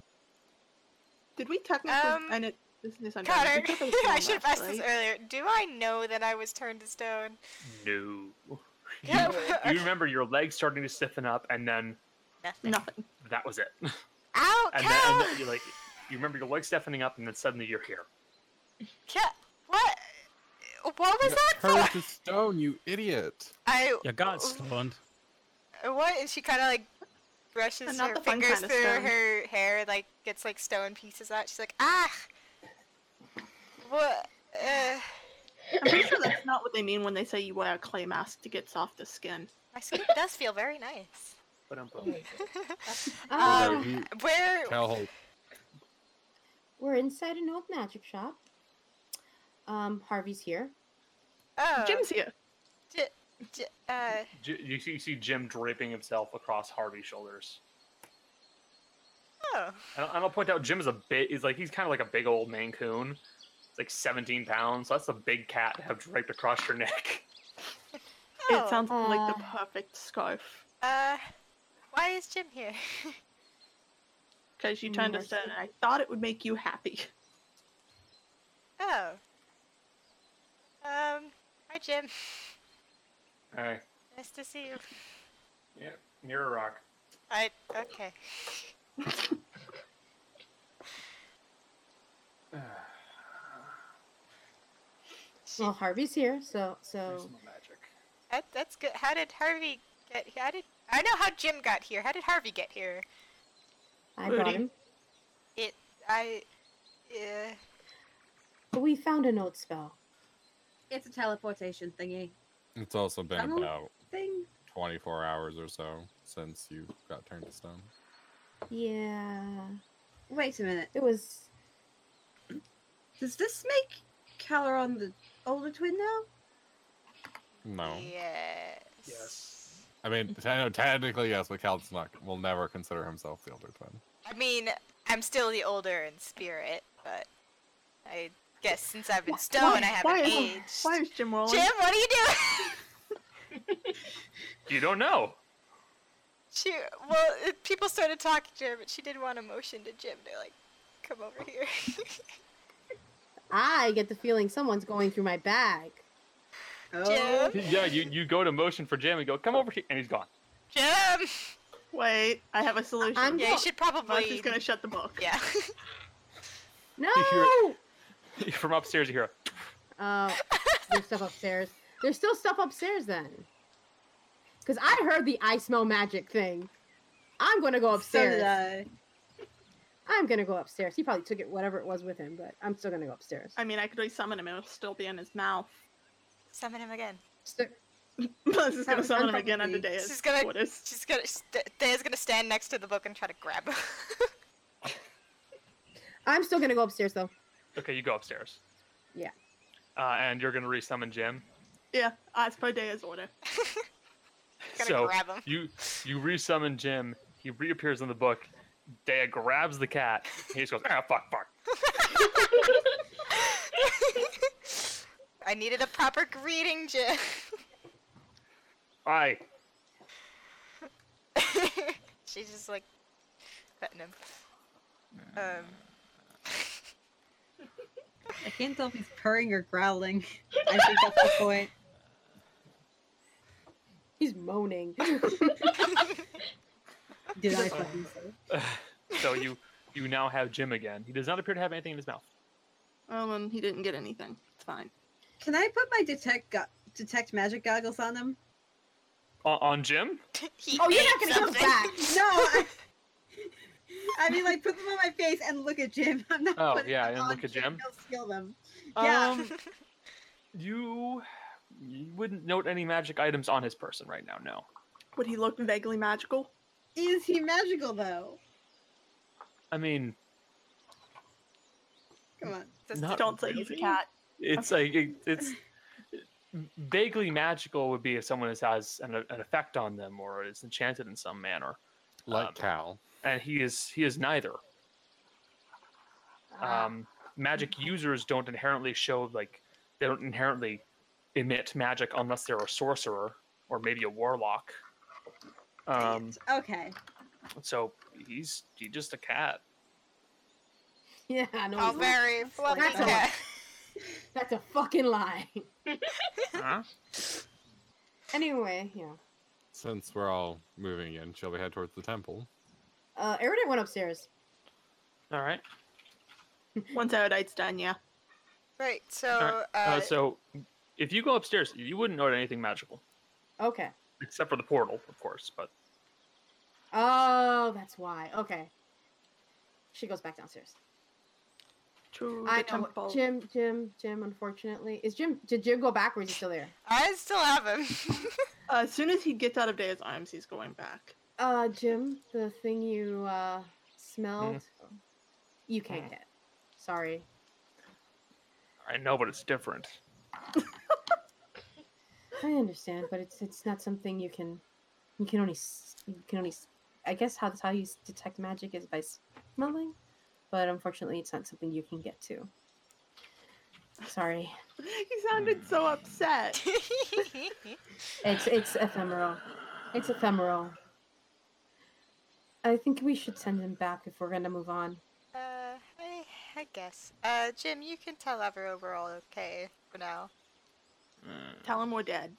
Speaker 7: Did we technically?
Speaker 2: Um,
Speaker 7: and it this is under.
Speaker 2: Connor,
Speaker 7: we technically
Speaker 2: I
Speaker 7: did
Speaker 2: should have
Speaker 7: that,
Speaker 2: asked this
Speaker 7: right?
Speaker 2: earlier. Do I know that I was turned to stone?
Speaker 1: No.
Speaker 2: Yeah,
Speaker 1: You uh, remember your legs starting to stiffen up, and then
Speaker 2: nothing.
Speaker 7: Nothing.
Speaker 1: that was it.
Speaker 2: Ow,
Speaker 1: and then,
Speaker 2: cow!
Speaker 1: and then you like you remember your legs stiffening up, and then suddenly you're here.
Speaker 2: Ca- what? What was that
Speaker 4: Her
Speaker 2: for?
Speaker 4: with the stone, you idiot.
Speaker 2: I.
Speaker 8: You got stunned.
Speaker 2: What? And she kind of like brushes
Speaker 7: not
Speaker 2: her
Speaker 7: the fun
Speaker 2: fingers
Speaker 7: kind of
Speaker 2: through
Speaker 7: stone.
Speaker 2: her hair, like gets like stone pieces out. She's like, ah. What? Uh,
Speaker 7: I'm pretty sure that's not what they mean when they say you wear a clay mask to get softer skin.
Speaker 2: my skin does feel very nice.
Speaker 1: But I'm
Speaker 2: Oh.
Speaker 3: Ah,
Speaker 4: Although he-
Speaker 2: Where?
Speaker 4: Cal holds
Speaker 3: we're inside an old magic shop. Um, Harvey's here.
Speaker 2: Oh.
Speaker 7: Jim's here.
Speaker 2: J- j- uh,
Speaker 1: J- you, see, you see Jim draping himself across Harvey's shoulders,
Speaker 2: oh.
Speaker 1: and, I'll- and I'll point out Jim is a bit. He's like he's kind of like a big old Maine Coon. It's like 17 pounds. that's a big cat to have draped across your neck.
Speaker 2: oh.
Speaker 7: It sounds like the
Speaker 3: Aw.
Speaker 7: perfect scarf.
Speaker 2: Uh, why is Jim here?
Speaker 7: Because you turned to
Speaker 3: Mercy.
Speaker 7: stone, and I thought it would make you happy.
Speaker 2: oh. Um. Hi, Jim.
Speaker 1: Hey,
Speaker 2: Nice to see you.
Speaker 1: yeah, mirror rock.
Speaker 2: I. Okay.
Speaker 3: Well, Harvey's here, so so
Speaker 1: magic.
Speaker 2: That, that's good. How did Harvey get? How did I know how Jim got here? How did Harvey get here?
Speaker 3: I brought
Speaker 7: Booty.
Speaker 3: him.
Speaker 2: It. I. Uh,
Speaker 3: But we found a note spell.
Speaker 5: It's a teleportation thingy
Speaker 4: It's also been
Speaker 5: Donald?
Speaker 4: about
Speaker 5: thing.
Speaker 4: 24 hours or so since you got turned to stone.
Speaker 3: Yeah.
Speaker 5: Wait a minute.
Speaker 3: It was.
Speaker 5: Does this make Caloron the older twin now?
Speaker 4: No.
Speaker 2: Yes.
Speaker 1: Yes.
Speaker 4: I mean, te- no, technically, yes, but Cal's not, will never consider himself the older twin.
Speaker 2: I mean, I'm still the older in spirit, but I guess since I've been stone, I
Speaker 7: why,
Speaker 2: haven't
Speaker 7: is,
Speaker 2: aged.
Speaker 7: why is Jim rolling?
Speaker 2: Jim, what are you doing?
Speaker 9: You don't know.
Speaker 2: she. Well, it, people started talking to her, but she did want a motion to Jim to like come over here.
Speaker 3: I get the feeling someone's going through my bag.
Speaker 5: Oh,
Speaker 2: Jim.
Speaker 1: Yeah, you, you go to motion for Jim and go, come over here, and he's gone.
Speaker 2: Jim.
Speaker 7: Wait, I have a solution.
Speaker 3: I'm-
Speaker 2: Yeah, you should probably.
Speaker 7: Monty's gonna shut the book.
Speaker 2: Yeah.
Speaker 3: No.
Speaker 1: hear From upstairs, you hear, a-
Speaker 3: Oh, there's stuff upstairs. There's still stuff upstairs then. Because I heard the I smell magic thing. I'm going to go
Speaker 5: so did
Speaker 3: upstairs.
Speaker 5: I.
Speaker 3: I'm going to go upstairs. He probably took it, whatever it was with him, but I'm still going to go upstairs.
Speaker 7: I mean, I could always summon him; it'll still be in his mouth.
Speaker 2: Summon him again.
Speaker 3: St-
Speaker 7: this is gonna
Speaker 5: was
Speaker 7: summon him again
Speaker 5: unprobably.
Speaker 7: under Deus.
Speaker 2: She's gonna-
Speaker 7: What is?
Speaker 2: She's gonna. St- Thea's gonna stand next to the book and try to grab him.
Speaker 3: I'm still going to go upstairs though.
Speaker 1: okay, you go upstairs.
Speaker 3: Yeah.
Speaker 1: Uh, and you're going to resummon Jim.
Speaker 7: Yeah, as per Deus' order.
Speaker 2: gonna
Speaker 1: so
Speaker 2: grab him.
Speaker 1: you you resummon Jim. He reappears in the book. Dea grabs the cat. He just goes, ah, fuck, fuck.
Speaker 2: I needed a proper greeting, Jim.
Speaker 1: Aye.
Speaker 2: She's just like petting him. Um,
Speaker 5: I can't tell if he's purring or growling. I think that's the point.
Speaker 3: He's moaning.
Speaker 5: Did I fucking say?
Speaker 1: So you you now have Jim again. He does not appear to have anything in his mouth.
Speaker 7: Oh, um, he didn't get anything. It's fine.
Speaker 5: Can I put my detect go- detect magic goggles on him?
Speaker 1: On, on Jim?
Speaker 2: he
Speaker 3: oh, you're
Speaker 2: ate
Speaker 3: not going to give
Speaker 2: something.
Speaker 3: back.
Speaker 5: No. I, I mean, like, put them on my face and look at Jim. I'm not.
Speaker 1: Oh,
Speaker 5: putting
Speaker 1: yeah,
Speaker 5: them
Speaker 1: and
Speaker 5: on
Speaker 1: look at Jim.
Speaker 5: He'll steal them. Yeah.
Speaker 1: Um, you, you wouldn't note any magic items on his person right now, no.
Speaker 7: Would he look vaguely magical?
Speaker 5: Is he magical though?
Speaker 1: I mean,
Speaker 5: Come on.
Speaker 2: Just-
Speaker 1: Not
Speaker 7: Don't say he's a
Speaker 1: really.
Speaker 7: cat.
Speaker 1: it's like it, it's vaguely magical would be if someone is- has an, an effect on them or is enchanted in some manner
Speaker 4: Like
Speaker 1: Um,
Speaker 4: Cal.
Speaker 1: and he is he is neither um, magic users don't inherently show like they don't inherently emit magic unless they're a sorcerer or maybe a warlock um,
Speaker 5: okay.
Speaker 1: so he's he's just a cat
Speaker 3: Yeah, I know.
Speaker 2: a
Speaker 3: he's not.
Speaker 2: very fluffy
Speaker 3: That's a lot.
Speaker 2: cat.
Speaker 3: That's a fucking lie.
Speaker 1: huh?
Speaker 3: anyway, yeah.
Speaker 4: Since we're all moving in, shall we head towards the temple?
Speaker 3: Uh, Erudite went upstairs.
Speaker 1: all right
Speaker 7: Once Erudite's done, yeah.
Speaker 2: Right. So,
Speaker 1: Alright,
Speaker 2: uh,
Speaker 1: uh, so if you go upstairs you wouldn't note anything magical
Speaker 3: Okay.
Speaker 1: except for the portal of course but
Speaker 3: Oh, that's why. Okay. She goes back downstairs.
Speaker 7: True.
Speaker 3: I know. what- Jim, Jim, Jim, unfortunately. Is Jim, did Jim go back or is he still there?
Speaker 2: I still have him.
Speaker 7: as soon as he gets out of Deus' arms, he's going back.
Speaker 3: Uh, Jim, the thing you, uh, smelled, you can't get. Sorry.
Speaker 1: i know but it's different
Speaker 3: I understand, but it's, it's not something you can, you can only, s- you can only, s- I guess how, how you s- detect magic is by smelling, but unfortunately it's not something you can get to. Sorry.
Speaker 7: He sounded so
Speaker 1: Hmm.
Speaker 7: upset.
Speaker 3: It's it's ephemeral. It's ephemeral. I think we should send him back if we're gonna move on.
Speaker 2: uh, I, I guess. Uh, Jim, you can tell Everover we're all okay for now.
Speaker 7: Tell him we're dead.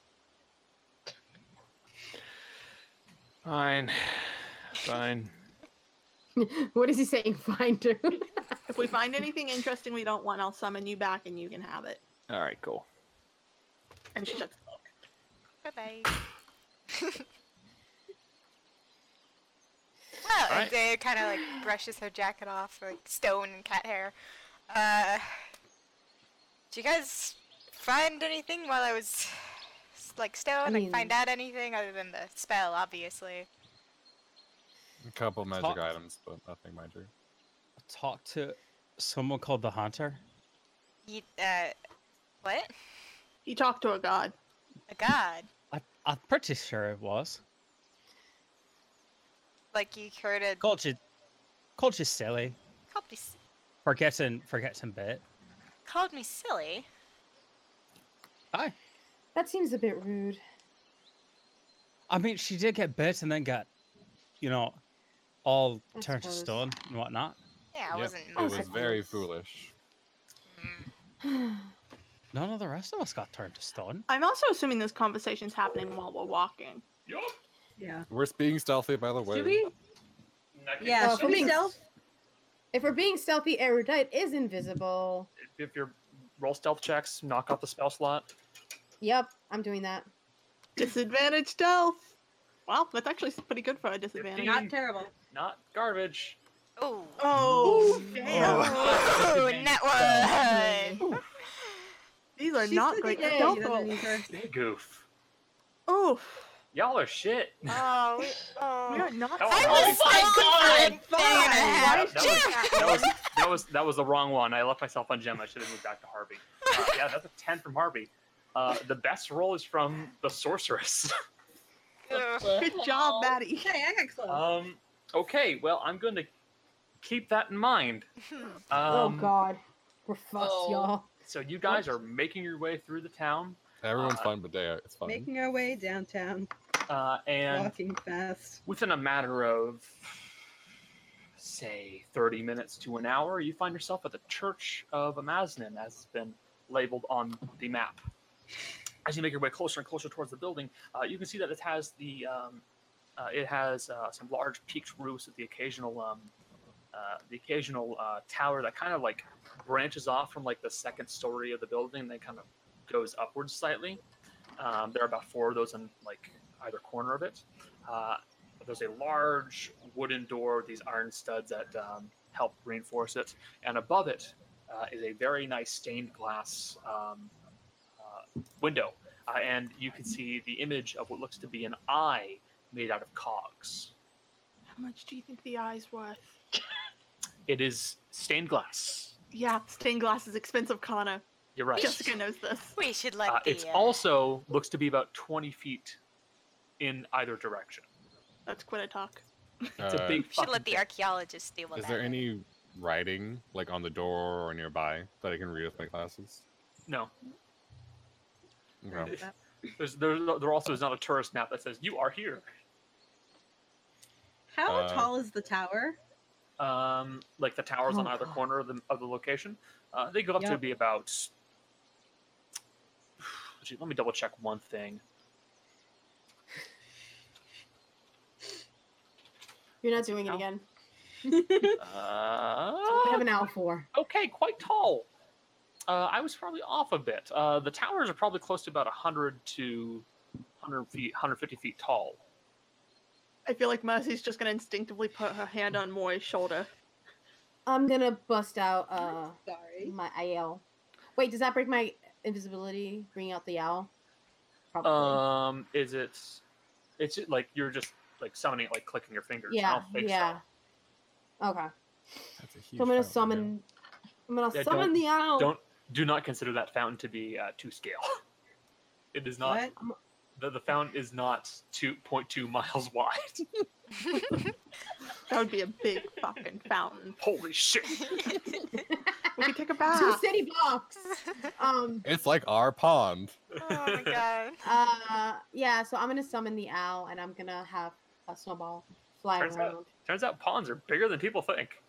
Speaker 1: fine fine
Speaker 3: what is he saying? Fine, dude.
Speaker 7: If we find anything interesting we don't want, I'll summon you back and you can have it.
Speaker 1: all right cool
Speaker 7: And she shuts the book.
Speaker 2: Bye bye. Oh,
Speaker 8: All
Speaker 2: and
Speaker 8: right.
Speaker 2: Zaya kind of like brushes her jacket off, like stone and cat hair. Uh, do you guys find anything while I was s- like stone? I
Speaker 3: mean-
Speaker 2: find out anything other than the spell, obviously.
Speaker 4: A couple magic
Speaker 8: Talk-
Speaker 4: items, but nothing magic.
Speaker 8: Talk to someone called the Haunter.
Speaker 2: Ye- uh, what?
Speaker 7: He talked to a god.
Speaker 2: A god?
Speaker 8: I, I'm pretty sure it was.
Speaker 2: Like you heard a
Speaker 8: Called you, called you silly.
Speaker 2: called me s-
Speaker 8: Forgetting, forgetting bit.
Speaker 2: called me silly.
Speaker 8: Aye.
Speaker 3: That seems a bit rude.
Speaker 8: I mean, she did get bit and then got, you know, all
Speaker 3: I
Speaker 8: turned to
Speaker 3: suppose.
Speaker 8: stone and whatnot.
Speaker 2: Yeah, I
Speaker 4: Yep,
Speaker 2: wasn't.
Speaker 4: It
Speaker 3: Oh,
Speaker 2: most-
Speaker 4: was
Speaker 3: okay.
Speaker 4: very foolish.
Speaker 2: mm.
Speaker 8: None of the rest of us got turned to stone.
Speaker 7: I'm also assuming this conversation's happening while we're walking.
Speaker 5: Yeah.
Speaker 4: We're being stealthy, by the way.
Speaker 5: Should we? Yeah.
Speaker 3: Uh,
Speaker 5: should
Speaker 3: for
Speaker 5: we
Speaker 3: being-
Speaker 5: stealth?
Speaker 3: If we're being stealthy, erudite is invisible.
Speaker 1: If your roll stealth checks, knock out the spell slot.
Speaker 3: Yep, I'm doing that.
Speaker 7: Disadvantage stealth. Well, that's actually pretty good for a disadvantage.
Speaker 1: Fifteen.
Speaker 5: Not terrible.
Speaker 1: Not garbage.
Speaker 2: Oh.
Speaker 7: Oh, damn.
Speaker 2: Oh, net one.
Speaker 7: These are
Speaker 5: She's
Speaker 7: not
Speaker 5: looking
Speaker 7: great
Speaker 5: at
Speaker 7: stealth
Speaker 5: you, that
Speaker 7: rolls.
Speaker 5: means her-
Speaker 1: Big goof.
Speaker 7: Oh,
Speaker 1: Y'all are shit.
Speaker 2: Oh, we, oh.
Speaker 7: we are not.
Speaker 1: Oh,
Speaker 2: I
Speaker 1: no.
Speaker 2: was
Speaker 1: Fine,
Speaker 2: gone for a day and a
Speaker 1: That,
Speaker 2: half.
Speaker 1: that was, that, was, that was that was the wrong one. I left myself on Gem. I should have moved back to Harvey. Uh, yeah, that's a ten from Harvey. Uh, the best roll is from the sorceress.
Speaker 2: Ugh.
Speaker 7: Good job, Maddie.
Speaker 5: Okay, I got close.
Speaker 1: um, okay, well I'm going to keep that in mind.
Speaker 2: Hmm.
Speaker 1: Um,
Speaker 3: oh God, we're fucked,
Speaker 2: Oh.
Speaker 3: y'all.
Speaker 1: So you guys are making your way through the town,
Speaker 4: Everyone's
Speaker 1: Uh,
Speaker 4: fun, but they it's fun.
Speaker 5: Making our way downtown,
Speaker 1: uh, and
Speaker 5: walking fast.
Speaker 1: within a matter of say 30 minutes to an hour you find yourself at the church of amaznin as it's been labeled on the map as you make your way closer and closer towards the building uh, you can see that it has the um, uh, it has uh, some large peaked roofs with the occasional um, uh, the occasional uh, tower that kind of like branches off from like the second story of the building and then kind of goes upwards slightly um, there are about four of those in like either corner of it uh, but there's a large wooden door with these iron studs that um, help reinforce it. And above it uh, is a very nice stained glass um, uh, window. Uh, and you can see the image of what looks to be an eye made out of cogs.
Speaker 7: How much do you think the eye's worth?
Speaker 1: It is stained glass.
Speaker 7: Yeah, stained glass is expensive, Connor.
Speaker 1: You're right.
Speaker 7: Jessica knows this.
Speaker 2: We should let
Speaker 1: Uh,
Speaker 2: the.
Speaker 1: it's
Speaker 2: uh,
Speaker 1: also looks to be about 20 feet in either direction.
Speaker 7: That's Quinnipiac.
Speaker 1: It's a
Speaker 4: Uh,
Speaker 1: big.
Speaker 2: we should let
Speaker 1: fucking
Speaker 2: the archaeologists deal with
Speaker 4: Is
Speaker 2: that.
Speaker 4: there any writing like on the door or nearby that I can read with my glasses?
Speaker 1: thing. No.
Speaker 4: Okay.
Speaker 1: There's, there, there also is not a tourist map that says you are here.
Speaker 5: How
Speaker 4: Uh,
Speaker 5: tall is the tower?
Speaker 1: um, like the towers on
Speaker 3: Oh,
Speaker 1: either
Speaker 3: God.
Speaker 1: corner of the of the location. Uh, they go up to
Speaker 5: Yep.
Speaker 1: be about. Gee, Let me double check one thing.
Speaker 3: You're not doing it
Speaker 1: No.
Speaker 3: again. I
Speaker 1: Uh,
Speaker 3: have an owl for.
Speaker 1: okay, quite tall. Uh, I was probably off a bit. Uh, the towers are probably close to about 100 to 100 feet, 150 feet tall.
Speaker 7: I feel like Mercy's just gonna instinctively put her hand on Moy's shoulder.
Speaker 3: I'm gonna bust out uh
Speaker 5: Sorry.
Speaker 3: my owl. Wait, does that break my invisibility? Bring out the owl. Probably.
Speaker 1: Um, is it? It's it- like you're just like summoning it, like clicking your fingers. I
Speaker 3: yeah,
Speaker 1: don't think so.
Speaker 3: yeah. Okay,
Speaker 4: That's a huge
Speaker 3: so I'm
Speaker 4: fountain, yeah.
Speaker 3: gonna summon. I'm gonna
Speaker 1: Yeah,
Speaker 3: summon
Speaker 1: don't-
Speaker 3: the owl.
Speaker 1: don't do not consider that fountain to be uh, two scale. It is not.
Speaker 5: What?
Speaker 1: The, the fountain is not two point two miles wide.
Speaker 7: That would be a big fucking fountain.
Speaker 1: Holy shit!
Speaker 7: We could take a
Speaker 3: Two
Speaker 1: Ah!
Speaker 7: bath.
Speaker 3: city blocks. Um.
Speaker 4: It's like our pond.
Speaker 2: oh my god.
Speaker 3: Uh. Yeah. So I'm gonna summon the owl, and I'm gonna have a snowball fly
Speaker 1: Turns out-
Speaker 3: around.
Speaker 1: Turns out ponds are bigger than people think.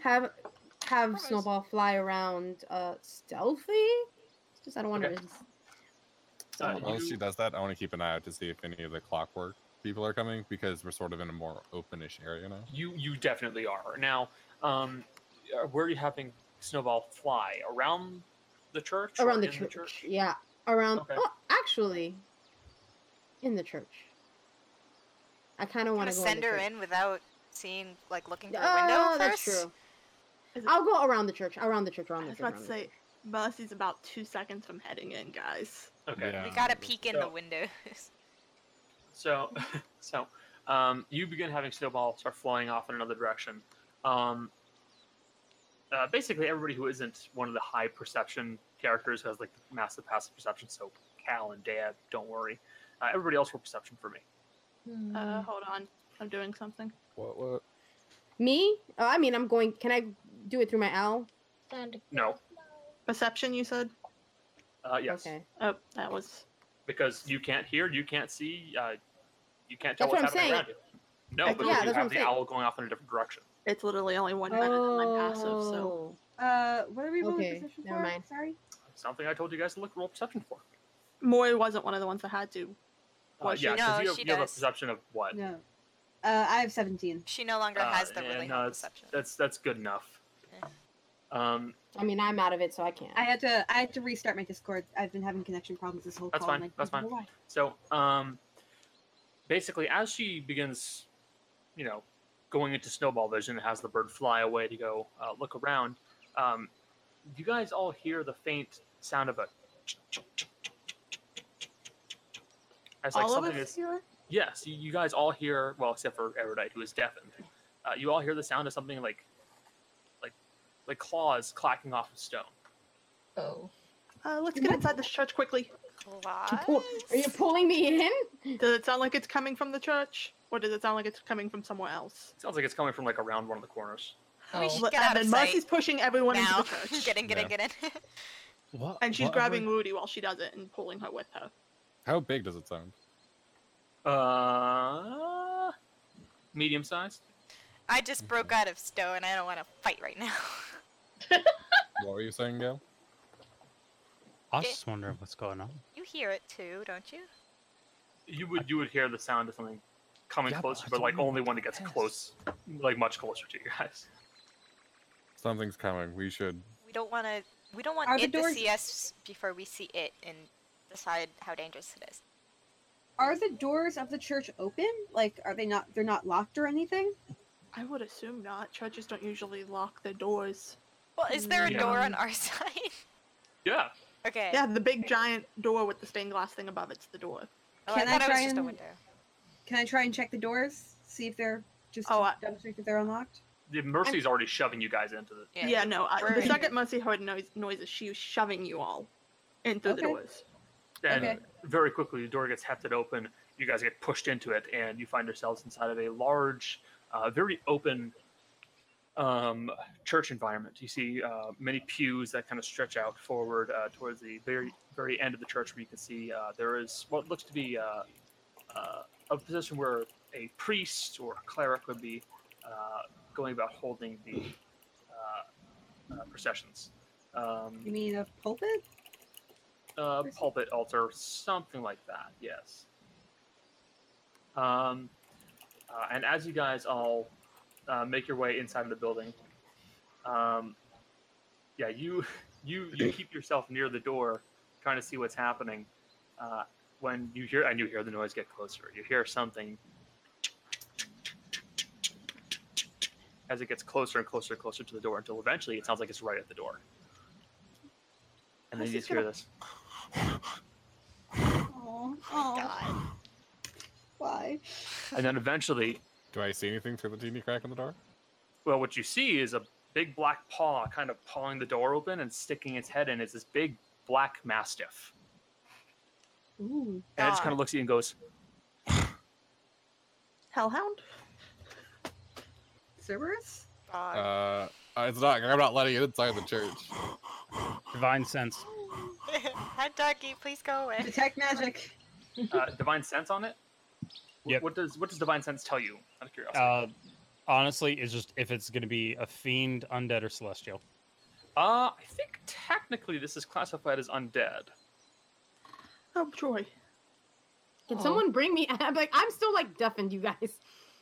Speaker 3: Have have
Speaker 2: Nice.
Speaker 3: snowball fly around. Uh, stealthy. It's just I don't want
Speaker 1: Okay.
Speaker 3: to.
Speaker 1: Uh,
Speaker 4: While she
Speaker 1: you-
Speaker 4: does that, I want to keep an eye out to see if any of the clockwork people are coming because we're sort of in a more openish area now.
Speaker 1: you you definitely are now. Um, uh, where are you having Snowball fly around the church? or
Speaker 3: around the
Speaker 1: in
Speaker 3: church. Yeah, around.
Speaker 1: Okay.
Speaker 3: Oh, actually, in the church. I kind of
Speaker 2: I'm
Speaker 3: want
Speaker 2: gonna
Speaker 3: to go.
Speaker 2: send
Speaker 3: the
Speaker 2: her
Speaker 3: church.
Speaker 2: in without seeing, like, looking through a window
Speaker 3: Ah, that's
Speaker 2: first.
Speaker 3: true.
Speaker 7: Is it-
Speaker 3: I'll go around the church. Around the church. Around
Speaker 7: I
Speaker 3: the
Speaker 7: was
Speaker 3: church.
Speaker 7: about
Speaker 3: around
Speaker 7: to
Speaker 3: the
Speaker 7: say, Mercy's about two seconds from heading in, guys.
Speaker 1: Okay.
Speaker 4: Yeah.
Speaker 2: We gotta peek in the
Speaker 1: So-
Speaker 2: windows.
Speaker 1: So, so um, you begin having snowballs start flying off in another direction. Um, uh, basically, everybody who isn't one of the high perception characters who has like massive passive perception. So Cal and Dad, don't worry. Uh, everybody else will perception for me.
Speaker 7: Uh,
Speaker 3: Mm.
Speaker 7: hold on. I'm doing something.
Speaker 4: What? What?
Speaker 3: Me? Uh, I mean, I'm going. Can I do it through my owl?
Speaker 1: No.
Speaker 7: Perception, you said?
Speaker 1: Uh, yes,
Speaker 3: Okay.
Speaker 7: Oh, that was.
Speaker 1: because you can't hear, you can't see, uh, you can't tell
Speaker 3: That's
Speaker 1: what's
Speaker 3: what I'm Uh,
Speaker 1: happening around you. No,
Speaker 7: I-
Speaker 1: but
Speaker 7: yeah,
Speaker 1: you
Speaker 3: that's what
Speaker 1: have
Speaker 3: I'm
Speaker 1: the
Speaker 3: saying.
Speaker 1: owl going off in a different direction.
Speaker 7: It's literally only one minute in my passive, so.
Speaker 3: Oh.
Speaker 5: Uh, what are we rolling
Speaker 3: Okay,
Speaker 5: perception
Speaker 3: never
Speaker 5: for?
Speaker 3: mind.
Speaker 5: Sorry.
Speaker 1: Something I told you guys to look roll perception for.
Speaker 7: Moy wasn't one of the ones that had to.
Speaker 1: Uh,
Speaker 7: Was she?
Speaker 1: yeah, 'cause
Speaker 2: No,
Speaker 1: you, have,
Speaker 2: she
Speaker 1: you have a
Speaker 2: does.
Speaker 1: perception of what?
Speaker 5: No. Uh, I have seventeen.
Speaker 2: she no longer
Speaker 1: Uh,
Speaker 2: has the
Speaker 1: yeah,
Speaker 2: really
Speaker 1: no,
Speaker 2: high
Speaker 1: it's-
Speaker 2: perception.
Speaker 1: That's that's good enough.
Speaker 2: Okay.
Speaker 1: Um,
Speaker 3: I mean, I'm out of it, so I can't.
Speaker 5: I had to. I had to restart my Discord. I've been having connection problems this whole
Speaker 1: That's
Speaker 5: call. and
Speaker 1: fine,
Speaker 5: I
Speaker 1: that's
Speaker 5: don't know why.
Speaker 1: So, um, basically, as she begins, you know, going into snowball vision, and has the bird fly away to go uh, look around. Um, you guys all hear the faint sound of a. As like
Speaker 7: All of
Speaker 1: something
Speaker 7: us
Speaker 1: is
Speaker 7: here?
Speaker 1: yes, you, you guys all hear well, except for Erudite, who is deafened. Uh, you all hear the sound of something like, like, like claws clacking off of stone.
Speaker 10: Oh.
Speaker 7: Uh, let's
Speaker 3: Mm-hmm.
Speaker 7: get inside this church quickly.
Speaker 3: You pull- are you
Speaker 2: Claws?
Speaker 3: pulling me in?
Speaker 7: Does it sound like it's coming from the church? Or does it sound like it's coming from somewhere else?
Speaker 1: Sounds like it's coming from like around one of the corners.
Speaker 2: We
Speaker 10: Oh.
Speaker 2: should
Speaker 7: Well,
Speaker 2: get out
Speaker 7: and
Speaker 2: of
Speaker 7: then
Speaker 2: sight
Speaker 7: Mercy's pushing everyone
Speaker 2: now.
Speaker 7: into the church.
Speaker 2: get in, get in,
Speaker 4: Yeah.
Speaker 2: get in.
Speaker 6: What?
Speaker 7: and she's
Speaker 6: what are we-
Speaker 7: grabbing Woody while she does it and pulling her with her.
Speaker 4: How big does it sound?
Speaker 1: Uh, medium sized.
Speaker 2: I just broke out of Stowe and I don't want to fight right now.
Speaker 4: What were you saying, Gail?
Speaker 6: I was
Speaker 2: it-
Speaker 6: just wondering what's going on.
Speaker 2: You hear it too, don't you?
Speaker 1: You would you would hear the sound of something coming
Speaker 8: Yeah, but
Speaker 1: closer,
Speaker 8: I
Speaker 1: but
Speaker 8: don't
Speaker 1: like
Speaker 8: know
Speaker 1: only
Speaker 8: what
Speaker 1: one that
Speaker 8: that
Speaker 1: gets
Speaker 8: is.
Speaker 1: close, like much closer to you guys.
Speaker 4: Something's coming. We should.
Speaker 2: We don't want to. We don't want
Speaker 5: Are the
Speaker 2: it to
Speaker 5: doors-
Speaker 2: see us before we see it and decide how dangerous it is.
Speaker 5: Are the doors of the church open? Like, are they not? They're not locked or anything.
Speaker 7: I would assume not. Churches don't usually lock their doors.
Speaker 2: Well, is there a door on
Speaker 7: Yeah.
Speaker 2: our side?
Speaker 1: Yeah.
Speaker 2: okay.
Speaker 7: Yeah, the big giant door with the stained glass thing above it's the door.
Speaker 2: Oh,
Speaker 5: Can I
Speaker 2: I thought it was
Speaker 5: try
Speaker 2: just a
Speaker 5: and-
Speaker 2: window.
Speaker 5: Can I try and check the doors? See if they're just
Speaker 7: Oh, I-
Speaker 5: dump straight if they're unlocked.
Speaker 1: The Mercy's already shoving you guys into the.
Speaker 7: Yeah, no. I,
Speaker 2: We're
Speaker 7: the
Speaker 2: in.
Speaker 7: second Mercy heard noise, noises, she was shoving you all in through the
Speaker 5: Okay.
Speaker 7: doors.
Speaker 1: And
Speaker 5: Okay.
Speaker 1: very quickly, the door gets hefted open. You guys get pushed into it, and you find yourselves inside of a large, uh, very open um, church environment. You see uh, many pews that kind of stretch out forward uh, towards the very, very end of the church, where you can see uh, there is what looks to be uh, uh, a position where a priest or a cleric would be uh, going about holding the uh, uh, processions. Um,
Speaker 5: You mean a pulpit?
Speaker 1: uh,
Speaker 5: Or something.
Speaker 1: pulpit altar, something like that. Yes. Um, uh, and as you guys all uh, make your way inside of the building, um, yeah, you you you keep yourself near the door, trying to see what's happening. Uh, when you hear and you hear the noise get closer, you hear something. As it gets closer and closer and closer to the door, until eventually it sounds like it's right at the door. And then
Speaker 7: This
Speaker 1: you
Speaker 7: is
Speaker 1: just hear
Speaker 7: gonna-
Speaker 1: this.
Speaker 5: Oh, oh,
Speaker 2: God.
Speaker 5: why?
Speaker 1: And then eventually,
Speaker 4: Do I see anything through the teeny crack in the door?
Speaker 1: well, what you see is a big black paw kind of pawing the door open and sticking its head in. It's this big black mastiff.
Speaker 5: Ooh.
Speaker 1: And it just kind of looks at you and goes,
Speaker 7: Hellhound?
Speaker 5: Cerberus?
Speaker 2: God.
Speaker 4: Uh, it's not. I'm not letting it inside the church.
Speaker 6: Divine sense.
Speaker 2: Hi, doggy. Please go away.
Speaker 5: Detect magic.
Speaker 1: uh, Divine Sense on it? Wh-
Speaker 8: Yep.
Speaker 1: What does what does Divine Sense tell you? Out of curiosity.
Speaker 8: Uh, honestly, it's just if it's going to be a fiend, undead, or celestial.
Speaker 1: Uh, I think technically this is classified as undead.
Speaker 7: Oh, Troy.
Speaker 3: Can
Speaker 10: Oh.
Speaker 3: someone bring me? I'm like, I'm still like deafened, you guys.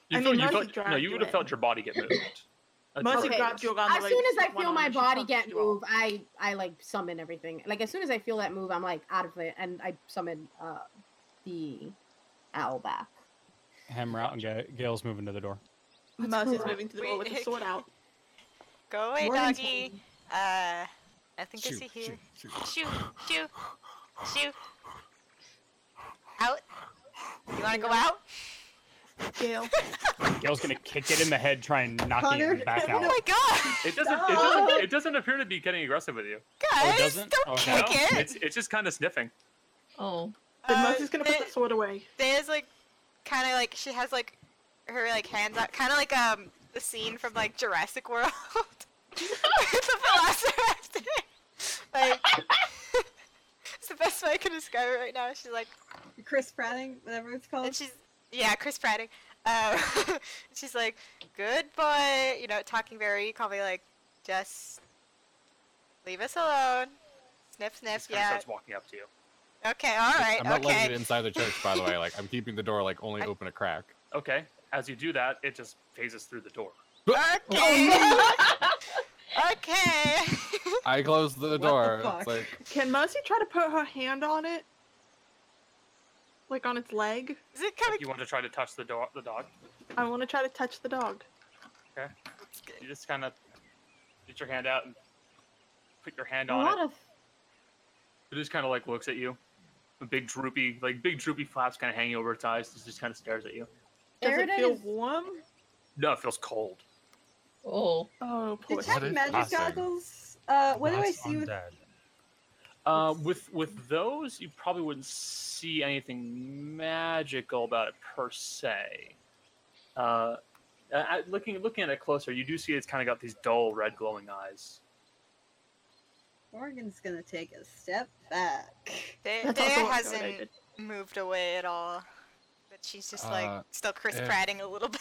Speaker 1: You
Speaker 7: I
Speaker 1: feel-
Speaker 7: mean,
Speaker 1: you
Speaker 7: Mercy
Speaker 1: felt- no,
Speaker 7: dragged
Speaker 1: you
Speaker 7: you
Speaker 1: would have
Speaker 7: in.
Speaker 1: felt your body get moved. That's
Speaker 7: Mercy
Speaker 1: what it
Speaker 7: grabbed
Speaker 1: is.
Speaker 7: you around the
Speaker 3: As
Speaker 7: leg,
Speaker 3: soon as I
Speaker 7: put one
Speaker 3: feel
Speaker 7: on,
Speaker 3: my
Speaker 7: and she
Speaker 3: body
Speaker 7: hugged
Speaker 3: get
Speaker 7: you all.
Speaker 3: moved, I I like summon everything. Like as soon as I feel that move, I'm like out of it, and I summon uh the owl back.
Speaker 8: hammer out, and Ga- Gail's moving to the door.
Speaker 7: Muzz is
Speaker 3: going
Speaker 7: moving to the
Speaker 2: on?
Speaker 7: door with his sword out.
Speaker 2: Go away,
Speaker 5: Morgan's
Speaker 2: doggy.
Speaker 5: home.
Speaker 2: Uh, I think
Speaker 4: Shoot,
Speaker 2: I see here.
Speaker 4: shoot, shoot.
Speaker 2: Shoo, shoo, shoo. Out. You want to go out?
Speaker 7: Gail,
Speaker 8: Gail's gonna kick it in the head, try and knock
Speaker 5: Connor,
Speaker 8: it back
Speaker 5: no.
Speaker 8: out.
Speaker 2: Oh my god,
Speaker 1: It doesn't. It doesn't. It doesn't appear to be getting aggressive with you.
Speaker 2: guys,
Speaker 8: doesn't?
Speaker 2: don't
Speaker 8: Oh,
Speaker 1: No,
Speaker 2: kick it.
Speaker 1: it's it's just kind of sniffing.
Speaker 10: Oh.
Speaker 7: then
Speaker 2: Uh,
Speaker 7: Muzz is gonna put
Speaker 2: there-
Speaker 7: the sword away.
Speaker 2: There's like, kind of like she has like her like hands out, kind of like um the scene from like Jurassic World with the Velociraptor. like, it's the best way I can describe it right now. She's like.
Speaker 5: Chris Pratting, whatever it's called.
Speaker 2: And she's yeah, Chris Pratting. Um, she's like, "Good boy," you know, talking very calmly, like, "Just leave us alone." Sniff, sniff.
Speaker 1: Just kind of
Speaker 2: Yeah.
Speaker 1: starts walking up to you.
Speaker 2: Okay. All right.
Speaker 4: I'm not letting it
Speaker 2: okay.
Speaker 4: inside the church, by the way. Like I'm keeping the door like only open a crack.
Speaker 1: Okay. As you do that, it just phases through the door.
Speaker 2: Okay. okay.
Speaker 4: I close the door.
Speaker 5: fuck?
Speaker 4: it's like
Speaker 7: Can Muzzy try to put her hand on it? Like on its leg?
Speaker 2: Is it
Speaker 1: If
Speaker 2: kind
Speaker 1: you want to try to touch the dog, the dog,
Speaker 7: I want to try to touch the dog.
Speaker 1: you just kind of get your hand out and put your hand
Speaker 3: A
Speaker 1: on it.
Speaker 3: lot of
Speaker 1: It just kind of like looks at you. A big droopy, like big droopy flaps kind of hanging over its eyes. It just kind of stares at you.
Speaker 7: Does
Speaker 3: There
Speaker 7: it
Speaker 3: it
Speaker 7: feel
Speaker 3: is.
Speaker 7: warm?
Speaker 1: No, it feels cold.
Speaker 10: Oh.
Speaker 7: Oh,
Speaker 5: Did
Speaker 7: poor.
Speaker 5: you have
Speaker 4: is
Speaker 5: magic
Speaker 4: awesome.
Speaker 5: goggles? Uh, what do I see with
Speaker 8: undead.
Speaker 1: Uh, with with those, you probably wouldn't see anything magical about it per se. Uh, I- I- looking looking at it closer, you do see it's kind of got these dull red glowing eyes.
Speaker 5: Morgan's gonna take a step back.
Speaker 2: of?
Speaker 7: That's
Speaker 2: Dea
Speaker 7: also what I
Speaker 2: hasn't
Speaker 7: did.
Speaker 2: moved away at all, but she's just like
Speaker 4: Uh,
Speaker 2: still Chris
Speaker 4: eh.
Speaker 2: Pratting a little bit.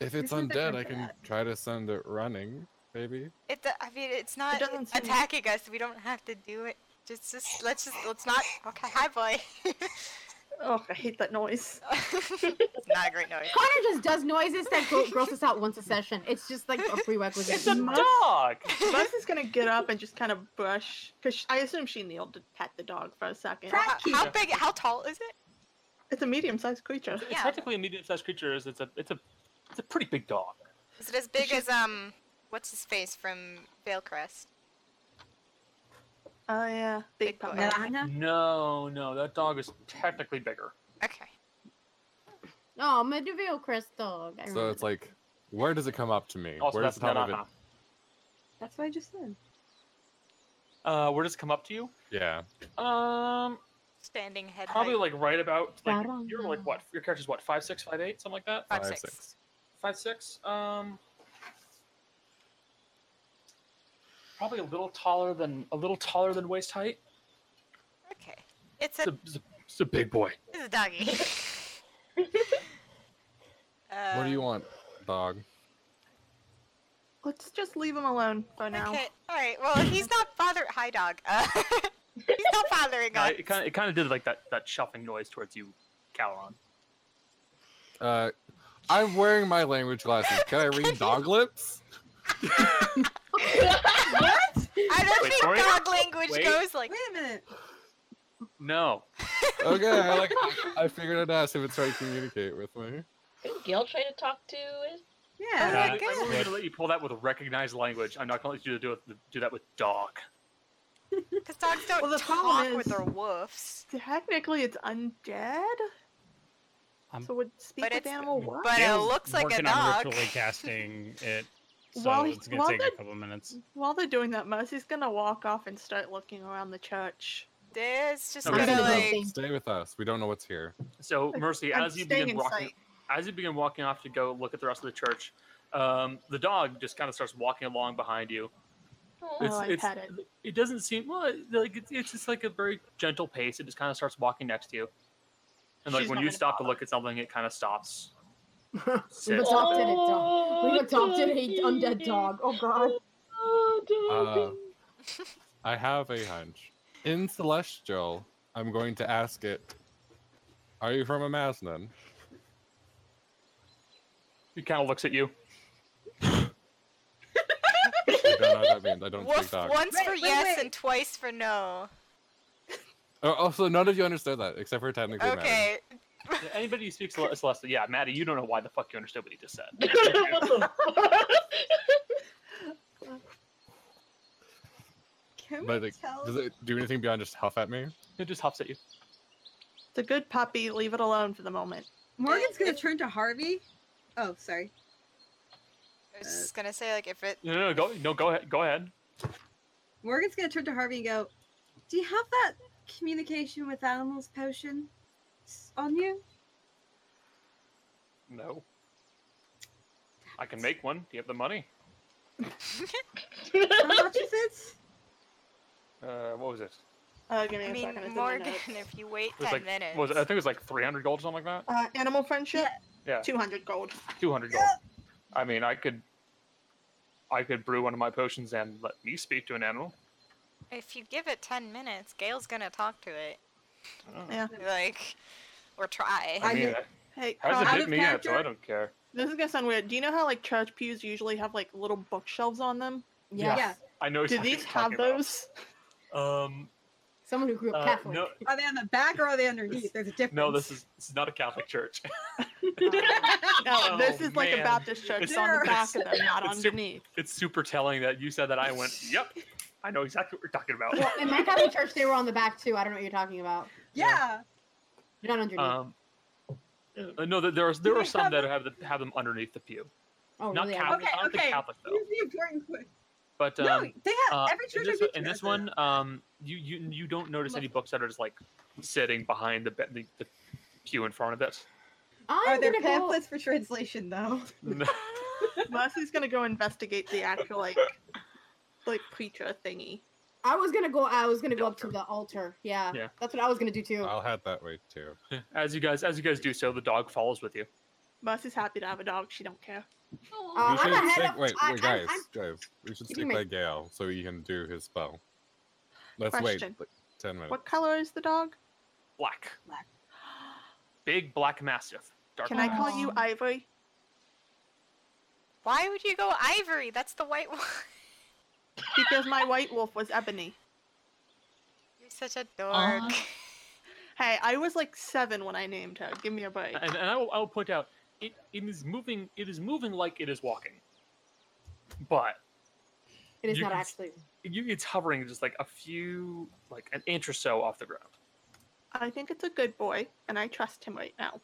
Speaker 4: if it's
Speaker 5: Isn't there
Speaker 4: undead, I can
Speaker 5: that?
Speaker 4: try to send it running, maybe.
Speaker 2: It, do- I mean, it's not
Speaker 7: doesn't seem-
Speaker 2: attacking us. We don't have to do it. Just, just let's just let's not. Okay, hi, boy.
Speaker 7: Oh, I hate that noise.
Speaker 2: it's not a great noise.
Speaker 3: Connor just does noises that gro- grosses out once a session. It's just like a prerequisite.
Speaker 7: It's a
Speaker 3: Must-
Speaker 1: Dog.
Speaker 7: Muzz is gonna get up and just kind of brush, because I assume she kneeled to pet the dog for a second.
Speaker 2: How, how big? How tall is it?
Speaker 7: It's a medium-sized creature.
Speaker 1: It's
Speaker 2: Yeah.
Speaker 1: technically a medium-sized creature. Is it's a it's a it's a pretty big dog.
Speaker 2: Is it as big as um, what's his face from Veilcrest?
Speaker 7: Oh yeah,
Speaker 2: Big
Speaker 7: big
Speaker 2: boy.
Speaker 7: puppy.
Speaker 2: Yeah,
Speaker 5: Melana?
Speaker 1: No, no, that dog is technically bigger.
Speaker 2: Okay.
Speaker 3: Oh, medieval crystal. I
Speaker 4: So
Speaker 3: remember
Speaker 4: it's
Speaker 3: that.
Speaker 4: like, where does it come up to me?
Speaker 1: Also,
Speaker 4: where does
Speaker 1: that's not
Speaker 4: top of
Speaker 1: uh,
Speaker 5: That's what I just said.
Speaker 1: uh, where does it come up to you?
Speaker 4: Yeah.
Speaker 1: Um,
Speaker 2: Standing head.
Speaker 1: probably
Speaker 2: height.
Speaker 1: like right about like
Speaker 3: Bottom
Speaker 1: you're like
Speaker 3: row.
Speaker 1: what your character's what five six five eight something like that.
Speaker 2: five
Speaker 4: five,
Speaker 2: six.
Speaker 4: six.
Speaker 1: five six. Um, probably a little taller than a little taller than waist height.
Speaker 2: Okay. It's
Speaker 1: It's
Speaker 2: a
Speaker 1: a, it's a, it's a big boy.
Speaker 2: it's a doggy. uh,
Speaker 4: what do you want, dog?
Speaker 7: Let's just leave him alone for now.
Speaker 2: Okay. All right. Well, he's not bothering. Hi, dog. Uh, he's not bothering
Speaker 1: Uh,
Speaker 2: us.
Speaker 1: it kind of it kind of did like that that shuffling noise towards you, Calron.
Speaker 4: Uh, I'm wearing my language glasses. Can I read dog lips?
Speaker 2: I don't
Speaker 1: Wait,
Speaker 2: think
Speaker 1: sorry?
Speaker 2: dog language
Speaker 1: Wait.
Speaker 2: goes like.
Speaker 5: Wait a minute.
Speaker 1: No,
Speaker 4: Okay, I like I figured I'd ask if it's trying to communicate with me.
Speaker 10: Couldn't Gail try to talk to it?
Speaker 2: Oh
Speaker 5: Yeah.
Speaker 2: my
Speaker 1: Uh, I'm only
Speaker 2: God.
Speaker 1: gonna let you pull that with recognized language. I'm not gonna let you do it, do that with dog.
Speaker 2: Because dogs don't
Speaker 7: Well, the problem
Speaker 2: talk with
Speaker 7: is-
Speaker 2: their woofs.
Speaker 7: Technically, it's undead,
Speaker 8: Um,
Speaker 7: so would speak
Speaker 2: but
Speaker 7: with
Speaker 2: it's-
Speaker 7: animal work.
Speaker 2: But it
Speaker 8: Gail's
Speaker 2: looks like a
Speaker 8: working on
Speaker 2: dog.
Speaker 8: ritually casting it, so
Speaker 7: While he-
Speaker 8: it's gonna
Speaker 7: while
Speaker 8: take
Speaker 7: that-
Speaker 8: a couple minutes.
Speaker 7: While they're doing that, Mercy's gonna walk off and start looking around the church.
Speaker 2: There's just
Speaker 1: Okay.
Speaker 2: gonna
Speaker 3: Gonna
Speaker 2: like.
Speaker 3: go.
Speaker 4: Stay with us. We don't know what's here.
Speaker 1: So Mercy,
Speaker 7: I'm
Speaker 1: as you
Speaker 7: staying
Speaker 1: begin
Speaker 7: in
Speaker 1: walking,
Speaker 7: sight.
Speaker 1: as you begin walking off to go look at the rest of the church, um, the dog just kind of starts walking along behind you.
Speaker 10: Oh.
Speaker 1: It's,
Speaker 7: I
Speaker 1: it's,
Speaker 7: pet it.
Speaker 1: it doesn't seem well. it- Like it's, it's just like a very gentle pace. It just kind of starts walking next to you, and like
Speaker 7: She's
Speaker 1: when
Speaker 7: not
Speaker 1: you
Speaker 7: gonna
Speaker 1: stop to
Speaker 7: bother.
Speaker 1: look at something, it kind of stops.
Speaker 3: We've
Speaker 1: Sits.
Speaker 3: adopted a dog. We've adopted a undead dog. Oh god.
Speaker 4: Uh, I have a hunch. In Celestial, I'm going to ask it. Are you from Amasnan?
Speaker 1: It kind of looks at you.
Speaker 4: I don't know what that means. I don't speak
Speaker 2: Woof
Speaker 4: dog.
Speaker 2: once
Speaker 5: Wait,
Speaker 2: for
Speaker 5: wait,
Speaker 2: yes
Speaker 5: wait.
Speaker 2: and twice for no.
Speaker 4: Oh, also, none of you understood that except for technically. Maddie.
Speaker 2: Okay.
Speaker 1: Yeah, Anybody who speaks Cel- Celeste, yeah, Maddie, you don't know why the fuck you understood what he just said.
Speaker 5: Can
Speaker 4: But
Speaker 5: we
Speaker 4: like,
Speaker 5: tell?
Speaker 4: does it do anything beyond just huff at me?
Speaker 1: It just huffs at you.
Speaker 7: It's a good puppy. Leave it alone for the moment.
Speaker 5: Morgan's gonna turn to Harvey. Oh, sorry.
Speaker 2: I was just gonna say like if it
Speaker 1: No, no, no, go, no, go ahead, go ahead.
Speaker 5: Morgan's gonna turn to Harvey and go, "Do you have that communication with animals potion s- on you?"
Speaker 1: No, I can make one. Do you have the money?
Speaker 5: How much is it?
Speaker 1: Uh, what was it?
Speaker 7: Uh, give me a
Speaker 2: I mean
Speaker 7: second. it's in my
Speaker 2: Morgan,
Speaker 7: notes.
Speaker 2: if you wait
Speaker 1: It was
Speaker 2: ten
Speaker 1: like,
Speaker 2: minutes.
Speaker 1: what was it? I think it was like 300 gold or something like that.
Speaker 7: Uh, animal friendship.
Speaker 1: Yeah.
Speaker 7: Two hundred gold.
Speaker 1: 200 gold. I mean, I could, I could brew one of my potions and let me speak to an animal.
Speaker 2: If you give it ten minutes, Gail's gonna talk to it.
Speaker 7: Yeah.
Speaker 2: Like or try.
Speaker 1: I
Speaker 5: I
Speaker 1: mean,
Speaker 5: mean-
Speaker 1: that-
Speaker 7: Hey,
Speaker 1: hasn't
Speaker 7: Carl,
Speaker 5: out
Speaker 1: hit
Speaker 5: of
Speaker 1: me yet, so I
Speaker 5: character-
Speaker 1: don't care.
Speaker 7: this is gonna sound weird. Do you know how like church pews usually have like little bookshelves on them?
Speaker 3: Yeah.
Speaker 5: Yeah.
Speaker 1: I know.
Speaker 7: Do
Speaker 1: exactly
Speaker 7: these
Speaker 1: what
Speaker 7: have
Speaker 1: you're talking
Speaker 7: those?
Speaker 1: about. Um,
Speaker 3: Someone who grew up
Speaker 1: uh,
Speaker 3: Catholic.
Speaker 1: no,
Speaker 5: Are they on the back or are they underneath? There's a difference.
Speaker 1: no, this is this is not a Catholic church.
Speaker 7: No,
Speaker 1: Oh,
Speaker 7: this is like
Speaker 1: man.
Speaker 7: a Baptist church. It's on
Speaker 5: There.
Speaker 7: the back of them, not
Speaker 1: It's super-
Speaker 7: underneath.
Speaker 1: it's super telling that you said that. I went, yep, I know exactly what you're talking
Speaker 3: Well,
Speaker 1: about.
Speaker 3: in my Catholic church, they were on the back too. I don't know what you're talking about.
Speaker 5: yeah.
Speaker 3: They're not underneath.
Speaker 1: Um, uh, no, there there are there are some that have the, have them underneath the pew.
Speaker 3: oh,
Speaker 1: Not
Speaker 3: really? I-
Speaker 1: Catholic.
Speaker 5: Okay,
Speaker 1: I don't
Speaker 5: okay.
Speaker 1: think Catholic though.
Speaker 5: Here's the important question.
Speaker 1: But um,
Speaker 5: No, they have
Speaker 1: uh,
Speaker 5: every
Speaker 1: in
Speaker 5: church.
Speaker 1: this,
Speaker 5: has
Speaker 1: one- in
Speaker 5: internet.
Speaker 1: this one, um, you you you don't notice any books that are just like sitting behind the be- the, the pew in front of it.
Speaker 3: I'm
Speaker 5: Are there
Speaker 3: gonna go-
Speaker 5: pamphlets for translation though?
Speaker 1: No.
Speaker 7: Mercy's gonna go investigate the actual like like preacher thingy.
Speaker 3: I was gonna go. I was gonna go up to the altar. Yeah,
Speaker 1: Yeah.
Speaker 3: that's what I was gonna do too.
Speaker 4: I'll head that way too.
Speaker 1: as you guys as you guys do so, the dog follows with you.
Speaker 7: Mercy's happy to have a dog. She don't care.
Speaker 3: Uh,
Speaker 4: we
Speaker 3: I'm
Speaker 4: should
Speaker 3: ahead
Speaker 4: stick,
Speaker 3: of-
Speaker 4: wait,
Speaker 3: I-
Speaker 4: wait,
Speaker 3: I'm-
Speaker 4: guys,
Speaker 3: I'm-
Speaker 4: guys, we should
Speaker 3: Give
Speaker 4: stick
Speaker 3: me-
Speaker 4: by Gale so he can do his spell. Let's
Speaker 7: Question.
Speaker 4: wait like, ten minutes.
Speaker 7: What color is the dog?
Speaker 1: Black,
Speaker 5: Black.
Speaker 1: big black mastiff. Dark
Speaker 7: Can I
Speaker 1: mastiff.
Speaker 7: call you Ivory?
Speaker 2: Why would you go ivory? That's the white one.
Speaker 7: Because my white wolf was ebony.
Speaker 2: You're such a dork.
Speaker 7: Uh-huh. Hey, I was like seven when I named her. Give me a break.
Speaker 1: And, and I, will, I will point out it, it is moving. It is moving like it is walking, but
Speaker 3: It is
Speaker 1: you
Speaker 3: not
Speaker 1: can-
Speaker 3: actually.
Speaker 1: you, it's hovering just like a few, like an inch or so off the ground.
Speaker 7: I think it's a good boy, and I trust him right now.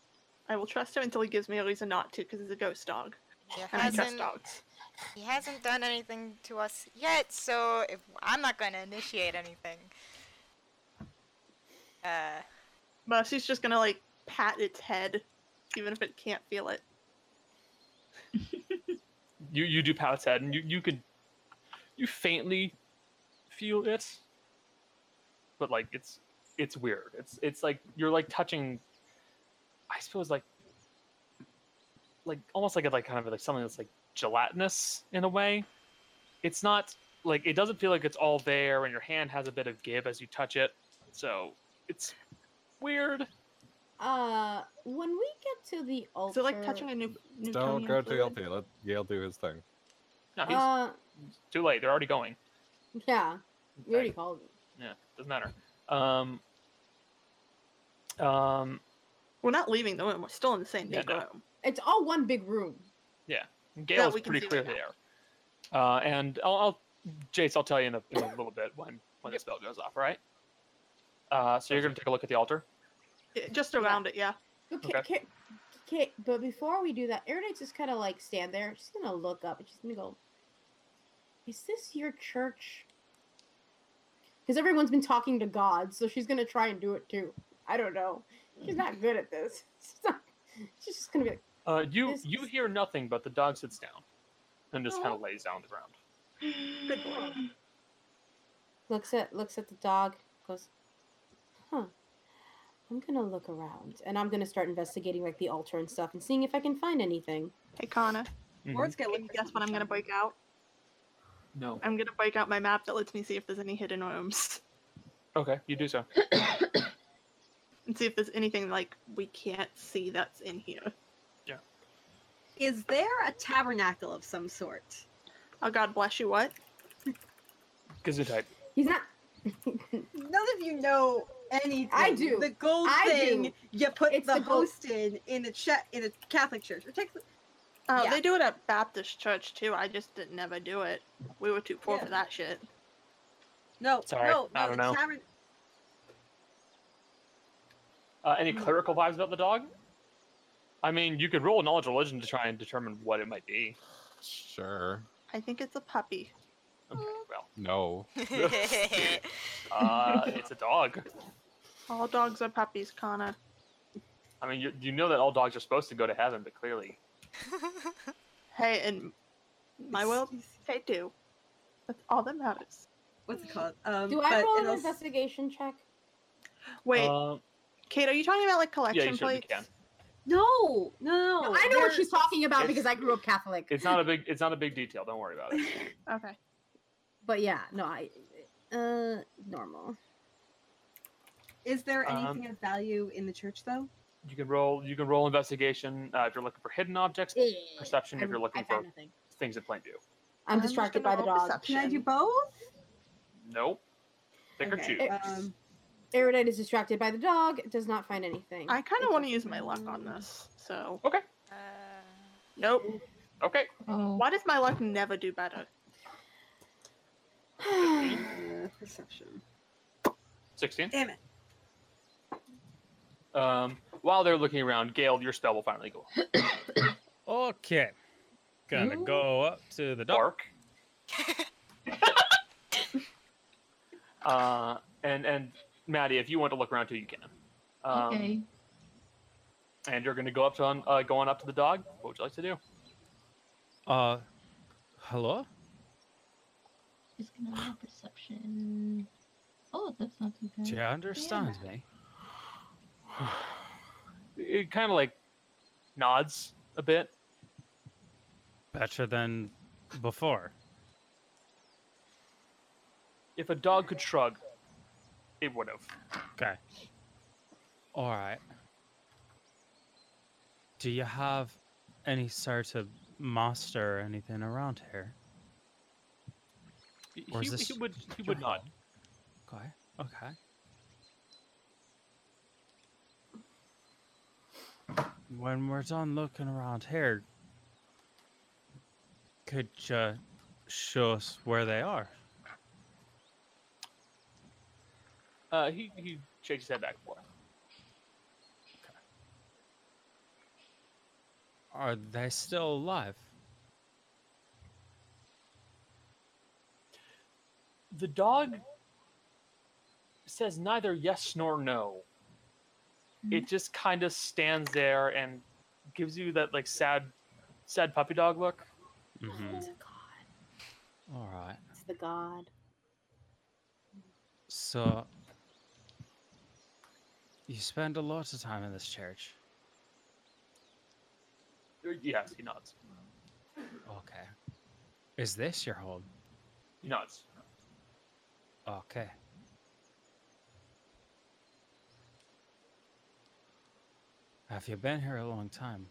Speaker 7: I will trust him until he gives me a reason not to, because he's a ghost dog,
Speaker 2: He
Speaker 7: and I trust
Speaker 2: hasn't,
Speaker 7: dogs.
Speaker 2: he hasn't done anything to us yet, so if, I'm not gonna initiate anything. Uh,
Speaker 7: Mercy's just gonna like pat its head, even if it can't feel it.
Speaker 1: You you do pat its head, and you you could you faintly feel it, but like it's it's weird. It's it's like you're like touching. I suppose like like almost like it's like kind of like something that's like gelatinous in a way. It's not like it doesn't feel like it's all there, and your hand has a bit of give as you touch it. So it's weird.
Speaker 3: Uh, when we get to the altar,
Speaker 7: Is it like touching a new?
Speaker 4: Don't go to LP. Let Gale do his thing.
Speaker 1: No, he's
Speaker 3: Uh,
Speaker 1: too late. They're already going.
Speaker 3: yeah, we already
Speaker 1: Okay.
Speaker 3: called. it.
Speaker 1: Yeah, doesn't matter. Um, um,
Speaker 7: We're not leaving the room. We're still in the same
Speaker 1: Yeah,
Speaker 7: big
Speaker 1: no.
Speaker 7: room.
Speaker 3: It's all one big room.
Speaker 1: Gail's
Speaker 7: we can
Speaker 1: pretty
Speaker 7: see
Speaker 1: clear
Speaker 7: right
Speaker 1: there. Uh, and I'll, I'll, Jace, I'll tell you in a, in a little bit when when the spell goes off. All right. Uh, so you're gonna take a look at the altar.
Speaker 7: I- Just around it, yeah.
Speaker 3: Okay. okay. but before we do that, Erudite's just kind of like stand there. She's gonna look up and she's gonna go, "Is this your church?" Because everyone's been talking to God, so she's gonna try and do it too. I don't know. She's not good at this. She's, not, she's just gonna be like,
Speaker 1: Uh, you
Speaker 3: This
Speaker 1: you
Speaker 3: is-
Speaker 1: hear nothing, but the dog sits down and
Speaker 7: Oh.
Speaker 1: just kind of lays down on the ground.
Speaker 7: Good boy.
Speaker 3: looks at looks at the dog, goes, "Huh." I'm gonna look around, and I'm gonna start investigating like the altar and stuff, and seeing if I can find anything.
Speaker 7: Hey, Connor.
Speaker 5: Or it's gonna
Speaker 7: Can
Speaker 5: look
Speaker 7: you
Speaker 5: for
Speaker 7: guess what I'm gonna
Speaker 5: something.
Speaker 7: break out?
Speaker 1: No.
Speaker 7: I'm gonna break out my map that lets me see if there's any hidden rooms
Speaker 1: Okay, you do so.
Speaker 7: and see if there's anything like we can't see that's in here.
Speaker 5: Is there a tabernacle of some sort?
Speaker 7: Oh God bless you. What?
Speaker 1: Gazutype.
Speaker 3: He's not.
Speaker 5: None of you know anything.
Speaker 3: do.
Speaker 5: The gold
Speaker 3: I
Speaker 5: thing
Speaker 3: do.
Speaker 5: you put
Speaker 3: It's
Speaker 5: the,
Speaker 3: the gold-
Speaker 5: host in in a cha- in a Catholic church. Or technically,
Speaker 7: Oh,
Speaker 5: Yeah.
Speaker 7: they do it at Baptist church too. I just didn't never do it. We were too poor
Speaker 5: Yeah.
Speaker 7: for that shit.
Speaker 5: no,
Speaker 1: Sorry,
Speaker 5: no,
Speaker 1: I
Speaker 5: no,
Speaker 1: don't
Speaker 5: the
Speaker 1: know.
Speaker 5: tavern-
Speaker 1: Uh, any clerical vibes about the dog? I mean, you could roll a knowledge religion to try and determine what it might be.
Speaker 4: Sure.
Speaker 7: I think it's a puppy.
Speaker 1: Okay, well,
Speaker 4: No.
Speaker 1: uh, it's a dog.
Speaker 7: All dogs are puppies, Connor.
Speaker 1: I mean, you, you know that all dogs are supposed to go to heaven, but clearly,
Speaker 7: Hey, in my world, they do. That's all that matters.
Speaker 5: What's it called? Um,
Speaker 3: Do I
Speaker 5: but
Speaker 3: roll an
Speaker 5: it'll s-
Speaker 3: investigation check?
Speaker 7: Wait,
Speaker 1: Uh,
Speaker 7: Kate, are you talking about like
Speaker 1: yeah,
Speaker 7: collection
Speaker 1: you certainly
Speaker 7: plates?
Speaker 1: can.
Speaker 5: No, no, no.
Speaker 3: I know what
Speaker 5: they're-
Speaker 3: she's talking about
Speaker 1: it's-
Speaker 3: because I grew up Catholic.
Speaker 1: It's not a big. It's not a big detail. Don't worry about it.
Speaker 7: Okay.
Speaker 3: But yeah, no, I uh normal.
Speaker 5: Is there
Speaker 1: Um,
Speaker 5: anything of value in the church though?
Speaker 1: You can roll. You can roll investigation uh, if you're looking for hidden objects,
Speaker 3: Eh,
Speaker 1: Perception if
Speaker 3: I'm-
Speaker 1: you're looking
Speaker 3: I found
Speaker 1: for-
Speaker 3: nothing.
Speaker 1: things that plain do.
Speaker 3: I'm
Speaker 7: just
Speaker 3: distracted by
Speaker 7: gonna
Speaker 3: the
Speaker 7: roll
Speaker 3: dog.
Speaker 5: Can I do
Speaker 7: perception.
Speaker 5: both?
Speaker 1: Nope. Pick or choose.
Speaker 5: Okay, um,
Speaker 3: Aerodite is distracted by the dog, does not find anything.
Speaker 7: I kind
Speaker 3: It's
Speaker 7: of want
Speaker 3: a-
Speaker 7: to use my luck on this. So
Speaker 2: Uh,
Speaker 7: nope.
Speaker 1: Okay.
Speaker 10: Oh.
Speaker 7: Why does my luck never do better?
Speaker 5: uh, perception.
Speaker 1: Sixteen.
Speaker 5: Damn it.
Speaker 1: Um, while they're looking around, Gail, your spell will finally go. off.
Speaker 8: Okay. Gonna
Speaker 10: Ooh.
Speaker 8: go up to the dog.
Speaker 1: Bark. uh, and and Maddie, if you want to look around too, you can. Um,
Speaker 10: okay.
Speaker 1: And you're going to go up to on, uh, go on up to the dog. What would you like to do?
Speaker 8: Uh, hello?
Speaker 10: Just gonna roll perception. Oh, that's not too bad.
Speaker 8: She understands me.
Speaker 1: It kind of like nods a bit.
Speaker 8: Better than before.
Speaker 1: If a dog could shrug, it would have.
Speaker 8: Okay. All right. Do you have any sort of master or anything around here?
Speaker 1: He,
Speaker 8: Or is
Speaker 1: he
Speaker 8: this
Speaker 1: would. He would nod.
Speaker 8: Okay. Okay. When we're done looking around here, could you show us where they are?
Speaker 1: Uh, he he shakes his head back and forth.
Speaker 8: Are they still alive?
Speaker 1: The dog says neither yes nor no. It just kind of stands there and gives you that like sad, sad puppy dog look.
Speaker 8: Mm-hmm.
Speaker 3: It's a god.
Speaker 8: All right.
Speaker 3: It's the god.
Speaker 8: So, you spend a lot of time in this church.
Speaker 1: Er, Yes, he nods.
Speaker 8: Okay. Is this your home?
Speaker 1: He nods.
Speaker 8: Okay. Have you been here a long time?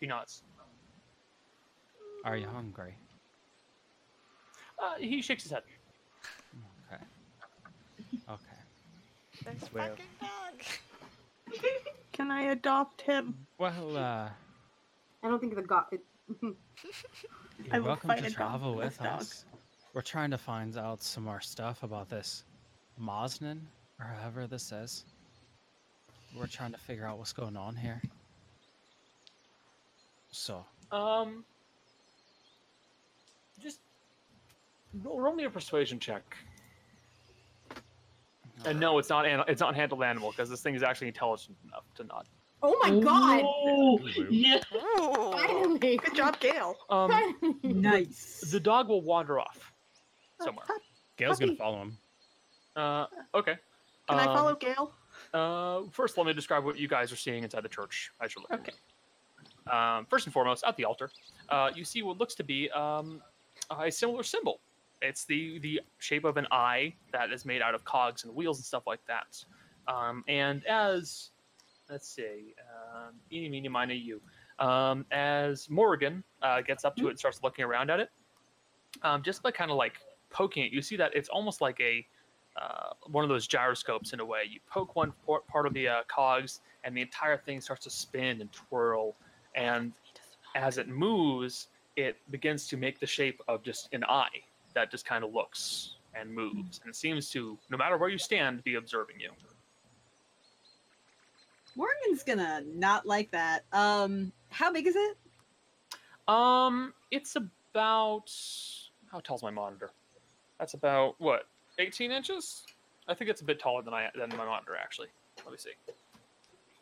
Speaker 1: He nods.
Speaker 8: Are you hungry?
Speaker 1: Uh, he shakes his head.
Speaker 8: Okay. Okay.
Speaker 2: there's
Speaker 8: Well.
Speaker 2: fucking dog.
Speaker 7: Can I adopt him?
Speaker 8: Well, uh,
Speaker 3: I don't think the god it,
Speaker 7: I
Speaker 8: you're
Speaker 7: will
Speaker 8: welcome
Speaker 7: fight
Speaker 8: to
Speaker 7: a dog
Speaker 8: travel
Speaker 7: for this
Speaker 8: with
Speaker 7: dog.
Speaker 8: us. We're trying to find out some more stuff about this Mosnan, or however this is. We're trying to figure out what's going on here. So,
Speaker 1: Um, just roll, roll me a persuasion check. And no, it's not. An, it's not handled animal because this thing is actually intelligent enough to not.
Speaker 3: Oh my god!
Speaker 10: Yeah.
Speaker 2: Ooh.
Speaker 3: Finally!
Speaker 7: Good job, Gail.
Speaker 1: Um,
Speaker 3: Finally.
Speaker 5: Nice.
Speaker 1: the dog will wander off somewhere.
Speaker 8: Gail's gonna
Speaker 3: Puppy.
Speaker 8: follow him.
Speaker 1: Uh, okay.
Speaker 7: Can I
Speaker 1: Um,
Speaker 7: follow Gail?
Speaker 1: Uh, first, let me describe what you guys are seeing inside the church as you're looking. Okay. Um, first and foremost, at the altar, uh, you see what looks to be um, a similar symbol. It's the the shape of an eye that is made out of cogs and wheels and stuff like that. Um, and as let's see, um, eeny, meeny, miny, you. Um, as Morgan uh, gets up to it and starts looking around at it, um, just by kind of like poking it, you see that it's almost like a uh, one of those gyroscopes in a way. You poke one por- part of the uh, cogs, and the entire thing starts to spin and twirl. And as it moves, it begins to make the shape of just an eye that just kind of looks and moves. And it seems to, no matter where you stand, be observing you.
Speaker 5: Morgan's gonna not like that. Um, how big is it?
Speaker 1: Um, it's about how tall's my monitor? That's about what 18 inches. I think it's a bit taller than I than my monitor actually. Let me see.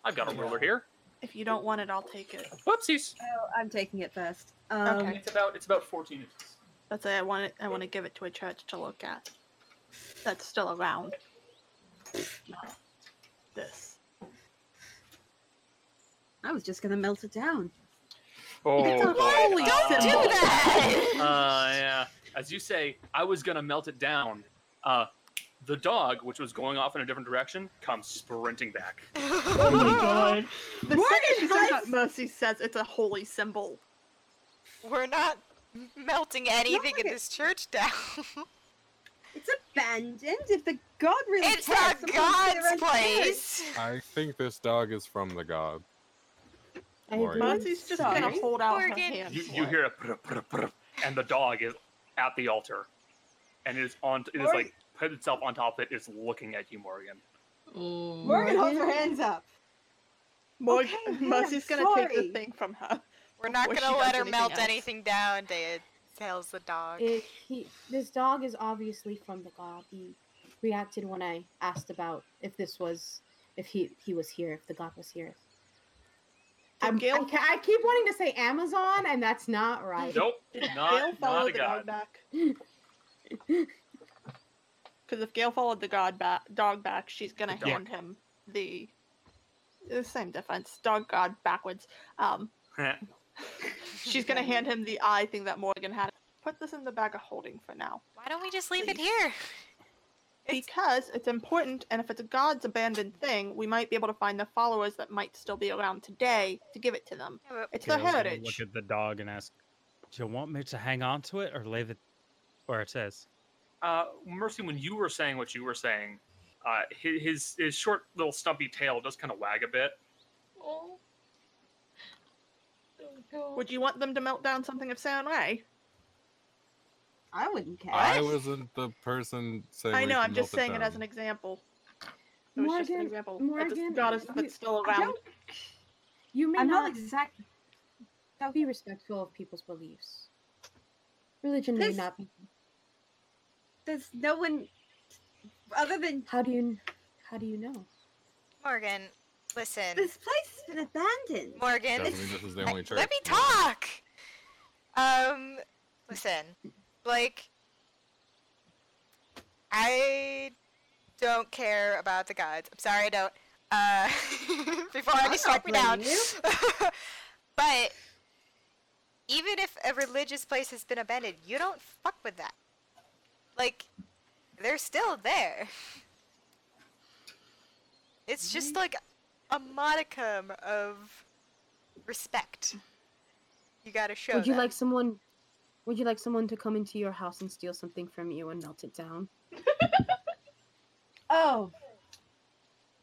Speaker 1: I've got a ruler here.
Speaker 7: If you don't want it, I'll take it.
Speaker 1: Whoopsies.
Speaker 5: Oh, I'm taking it first. Um,
Speaker 7: Okay.
Speaker 1: It's about it's about 14 inches.
Speaker 7: That's it. I want it. I want to give it to a church to look at. That's still around. Not this.
Speaker 5: I was just gonna melt it down.
Speaker 1: Oh, boy.
Speaker 7: holy
Speaker 1: Uh,
Speaker 7: symbol.
Speaker 2: Do that!
Speaker 1: Uh, yeah. As you say, I was gonna melt it down. Uh, the dog, which was going off in a different direction, comes sprinting back.
Speaker 7: Oh my god! The
Speaker 5: Morgan
Speaker 7: second she says
Speaker 5: has-
Speaker 7: that, Mercy says it's a holy symbol.
Speaker 2: We're not melting anything in
Speaker 5: Morgan.
Speaker 2: this church down.
Speaker 5: It's abandoned. If the god really
Speaker 2: it's
Speaker 5: cares,
Speaker 2: not
Speaker 5: someone should sit
Speaker 2: God's
Speaker 5: around and do it.
Speaker 2: place.
Speaker 4: I think this dog is from the god.
Speaker 3: I
Speaker 4: Lori.
Speaker 3: agree.
Speaker 7: Mercy's just gonna
Speaker 5: Sorry.
Speaker 7: hold out her
Speaker 2: Morgan.
Speaker 7: hand.
Speaker 1: You,
Speaker 7: for
Speaker 1: you
Speaker 7: it.
Speaker 1: hear a prr, prr, prr, and the dog is at the altar, and it is on. It is
Speaker 5: Morgan.
Speaker 1: like put itself on top of it. It's looking at you, Morgan.
Speaker 10: Oh.
Speaker 5: Morgan holds her hands up.
Speaker 7: Morgan,
Speaker 5: Okay, man,
Speaker 7: Mercy's
Speaker 5: I'm
Speaker 7: gonna take
Speaker 5: sorry.
Speaker 7: the thing from her.
Speaker 2: We're not
Speaker 7: Before
Speaker 2: gonna
Speaker 7: she
Speaker 2: let
Speaker 7: does
Speaker 2: her melt
Speaker 7: anything else.
Speaker 2: anything down, Dad tells the dog.
Speaker 3: If he, this dog is obviously from the god. He reacted when I asked about if this was, if he he was here, if the god was here. I'm, I,
Speaker 7: Gail-
Speaker 3: ca- I keep wanting to say Amazon, and that's not right.
Speaker 1: Nope,
Speaker 7: Gail
Speaker 1: not, not
Speaker 7: followed
Speaker 1: a
Speaker 7: the
Speaker 1: god.
Speaker 7: dog back. Because if Gail followed the god back, dog back, she's gonna
Speaker 1: The dog.
Speaker 7: hand him the the same difference. Dog god backwards. Um, she's gonna hand him the eye thing that Morgan had. Put this in the bag of holding for now
Speaker 2: Why don't we just leave it
Speaker 7: Please.
Speaker 2: here? It's-
Speaker 7: because it's important, and if it's a god's abandoned thing, we might be able to find the followers that might still be around today to give it to them.
Speaker 2: Yeah, but-
Speaker 7: It's
Speaker 8: Gail's
Speaker 7: their
Speaker 8: gonna
Speaker 7: heritage.
Speaker 8: Look at the dog and ask, "Do you want me to hang on to it or leave it where it is?"
Speaker 1: Uh, Mercy, when you were saying what you were saying, uh, his, his his short little stumpy tail does kind of wag a bit.
Speaker 10: Oh. Don't go.
Speaker 7: Would you want them to melt down something of San Ray?
Speaker 5: I wouldn't care.
Speaker 4: I wasn't the person saying.
Speaker 7: I
Speaker 4: we
Speaker 7: know.
Speaker 4: should
Speaker 7: I'm just
Speaker 4: melt
Speaker 7: saying it as
Speaker 4: down.
Speaker 7: an example. It was just an
Speaker 3: Morgan-
Speaker 7: example. it's a
Speaker 3: Morgan,
Speaker 7: goddess
Speaker 3: you-
Speaker 7: that's still
Speaker 5: I
Speaker 7: around.
Speaker 5: don't-
Speaker 3: You may
Speaker 5: I'm
Speaker 3: not
Speaker 5: not exactly.
Speaker 3: be respectful of people's beliefs. Religion
Speaker 5: This-
Speaker 3: may not be.
Speaker 5: There's no one other than
Speaker 3: How do you? How do you know?
Speaker 2: Morgan, listen.
Speaker 5: this place has been abandoned.
Speaker 2: Morgan,
Speaker 4: Doesn't mean this is the
Speaker 2: I-
Speaker 4: only church.
Speaker 2: let me talk. Um, listen, like, I don't care about the gods. I'm sorry, I don't. Uh, before
Speaker 5: I'm
Speaker 2: I
Speaker 5: not
Speaker 2: struck me down.
Speaker 5: blaming you.
Speaker 2: but even if a religious place has been abandoned, you don't fuck with that. Like, they're still there. It's just like a modicum of respect. You gotta show.
Speaker 3: would you
Speaker 2: that.
Speaker 3: like someone? Would you like someone to come into your house and steal something from you and melt it down?
Speaker 5: Oh.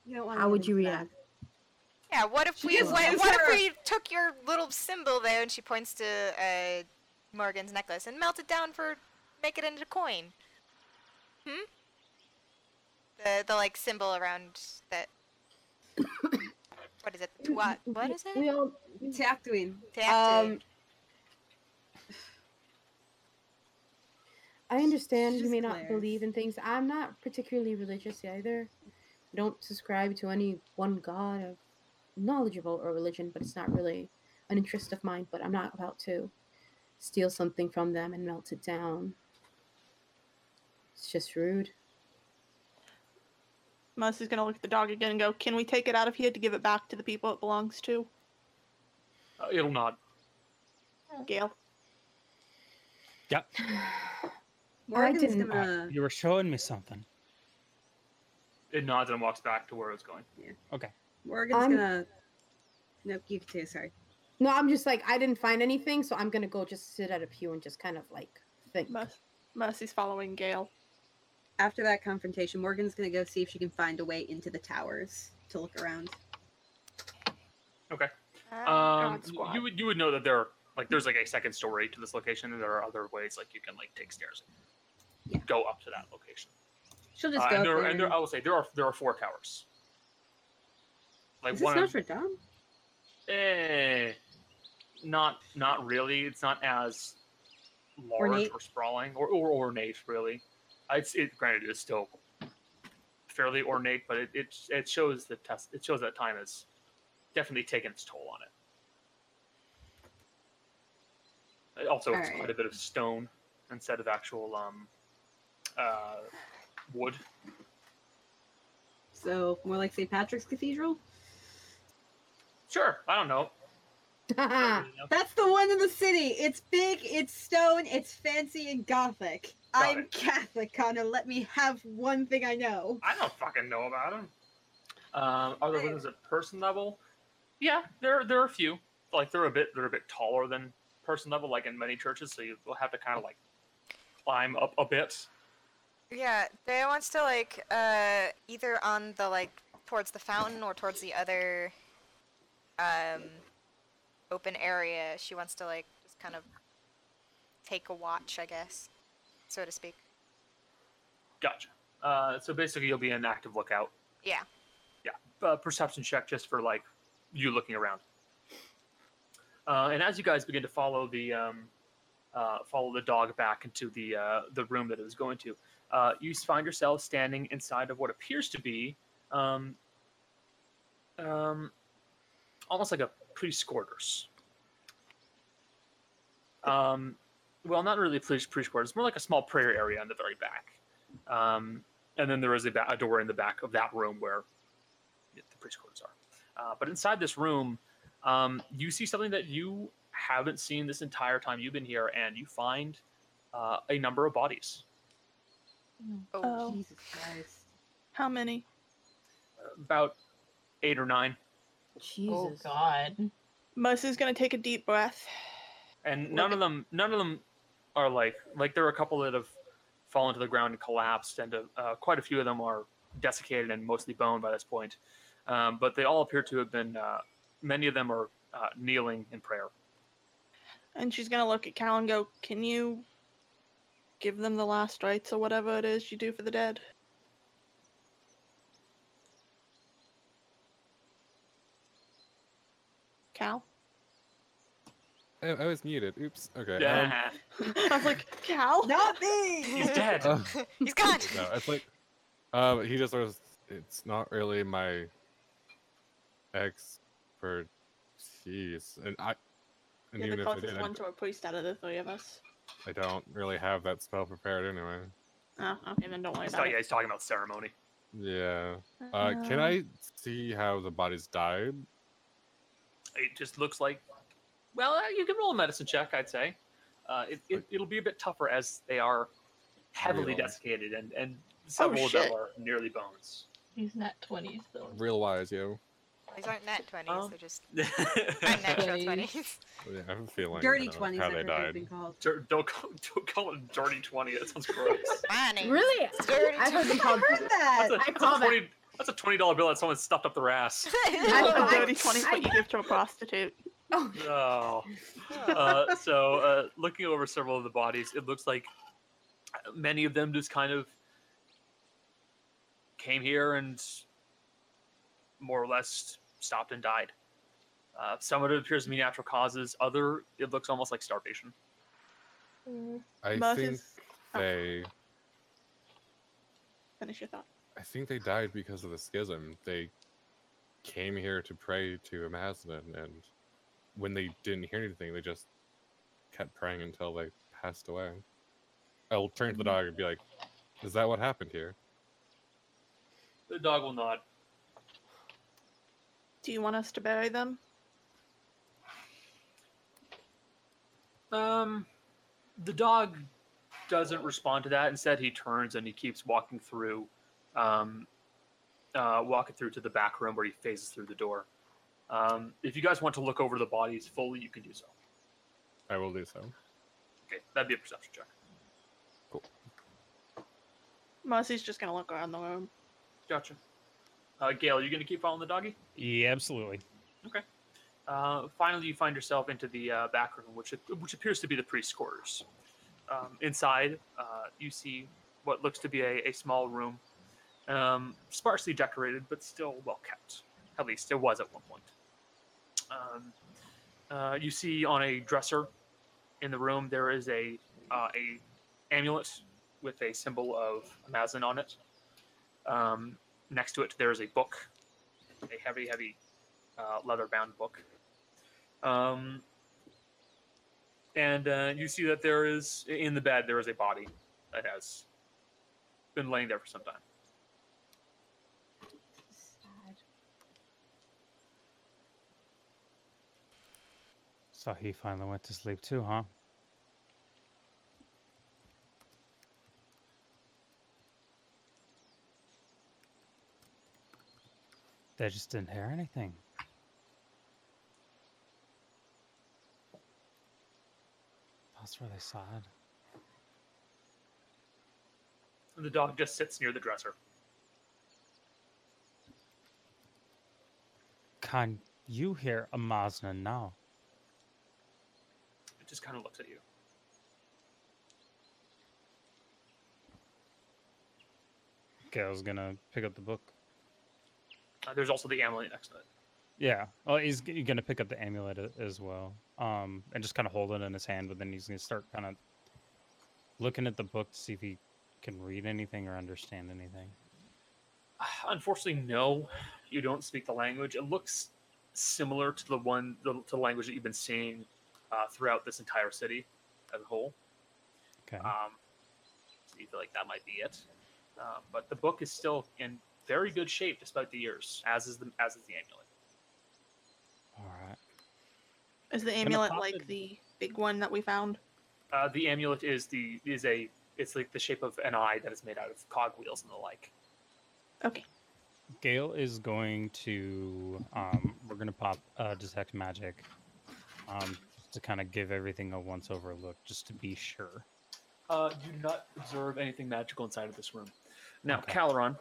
Speaker 5: You don't want
Speaker 3: How would you react?
Speaker 2: Yeah, what if
Speaker 5: She
Speaker 2: we
Speaker 5: just
Speaker 2: what,
Speaker 5: gives
Speaker 2: what if
Speaker 5: her-
Speaker 2: we took your little symbol there and she points to uh, Morgan's necklace and melt it down for make it into coin? Hmm? The the like symbol around that what is it? What what is
Speaker 3: We
Speaker 2: it?
Speaker 3: all.
Speaker 5: Tactween. Um,
Speaker 2: Tactic.
Speaker 3: I understand you
Speaker 5: just
Speaker 3: may not
Speaker 5: glares.
Speaker 3: believe in things. I'm not particularly religious either. I don't subscribe to any one god of knowledgeable or religion, but it's not really an interest of mine. But I'm not about to steal something from them and melt it down. It's just rude.
Speaker 7: Mercy's gonna look at the dog again and go, "Can we take it out of here to give it back to the people it belongs to?"
Speaker 1: Uh, it'll nod.
Speaker 7: Gail.
Speaker 5: Morgan's
Speaker 3: didn't-
Speaker 7: Uh.
Speaker 5: gonna.
Speaker 8: You were showing me something.
Speaker 1: It nods and walks back to where it was going.
Speaker 5: Morgan's
Speaker 3: I'm-
Speaker 5: gonna. Nope, you too. Sorry.
Speaker 3: No, I'm just like I didn't find anything, so I'm gonna go just sit at a pew and just kind of like think.
Speaker 7: Mer- Mercy's following Gail.
Speaker 5: after that confrontation, Morgan's gonna go see if she can find a way into the towers to look around.
Speaker 1: Okay.
Speaker 2: Uh,
Speaker 1: Um,
Speaker 7: God,
Speaker 1: you-
Speaker 7: squad.
Speaker 1: you would you would know that there are, like there's like a second story to this location, and there are other ways like you can like take stairs, and
Speaker 5: Yeah.
Speaker 1: go up to that location.
Speaker 5: She'll just
Speaker 1: Uh,
Speaker 5: go.
Speaker 1: and
Speaker 5: up
Speaker 1: there,
Speaker 5: there
Speaker 1: and there,
Speaker 5: and-
Speaker 1: I will say there are there are four towers. Like
Speaker 5: Is this
Speaker 1: one, of-
Speaker 5: Notre
Speaker 1: eh,
Speaker 5: Dame?
Speaker 1: not not really. It's not as large
Speaker 5: Ornate?
Speaker 1: or sprawling or, or ornate really. Uh, It's it granted it's still fairly ornate, but it it, it shows the test. It shows that time has definitely taken its toll on it. it also, it's
Speaker 5: Alright.
Speaker 1: quite a bit of stone instead of actual um uh wood.
Speaker 5: So more like St. Patrick's Cathedral.
Speaker 1: Sure, I don't know.
Speaker 3: Haha.
Speaker 1: You know?
Speaker 5: That's the one in the city. It's big, it's stone, it's fancy and gothic.
Speaker 1: Got
Speaker 5: I'm
Speaker 1: it.
Speaker 5: Catholic, Connor. Let me have one thing I know.
Speaker 1: I don't fucking know about them. Um, are there windows at person level? Yeah, there there are a few. Like they're a bit they're a bit taller than person level, like in many churches. So you will have to kind of like climb up a bit.
Speaker 2: yeah, Dea wants to like uh either on the like towards the fountain or towards the other um open area. She wants to like just kind of take a watch, I guess, so to speak.
Speaker 1: Gotcha. Uh, so basically, you'll be an active lookout.
Speaker 2: Yeah.
Speaker 1: uh, perception check just for like you looking around. Uh, and as you guys begin to follow the um, uh, follow the dog back into the uh, the room that it was going to, uh, you find yourself standing inside of what appears to be um, um, almost like a priest's quarters. Um, well, not really priest priest quarters, more like a small prayer area in the very back. Um, and then there is a, ba- a door in the back of that room where yeah, the priest quarters are. Uh, but inside this room, um, you see something that you haven't seen this entire time you've been here, and you find uh, a number of bodies.
Speaker 2: Oh,
Speaker 7: Oh.
Speaker 5: Jesus Christ.
Speaker 7: How many?
Speaker 1: About eight or nine.
Speaker 3: Jesus.
Speaker 10: Oh god.
Speaker 7: Mercy's gonna take a deep breath.
Speaker 1: and none of them none of them are like like there are a couple that have fallen to the ground and collapsed and uh, uh, quite a few of them are desiccated and mostly bone by this point um, but they all appear to have been uh, many of them are uh, kneeling in prayer
Speaker 7: And she's gonna look at Cal and go, Can you give them the last rites or whatever it is you do for the dead? Cal?
Speaker 4: I, I was Oh, muted. Oops. Okay. um,
Speaker 1: yeah
Speaker 7: I was like, Cal?
Speaker 5: Not me!
Speaker 1: he's dead
Speaker 4: uh,
Speaker 2: he's gone.
Speaker 4: no, it's like, um, he just was. It's not really my expertise, and I, and
Speaker 7: You're
Speaker 4: even
Speaker 7: the
Speaker 4: if I
Speaker 7: closest
Speaker 4: did,
Speaker 7: one
Speaker 4: I,
Speaker 7: to a priest out of the three of us.
Speaker 4: I don't really have that spell prepared anyway.
Speaker 7: Oh, okay, then don't worry
Speaker 1: he's,
Speaker 7: about
Speaker 1: talking- yeah,
Speaker 7: it.
Speaker 1: he's talking about ceremony
Speaker 4: Yeah. Uh, can I see how the bodies died?
Speaker 1: it just looks like well uh, you can roll a medicine check i'd say uh, it, it, it'll be a bit tougher as they are heavily
Speaker 4: Really?
Speaker 1: desiccated and, and several of
Speaker 7: shit.
Speaker 1: them are nearly bones
Speaker 10: He's not twenties though.
Speaker 4: Real wise, yo.
Speaker 2: These aren't net twenties.
Speaker 1: Um,
Speaker 3: Oh.
Speaker 2: They're just unnatural twenties.
Speaker 4: Yeah, I have a feeling.
Speaker 5: Dirty
Speaker 4: I don't know
Speaker 5: 20s,
Speaker 4: How
Speaker 5: I've
Speaker 4: they
Speaker 5: heard
Speaker 4: died.
Speaker 5: they've been called.
Speaker 1: Dirt, don't, call, don't call it dirty 20. That sounds gross.
Speaker 2: Money.
Speaker 3: Really?
Speaker 2: Dirty
Speaker 3: I've heard them
Speaker 5: I
Speaker 3: called.
Speaker 5: heard that!
Speaker 1: That's a,
Speaker 3: I
Speaker 1: that's,
Speaker 3: call
Speaker 1: a
Speaker 3: that-
Speaker 1: 20, that's a $20 bill that someone stuffed up their ass.
Speaker 3: I-
Speaker 7: A dirty 20 is what you give to a prostitute.
Speaker 3: Oh,
Speaker 1: No. Uh, so, uh, looking over several of the bodies, it looks like uh, many of them just kind of came here and more or less stopped and died. Uh, some of it appears to be natural causes. Other, it looks almost like starvation.
Speaker 4: I think
Speaker 7: Moses, oh.
Speaker 4: they.
Speaker 7: finish your thought.
Speaker 4: I think they died because of the schism. They came here to pray to Amazon, and when they didn't hear anything, they just kept praying until they passed away. I'll turn to
Speaker 7: Mm-hmm.
Speaker 4: the dog and be like, "Is that what happened here?"
Speaker 1: The dog will nod.
Speaker 7: Do you want us to bury them?
Speaker 1: Um, the dog doesn't respond to that. Instead, he turns and he keeps walking through, um, uh, walking through to the back room where he phases through the door. Um, if you guys want to look over the bodies fully, you can do so.
Speaker 4: I will do so.
Speaker 1: Okay, that'd be a perception check.
Speaker 7: Marcy's just gonna look around the room.
Speaker 1: Gotcha. Uh, Gail, you going to keep following the doggy?
Speaker 6: Yeah, absolutely.
Speaker 1: Uh, finally, you find yourself into the uh, back room, which which appears to be the priest's quarters. Um, inside, uh, you see what looks to be a, a small room, um, sparsely decorated but still well kept. At least it was at one point. Um, uh, you see on a dresser in the room there is a uh, a amulet with a symbol of Amazon on it. Um, next to it there is a book, a heavy, heavy uh, leather-bound book. Um, and uh, you see that there is in the bed there is a body that has been laying there for some time.
Speaker 5: Sad.
Speaker 8: So he finally went to sleep too, huh? They just didn't hear anything. That's really sad.
Speaker 1: And the dog just sits near the dresser.
Speaker 8: Can you hear a Mazna now?
Speaker 1: It just kind of looks at you.
Speaker 8: Gail's gonna pick up the book.
Speaker 1: Uh, there's also the amulet next to it.
Speaker 8: Yeah. Well, he's g- gonna pick up the amulet a- as well, um, and just kind of hold it in his hand. But then he's gonna start kind of looking at the book to see if he can read anything or understand anything.
Speaker 1: Unfortunately, no, you don't speak the language. It looks similar to the one the, to the language that you've been seeing uh, throughout this entire city as a whole.
Speaker 8: Okay.
Speaker 1: Um, so you feel like that might be it. Uh, but the book is still in very good shape despite the years, as is the as is the amulet.
Speaker 8: All right.
Speaker 7: Is the
Speaker 1: gonna
Speaker 7: amulet
Speaker 1: pop
Speaker 7: like
Speaker 1: in.
Speaker 7: the big one that we found?
Speaker 1: Uh, the amulet is the is a it's like the shape of an eye that is made out of cogwheels and the like.
Speaker 7: Okay.
Speaker 8: Gail is going to. Um, we're gonna pop uh, detect magic, um, to kind of give everything a once over look, just to be sure.
Speaker 1: Uh, you do not observe anything magical inside of this room. Now,
Speaker 8: Okay.
Speaker 1: Caloron,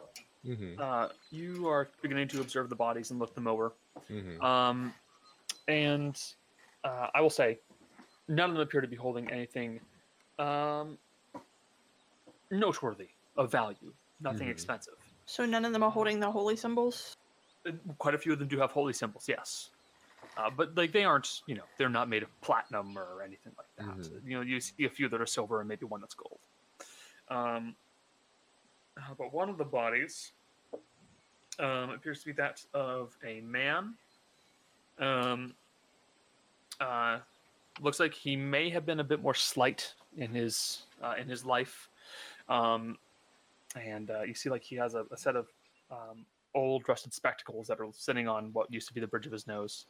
Speaker 4: Mm-hmm.
Speaker 1: uh, you are beginning to observe the bodies and look them over.
Speaker 4: Mm-hmm.
Speaker 1: Um, and uh, I will say, none of them appear to be holding anything um, noteworthy of value, nothing
Speaker 4: Mhm.
Speaker 1: expensive.
Speaker 7: So none of them are holding their holy symbols.
Speaker 1: Uh, Quite a few of them do have holy symbols, yes. Uh, but like they aren't, you know, they're not made of platinum or anything like that.
Speaker 4: Mhm.
Speaker 1: You know, you see a few that are silver and maybe one that's gold. Um, uh, but one of the bodies um, appears to be that of a man. Um, uh, looks like he may have been a bit more slight in his uh, in his life, um, and uh, you see like he has a, a set of um, old rusted spectacles that are sitting on what used to be the bridge of his nose,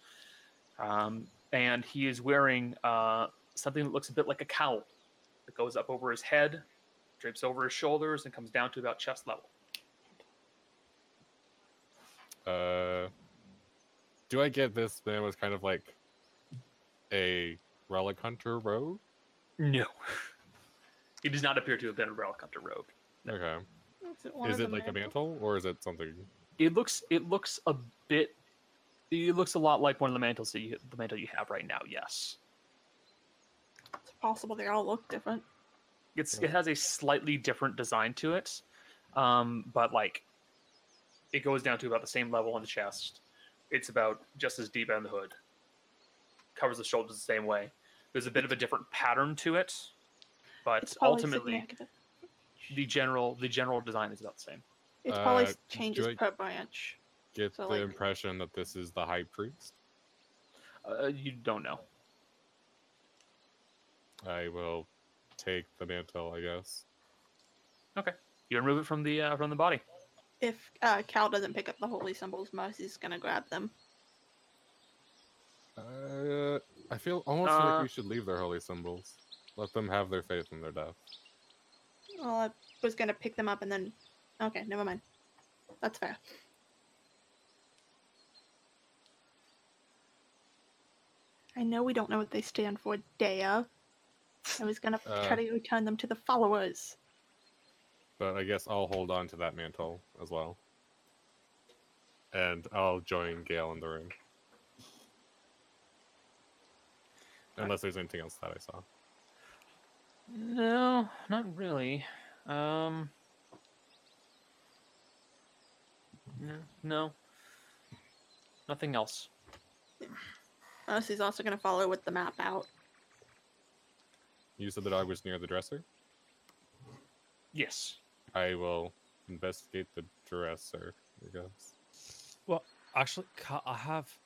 Speaker 1: um, and he is wearing uh, something that looks a bit like a cowl that goes up over his head, drapes over his shoulders, and comes down to about chest level.
Speaker 4: Uh, do I get this? Man was kind of like a relic hunter rogue.
Speaker 1: No, he does not appear to have been a relic hunter rogue.
Speaker 4: Okay.
Speaker 7: Is it, one
Speaker 4: is
Speaker 7: of
Speaker 4: it
Speaker 7: the
Speaker 4: like a
Speaker 7: mantle?
Speaker 4: mantle or is it something?
Speaker 1: It looks it looks a bit. It looks a lot like one of the mantles that you the mantle you have right now. Yes,
Speaker 7: It's possible they all look different.
Speaker 1: it's it has a slightly different design to it, um, but like it goes down to about the same level on the chest. It's about just as deep on the hood. Covers the shoulders the same way. There's a bit of a different pattern to it, but
Speaker 7: It's probably
Speaker 1: ultimately
Speaker 7: significant.
Speaker 1: the general the general design is about the same.
Speaker 7: It probably
Speaker 4: Uh,
Speaker 7: s- changes
Speaker 4: I-
Speaker 7: per branch.
Speaker 4: Get
Speaker 7: So,
Speaker 4: the
Speaker 7: like-
Speaker 4: impression that this is the high priest.
Speaker 1: Uh, you don't know.
Speaker 4: I will take the mantle, I guess.
Speaker 1: You remove it from the uh, from the body.
Speaker 7: If uh, Cal doesn't pick up the holy symbols, Marcy's gonna grab them.
Speaker 4: Uh, I feel almost feel
Speaker 1: Uh,
Speaker 4: like we should leave their holy symbols. Let them have their faith in their death.
Speaker 7: Well, I was gonna pick them up and then. Okay, never mind. That's fair. I know we don't know what they stand for, Dea. I was gonna
Speaker 4: Uh.
Speaker 7: try to return them to the followers.
Speaker 4: but I guess I'll hold on to that mantle as well. And I'll join Gale in the room. Unless there's anything else that I saw.
Speaker 1: No, not really. Um, no, no, nothing else.
Speaker 7: Honestly, he's also gonna follow with the map out.
Speaker 4: You said the dog was near the dresser?
Speaker 1: Yes.
Speaker 4: I will investigate the dresser, I guess.
Speaker 8: Well, actually, Ca- I have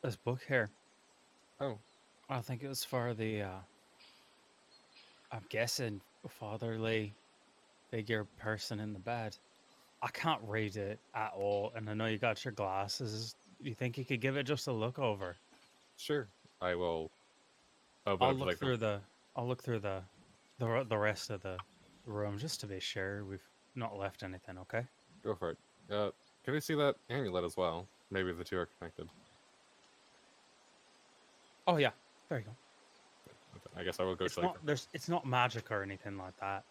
Speaker 8: this book here.
Speaker 4: Oh.
Speaker 8: I think it was for the, uh, I'm guessing, fatherly figure person in the bed. I can't read it at all, and I know you got your glasses. You think you could give it just a look over?
Speaker 4: Sure. I will open
Speaker 8: I'll
Speaker 4: up
Speaker 8: look
Speaker 4: like
Speaker 8: through the. I'll look through the, the re- the rest of the room just to be sure we've not left anything. Okay.
Speaker 4: go for it. Uh can I see that amulet as well? Maybe the two are connected.
Speaker 8: Oh yeah, there you go.
Speaker 4: I guess I will go
Speaker 8: It's
Speaker 4: to like
Speaker 8: not there's it's not magic or anything like that.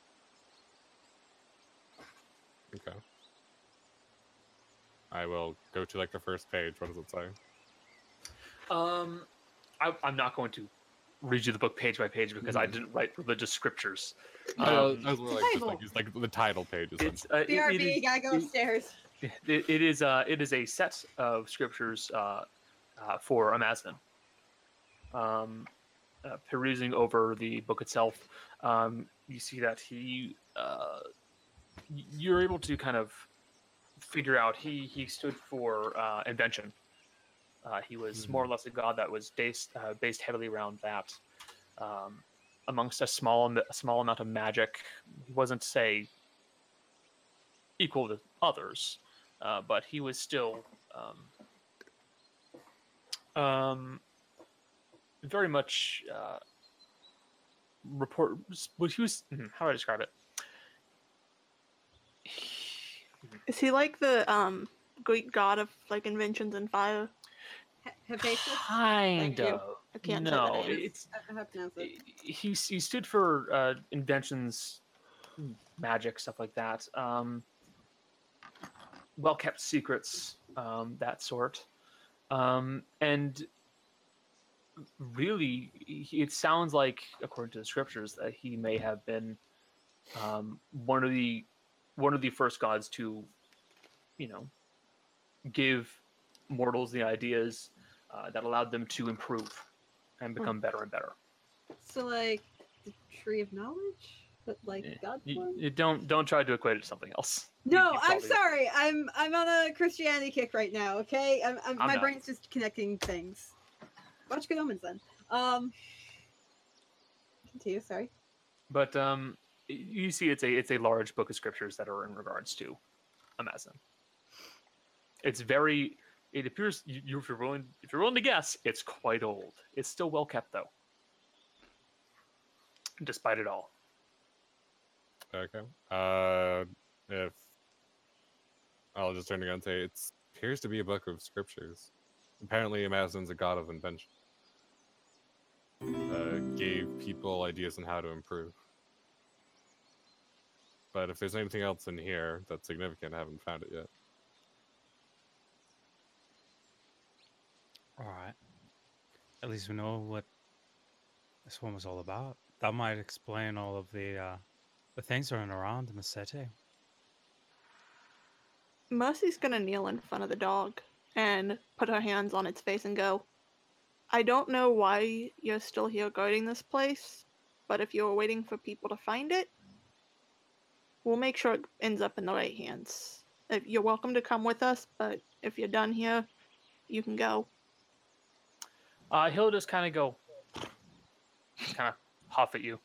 Speaker 4: Okay. I will go to like the first page. What does it say?
Speaker 1: Um, I, I'm not going to read you the book page by page because I didn't write religious scriptures.
Speaker 4: Uh,
Speaker 1: Um,
Speaker 4: I was like, just,
Speaker 5: title.
Speaker 4: like, it's like the title page. Is
Speaker 1: it's, uh, it- it
Speaker 5: BRB,
Speaker 1: is-
Speaker 5: gotta go
Speaker 1: it-
Speaker 5: upstairs.
Speaker 1: it, it is uh, it is a set of scriptures uh, uh, for Amazon. Um, uh, perusing over the book itself, um, you see that he uh, y- you're able to kind of figure out he he stood for uh, invention. Uh, he was more or less a god that was based uh, based heavily around that. Um, amongst a small am- a small amount of magic, he wasn't say equal to others, uh, but he was still um, um, very much uh, report. Well, he was hmm, how do I describe it?
Speaker 7: Is he like the um Greek god of like inventions and fire?
Speaker 5: Ha- Hephaestus?
Speaker 1: Kind
Speaker 7: you.
Speaker 1: of.
Speaker 7: I can't say the
Speaker 1: no,
Speaker 7: name.
Speaker 1: it's
Speaker 5: I don't know how to pronounce it.
Speaker 1: he he stood for uh, inventions, magic stuff like that. Um, well kept secrets, um, that sort, um, and really, he- it sounds like, according to the scriptures, that he may have been um, one of the one of the first gods to, you know, give mortals the ideas uh, that allowed them to improve and become better and better.
Speaker 5: So, like, the tree of knowledge? But, like,
Speaker 1: Eh,
Speaker 5: God
Speaker 1: You,
Speaker 5: form?
Speaker 1: you don't don't try to equate it to something else. You-
Speaker 5: No,
Speaker 1: you
Speaker 5: I'm
Speaker 1: probably-
Speaker 5: sorry. I'm I'm on a Christianity kick right now. Okay, I'm, I'm,
Speaker 1: I'm
Speaker 5: my
Speaker 1: not.
Speaker 5: brain's just connecting things. Watch Good Omens then. Um, continue. Sorry.
Speaker 1: But um, y- you see, it's a it's a large book of scriptures that are in regards to Amazon. It's very. It appears you, you- if you're willing if you're willing to guess, it's quite old. It's still well kept though, despite it all.
Speaker 4: Okay. Uh, if I'll just turn to God and say, it appears to be a book of scriptures. Apparently, Amazon's a god of invention. Uh, gave people ideas on how to improve. But if there's anything else in here that's significant, I haven't found it yet.
Speaker 8: All right. At least we know what this one was all about. That might explain all of the uh, the things running around in the city.
Speaker 7: Mercy's gonna kneel in front of the dog and put her hands on its face and go, I don't know why you're still here guarding this place, but if you're waiting for people to find it, we'll make sure it ends up in the right hands. If you're welcome to come with us, but if you're done here, you can go.
Speaker 1: Uh, he'll just kind of go, kind of huff at you.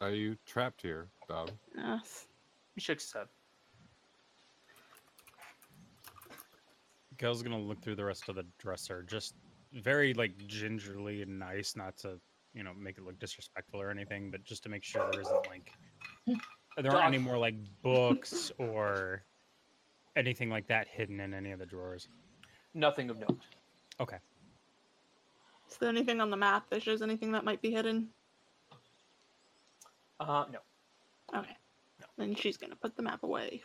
Speaker 4: Are you trapped here, dog?
Speaker 7: Yes.
Speaker 1: He shakes his head.
Speaker 8: Gail's gonna look through the rest of the dresser, just very like gingerly and nice, not to you know make it look disrespectful or anything, but just to make sure there isn't like there aren't any more like books or anything like that hidden in any of the drawers.
Speaker 1: Nothing of note.
Speaker 8: Okay.
Speaker 7: Is there anything on the map that shows anything that might be hidden?
Speaker 1: Uh, no.
Speaker 7: Okay. and she's gonna put the map away.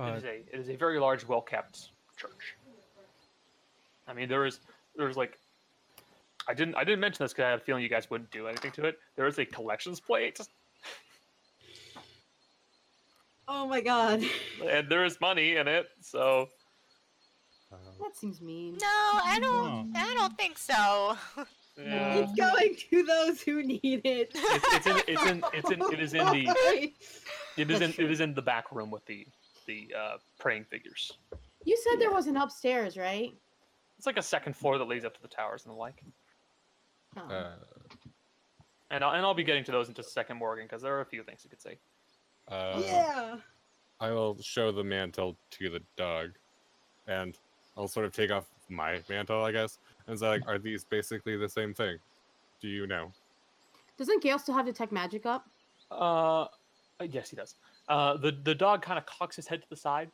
Speaker 8: Uh,
Speaker 1: it, is a, it is a very large, well kept church. I mean, there is there's like I didn't I didn't mention this because I had a feeling you guys wouldn't do anything to it. There is a collections plate,
Speaker 5: Oh my god.
Speaker 1: and there is money in it. So
Speaker 3: That seems mean.
Speaker 2: No, I
Speaker 1: Oh.
Speaker 2: don't. I don't think so.
Speaker 1: yeah.
Speaker 5: It's going to those who need it. Oh
Speaker 1: it's, it's in it's in it's in it is in the
Speaker 5: Sorry.
Speaker 1: it is in
Speaker 3: That's true.
Speaker 1: it is in the back room with the the uh, praying figures.
Speaker 3: You said there was an upstairs, right?
Speaker 1: It's like a second floor that leads up to the towers and the like.
Speaker 3: Oh.
Speaker 4: Uh,
Speaker 1: And I'll, and I'll be getting to those in just a second, Morgan, because there are a few things you could say.
Speaker 4: uh,
Speaker 5: yeah.
Speaker 4: I will show the mantle to the dog, and I'll sort of take off my mantle, I guess, and say, like, "Are these basically the same thing? Do you know?"
Speaker 3: Doesn't Gale still have detect magic up?
Speaker 1: Uh, yes, he does. Uh, the the dog kind of cocks his head to the side.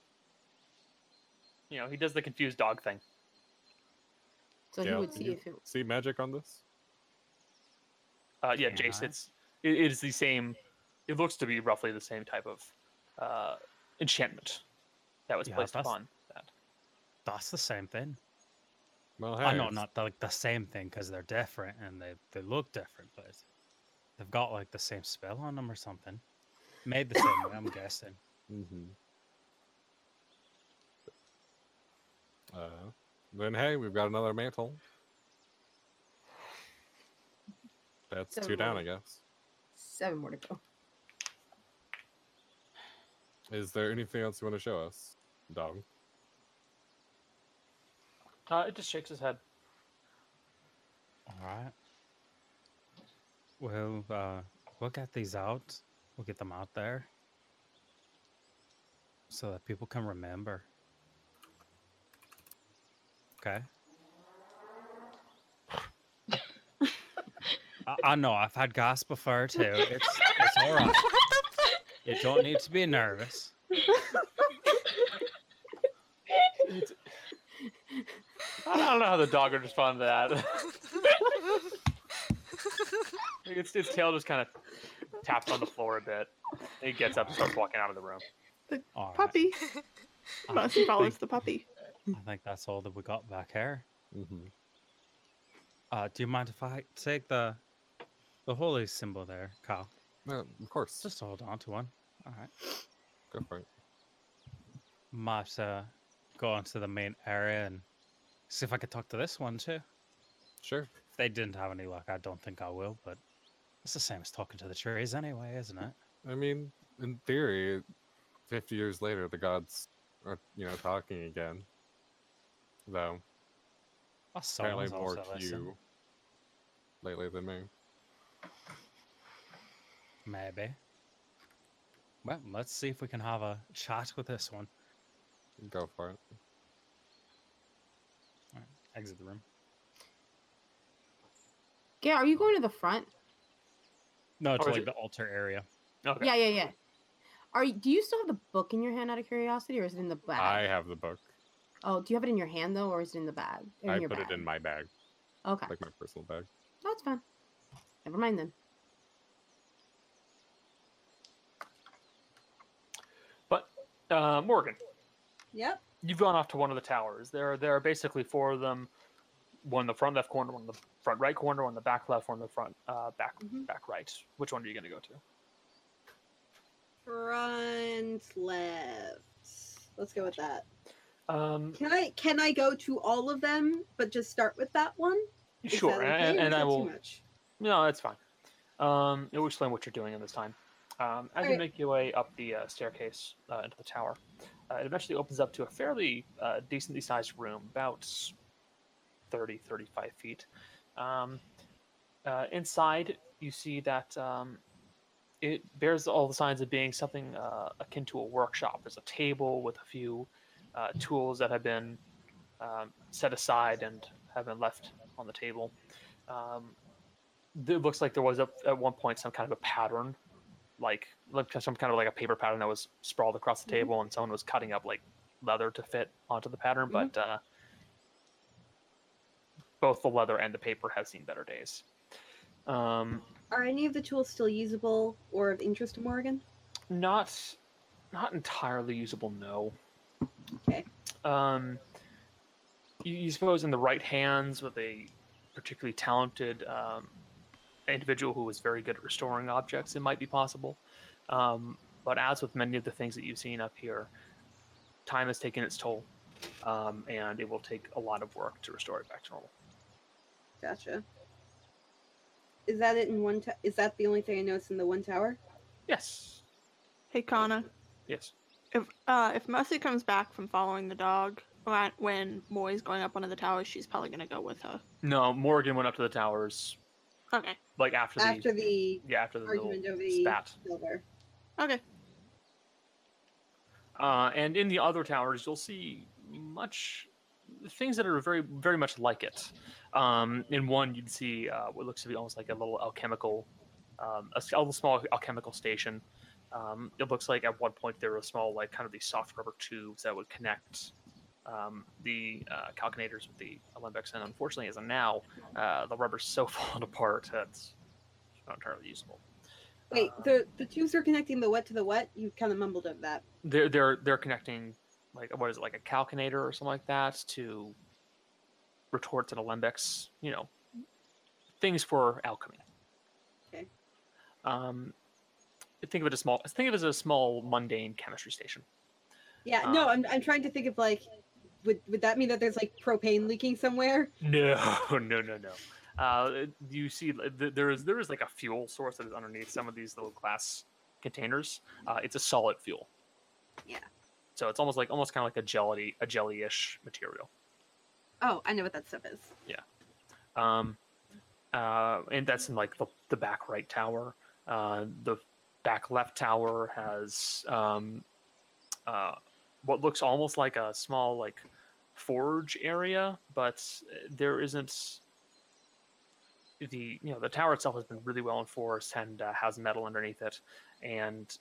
Speaker 1: You know, he does the confused dog thing.
Speaker 3: So he
Speaker 4: Gale,
Speaker 3: would
Speaker 4: can
Speaker 3: see
Speaker 4: you
Speaker 3: if it.
Speaker 4: see magic on this?
Speaker 1: Uh, yeah,
Speaker 8: Can
Speaker 1: Jace,
Speaker 8: I?
Speaker 1: it's it, it is the same. It looks to be roughly the same type of uh, enchantment that was
Speaker 8: Yeah,
Speaker 1: placed
Speaker 8: that's-
Speaker 1: upon that.
Speaker 8: that's the same thing.
Speaker 4: Well, hey,
Speaker 8: I know
Speaker 4: it's-
Speaker 8: not the, like the same thing because they're different and they, they look different, but they've got like the same spell on them or something. Made the same way, I'm guessing.
Speaker 4: Mhm. Uh, then hey, we've got another mantle. That's
Speaker 3: Seven
Speaker 4: two down,
Speaker 3: more.
Speaker 4: I guess.
Speaker 3: Seven more to go.
Speaker 4: Is there anything else you want to show us, dog?
Speaker 1: Uh, it just shakes his head.
Speaker 8: All right. Well, uh, we'll get these out. We'll get them out there so that people can remember. Okay. I, I know I've had gas before too. It's it's all
Speaker 2: Oh,
Speaker 8: right. You don't need to be nervous.
Speaker 1: I don't know how the dog would respond to that. its its tail just kind of taps on the floor a bit. It gets up and starts walking out of the room.
Speaker 8: All right.
Speaker 7: Puppy.
Speaker 8: I
Speaker 7: Buffy follows
Speaker 8: think-
Speaker 7: the puppy.
Speaker 8: I think that's all that we got back here.
Speaker 4: Mm-hmm.
Speaker 8: Uh, do you mind if I take the the holy symbol there, Kyle?
Speaker 4: Uh, of course.
Speaker 8: Just hold on to one. All right.
Speaker 4: go for it.
Speaker 8: Might uh, go onto the main area and see if I could talk to this one too.
Speaker 4: Sure.
Speaker 8: If they didn't have any luck, I don't think I will. But it's the same as talking to the trees anyway, isn't it?
Speaker 4: I mean, in theory, fifty years later, the gods are you know talking again. Though
Speaker 8: Well, someone's
Speaker 4: apparently more
Speaker 8: also
Speaker 4: to
Speaker 8: listening,
Speaker 4: you lately than me.
Speaker 8: Maybe. Well, let's see if we can have a chat with this one.
Speaker 4: Go for it.
Speaker 8: Exit the room.
Speaker 3: Gale, are you going to the front?
Speaker 8: No,
Speaker 1: Or
Speaker 8: to
Speaker 1: is
Speaker 8: like
Speaker 1: it-
Speaker 8: the altar area.
Speaker 1: Okay.
Speaker 3: Yeah, yeah, yeah. Are you, do you still have the book in your hand out of curiosity, or is it in the bag?
Speaker 4: I have the book.
Speaker 3: Oh, do you have it in your hand though, or is it in the bag? Or
Speaker 4: I
Speaker 3: your
Speaker 4: put it
Speaker 3: bag?
Speaker 4: in my bag,
Speaker 3: Okay,
Speaker 4: like my personal bag.
Speaker 3: that's fine. Never mind then.
Speaker 1: Uh, Morgan,
Speaker 5: Yep.
Speaker 1: you've gone off to one of the towers. There, there are basically four of them. One in the front left corner, one in the front right corner, one in the back left, one in the front uh, back
Speaker 5: Mhm.
Speaker 1: back right. Which one are you going to go to?
Speaker 5: Front left. Let's go with that.
Speaker 1: Um,
Speaker 5: Can I can I go to all of them, but just start with that one? Is that
Speaker 1: sure,
Speaker 5: okay,
Speaker 1: and,
Speaker 5: or
Speaker 1: and
Speaker 5: is
Speaker 1: I
Speaker 5: that too
Speaker 1: will.
Speaker 5: much?
Speaker 1: No, that's fine. Um, it will explain what you're doing in this time. Um, as you
Speaker 5: Alright.
Speaker 1: make your way up the uh, staircase uh, into the tower, uh, it eventually opens up to a fairly uh, decently sized room, about 30, 35 feet. Um, uh, inside, you see that um, it bears all the signs of being something uh, akin to a workshop. There's a table with a few uh, tools that have been um, set aside and have been left on the table. Um, it looks like there was a, at one point some kind of a pattern, like like some kind of like a paper pattern that was sprawled across the
Speaker 5: Mhm.
Speaker 1: table, and someone was cutting up like leather to fit onto the pattern.
Speaker 5: Mhm.
Speaker 1: But uh, both the leather and the paper have seen better days. Um,
Speaker 5: Are any of the tools still usable or of interest to Morgan?
Speaker 1: Not, not entirely usable. No.
Speaker 5: Okay.
Speaker 1: Um, you, you suppose in the right hands with a particularly talented um, individual who is very good at restoring objects, it might be possible. Um, but as with many of the things that you've seen up here, time has taken its toll, um, and it will take a lot of work to restore it back to normal.
Speaker 5: Gotcha. Is that it in one? To- is that the only thing I know? It's in the one tower.
Speaker 1: Yes.
Speaker 7: Hey, Kana.
Speaker 1: Yes.
Speaker 7: If uh, if Mercy comes back from following the dog, right when Moy's going up one of the towers, she's probably gonna go with her.
Speaker 1: No, Morgan went up to the towers
Speaker 7: Okay.
Speaker 1: like after the
Speaker 5: After the
Speaker 1: yeah after the little
Speaker 5: argument over the
Speaker 1: spat.
Speaker 5: silver.
Speaker 7: Okay.
Speaker 1: Uh, and in the other towers, you'll see much things that are very, very much like it. Um, in one, you'd see uh, what looks to be almost like a little alchemical, um, a, s- a little small alchemical station. Um, it looks like at one point there were small, like kind of these soft rubber tubes that would connect um, the uh, calcinators with the alembics. And unfortunately, as of now, uh, the rubber's so fallen apart that it's not entirely usable.
Speaker 5: Wait,
Speaker 1: Uh,
Speaker 5: the the tubes are connecting the what to the what? You kind of mumbled over that.
Speaker 1: they're they're they're connecting like what is it like a calcinator or something like that to retorts and alembics you know things for alchemy
Speaker 5: Okay.
Speaker 1: um think of it as small think of it as a small mundane chemistry station
Speaker 5: Yeah, no,
Speaker 1: Ah.
Speaker 5: I'm I'm trying to think of like, would would that mean that there's like propane leaking somewhere?
Speaker 1: no no no no uh you see th- th- there is there is like a fuel source that is underneath some of these little glass containers uh it's a solid fuel
Speaker 5: Yeah.
Speaker 1: so it's almost like almost kind of like a jelly a jelly-ish material
Speaker 5: Oh, I know what that stuff is.
Speaker 1: Um, uh, and that's in like the, the back right tower. Uh, the back left tower has um, uh, what looks almost like a small like forge area, but there isn't the you know the tower itself has been really well enforced and uh, has metal underneath it, and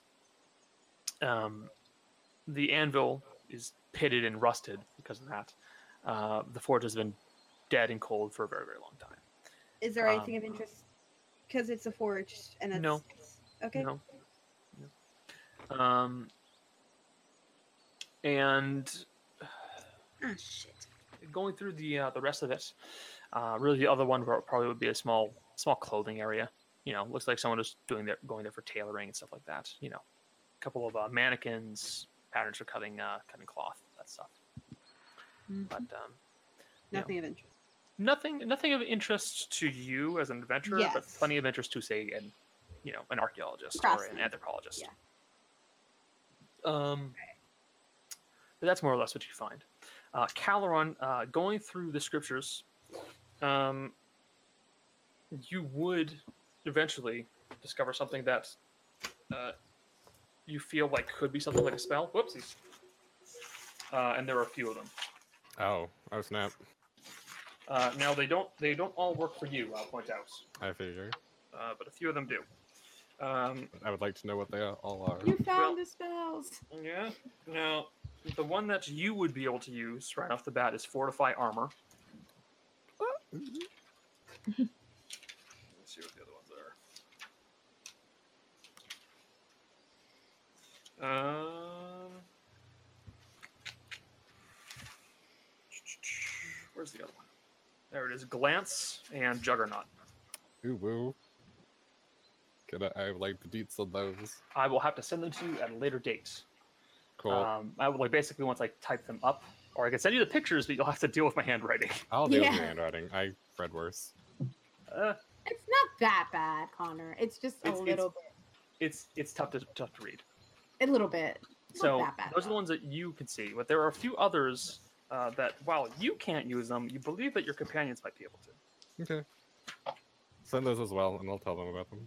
Speaker 1: um, the anvil is pitted and rusted because of that. Uh, the forge has been dead and cold for a very very long time.
Speaker 5: Is there anything
Speaker 1: Um,
Speaker 5: of interest? Because it's a forged and that's
Speaker 1: No.
Speaker 5: Okay.
Speaker 1: No. No. Um, and
Speaker 5: Ah shit.
Speaker 1: going through the uh, the rest of it, uh, really the other one where it probably would be a small small clothing area. You know, looks like someone is doing their going there for tailoring and stuff like that. You know, a couple of uh, mannequins, patterns for cutting uh, cutting cloth, that stuff. But um, Yeah.
Speaker 5: Nothing of interest.
Speaker 1: nothing nothing of interest to you as an adventurer, but
Speaker 5: Yes.
Speaker 1: plenty of interest to say an you know an archaeologist or an
Speaker 5: Craftsman.
Speaker 1: anthropologist.
Speaker 5: Yeah.
Speaker 1: Um, but that's more or less what you find. Uh, Caloron, uh, going through the scriptures, um, you would eventually discover something that uh, you feel like could be something like a spell. Whoopsies. Uh, and there are a few of them.
Speaker 4: Oh, oh snap!
Speaker 1: Uh, now they don't they don't all work for you. I'll point out,
Speaker 4: I figure.
Speaker 1: uh, but a few of them do. Um,
Speaker 4: I would like to know what they all are.
Speaker 3: You found the spells.
Speaker 1: yeah. Now the one that you would be able to use right off the bat is fortify armor. Let's see what the other ones are. Um, where's the other one? There it is. Glance and Juggernaut.
Speaker 4: Ooh woo. Could I, I would like the deets of those?
Speaker 1: I will have to send them to you at a later date.
Speaker 4: Cool.
Speaker 8: Uh,
Speaker 1: Um, I would like basically once I type them up, or I can send you the pictures, but you'll have to deal with my handwriting.
Speaker 4: I'll deal
Speaker 3: yeah.
Speaker 4: with the handwriting. I read worse.
Speaker 1: Uh,
Speaker 3: It's not that bad, Connor. It's just a
Speaker 1: It's- it's-
Speaker 3: little
Speaker 1: it's it's tough to tough to read.
Speaker 3: bit. A little bit. It's
Speaker 1: So
Speaker 3: not that bad.
Speaker 1: those are the
Speaker 3: though.
Speaker 1: ones that you can see, but there are a few others uh, that while you can't use them, you believe that your companions might be able to.
Speaker 4: Okay. Send those as well, and I'll tell them about them.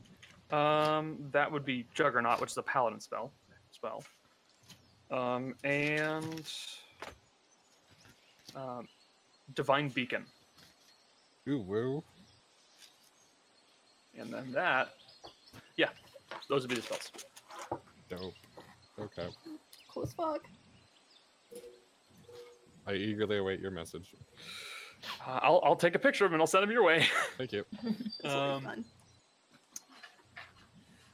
Speaker 1: Um, that would be Juggernaut, which is a paladin spell as well. Um, and um, Divine Beacon.
Speaker 4: Ooh woo.
Speaker 1: And then that, yeah, those would be the spells.
Speaker 4: Dope. Okay.
Speaker 3: Cool as fuck.
Speaker 4: I eagerly await your message.
Speaker 1: Uh, I'll, I'll take a picture of them and I'll send them your way.
Speaker 4: Thank you.
Speaker 5: That's
Speaker 1: Um,
Speaker 5: always fun.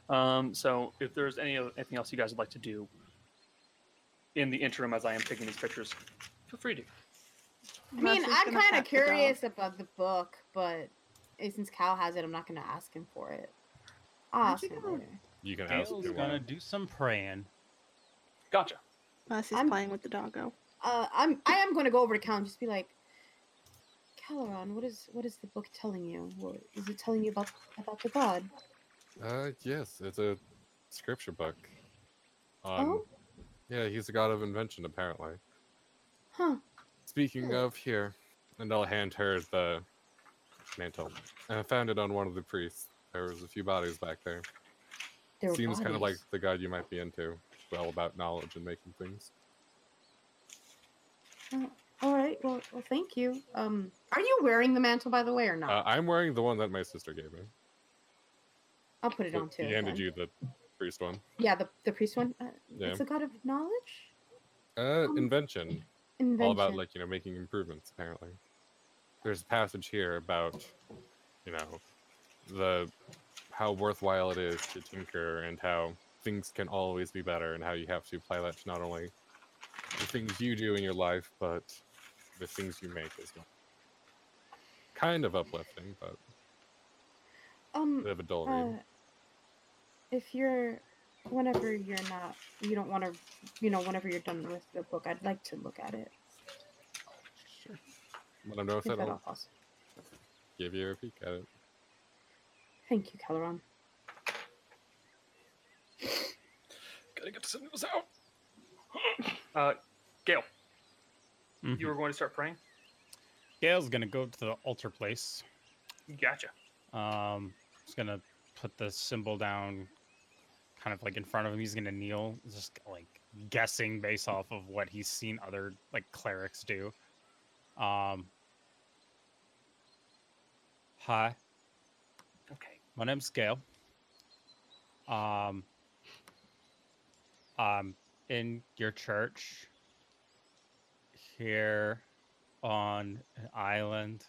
Speaker 1: Um, so if there's any uh, anything else you guys would like to do in the interim, as I am taking these pictures, feel free to.
Speaker 3: I mean,
Speaker 7: Russ is
Speaker 3: I'm
Speaker 7: gonna
Speaker 3: kind
Speaker 7: pat
Speaker 3: of
Speaker 7: the dog.
Speaker 3: curious about the book, but eh, since Cal has it, I'm not going to ask him for it. I'll
Speaker 5: Aren't
Speaker 3: ask him
Speaker 5: you gonna-
Speaker 3: later.
Speaker 4: You can ask if
Speaker 8: Dale's
Speaker 4: you
Speaker 8: gonna
Speaker 4: want.
Speaker 8: do some praying.
Speaker 1: Gotcha.
Speaker 7: Mercy's
Speaker 3: I'm-
Speaker 7: playing with the doggo.
Speaker 3: Uh, I'm I am going to go over to Cal and just be like, Caleron, what is what is the book telling you? What, is it telling you about about the god?
Speaker 4: Uh, yes, it's a scripture book. Um,
Speaker 3: Oh?
Speaker 4: Yeah, he's a god of invention, apparently.
Speaker 3: Huh?
Speaker 4: Speaking
Speaker 3: Oh.
Speaker 4: of here, and I'll hand her the mantle. And I found it on one of the priests. There was a few bodies back there.
Speaker 3: There were
Speaker 4: Seems kind of like
Speaker 3: bodies.
Speaker 4: the god you might be into. It's all about knowledge and making things.
Speaker 3: All right. Well, well, thank you. Um, are you wearing the mantle by the way or not?
Speaker 4: Uh, I'm wearing the one that my sister gave me.
Speaker 3: I'll put it
Speaker 4: He-
Speaker 3: on too.
Speaker 4: He handed
Speaker 3: then.
Speaker 4: you the priest one.
Speaker 3: Yeah, the the priest one. Uh,
Speaker 4: Yeah.
Speaker 3: It's a god of knowledge.
Speaker 4: Uh,
Speaker 3: Um,
Speaker 4: invention.
Speaker 3: Invention.
Speaker 4: all about like you know making improvements apparently there's a passage here about you know the how worthwhile it is to tinker and how things can always be better and how you have to apply that to not only the things you do in your life but the things you make as well kind of uplifting but a
Speaker 3: um.
Speaker 4: bit of a dull
Speaker 3: Uh,
Speaker 4: read
Speaker 3: if you're, whenever you're not, you don't want to, you know, whenever you're done with the book, I'd like to look at it.
Speaker 4: let them know if
Speaker 3: If at
Speaker 4: that'll
Speaker 3: all possible.
Speaker 4: give you a peek at it
Speaker 3: Thank you, Caloron.
Speaker 1: Gotta get the signals out. Uh, Gail,
Speaker 8: Mhm.
Speaker 1: you were going to start praying.
Speaker 8: Gail's gonna go to the altar place.
Speaker 1: Gotcha.
Speaker 8: Um, he's gonna put the symbol down, kind of like in front of him. He's gonna kneel, just like guessing based off of what he's seen other like clerics do. Um, hi,
Speaker 1: Okay.
Speaker 8: my name's Gail. Um, I'm in your church here on an island.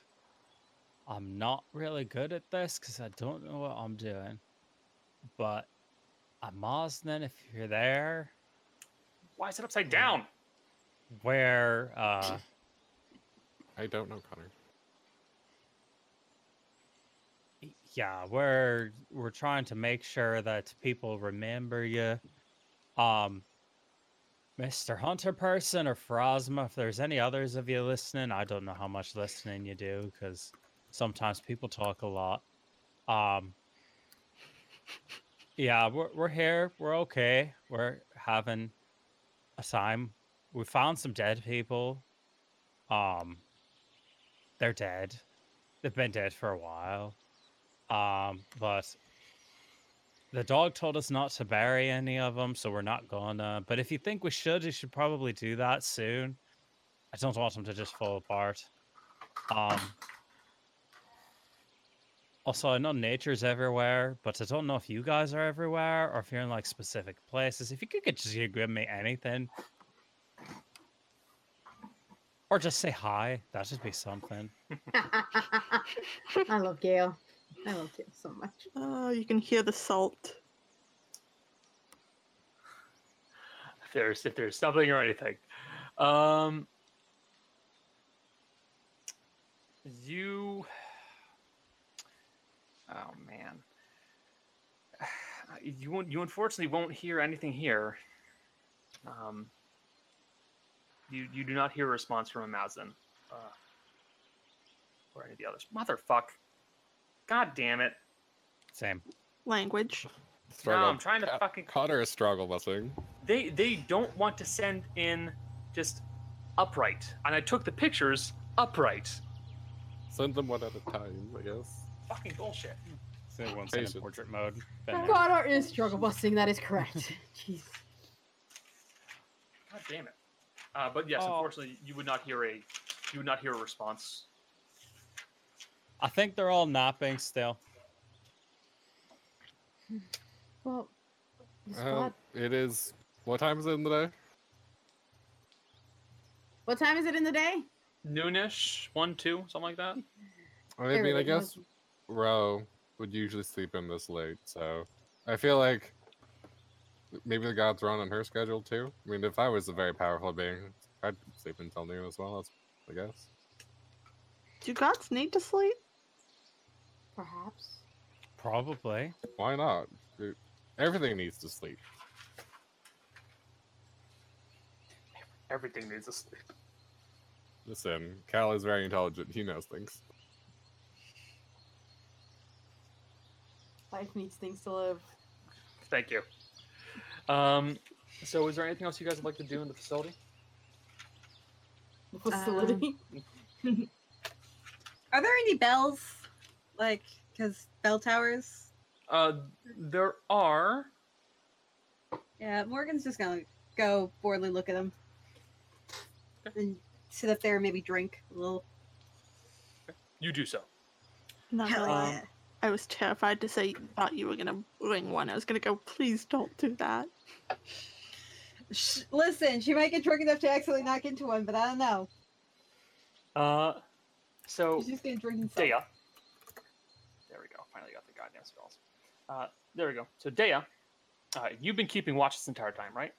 Speaker 8: I'm not really good at this because I don't know what I'm doing, but I'm Osnan if you're there.
Speaker 1: Why is it upside down?
Speaker 8: Where, uh,
Speaker 4: i don't know connor
Speaker 8: Y- yeah we're we're trying to make sure that people remember you um mr hunter person or phrasma if there's any others of you listening i don't know how much listening you do because sometimes people talk a lot um yeah we're, we're here we're okay we're having a time we found some dead people um they're dead they've been dead for a while um, but the dog told us not to bury any of them, so we're not gonna. But if you think we should, you should probably do that soon. I don't want them to just fall apart. Um, also, I know nature's everywhere, but I don't know if you guys are everywhere or if you're in like specific places. If you could get just give me anything, or just say hi, that would be something.
Speaker 3: I love Gail. I love Gail so much.
Speaker 7: Oh, you can hear the salt.
Speaker 1: If there's if there's something or anything, um, you. Oh man, you won't, you unfortunately won't hear anything here. Um, you you do not hear a response from Amazon, uh, or any of the others. Motherfuck! God damn it!
Speaker 8: Same.
Speaker 7: Language.
Speaker 1: No,
Speaker 4: struggle.
Speaker 1: I'm trying to
Speaker 4: Ca-
Speaker 1: fucking
Speaker 4: connor is struggle missing
Speaker 1: they they don't want to send in just upright and i took the pictures upright
Speaker 4: send them one at a time i guess
Speaker 1: fucking bullshit
Speaker 8: So it won't send in
Speaker 4: Patience.
Speaker 8: portrait mode. Been there.
Speaker 3: Connor is struggle busting. That is correct. Jeez.
Speaker 1: god damn it uh, but yes
Speaker 8: Oh.
Speaker 1: unfortunately you would not hear a you would not hear a response
Speaker 8: I think they're all napping still.
Speaker 3: Well, the
Speaker 4: Uh,
Speaker 3: spot.
Speaker 4: it is. What time is it in the day?
Speaker 3: what time is it in the day?
Speaker 1: noonish one two something like that
Speaker 4: I mean, I
Speaker 3: Everybody
Speaker 4: guess
Speaker 3: knows-
Speaker 4: Ro would usually sleep in this late, so I feel like maybe the gods run on her schedule too. I mean, if I was a very powerful being, I'd sleep until noon as well. That's, I guess.
Speaker 7: Do gods need to sleep?
Speaker 3: Perhaps.
Speaker 8: Probably.
Speaker 4: Why not? It- everything needs to sleep.
Speaker 9: Everything needs a sleep.
Speaker 4: Listen, Cal is very intelligent. He knows things.
Speaker 3: Life needs things to live.
Speaker 1: Thank you. Um, so, is there anything else you guys would like to do in the facility?
Speaker 3: The facility.
Speaker 7: Um,
Speaker 5: Are there any bells? Like, because bell towers?
Speaker 1: Uh, there are.
Speaker 5: Yeah, Morgan's just gonna go boredly look at them. And sit up there and maybe drink a little.
Speaker 1: You do so.
Speaker 7: Not
Speaker 5: Hell
Speaker 7: really.
Speaker 1: Ah.
Speaker 5: yeah.
Speaker 7: I was terrified to say thought you were gonna bring one. I was gonna go, please don't do that.
Speaker 5: Sh- Listen, she might get drunk enough to accidentally knock into one, but I don't know.
Speaker 1: Uh, so
Speaker 5: She's just gonna drink and
Speaker 1: Dea. There we go. Finally got the goddamn spells. Uh, there we go. So Dea, uh, you've been keeping watch this entire time, right?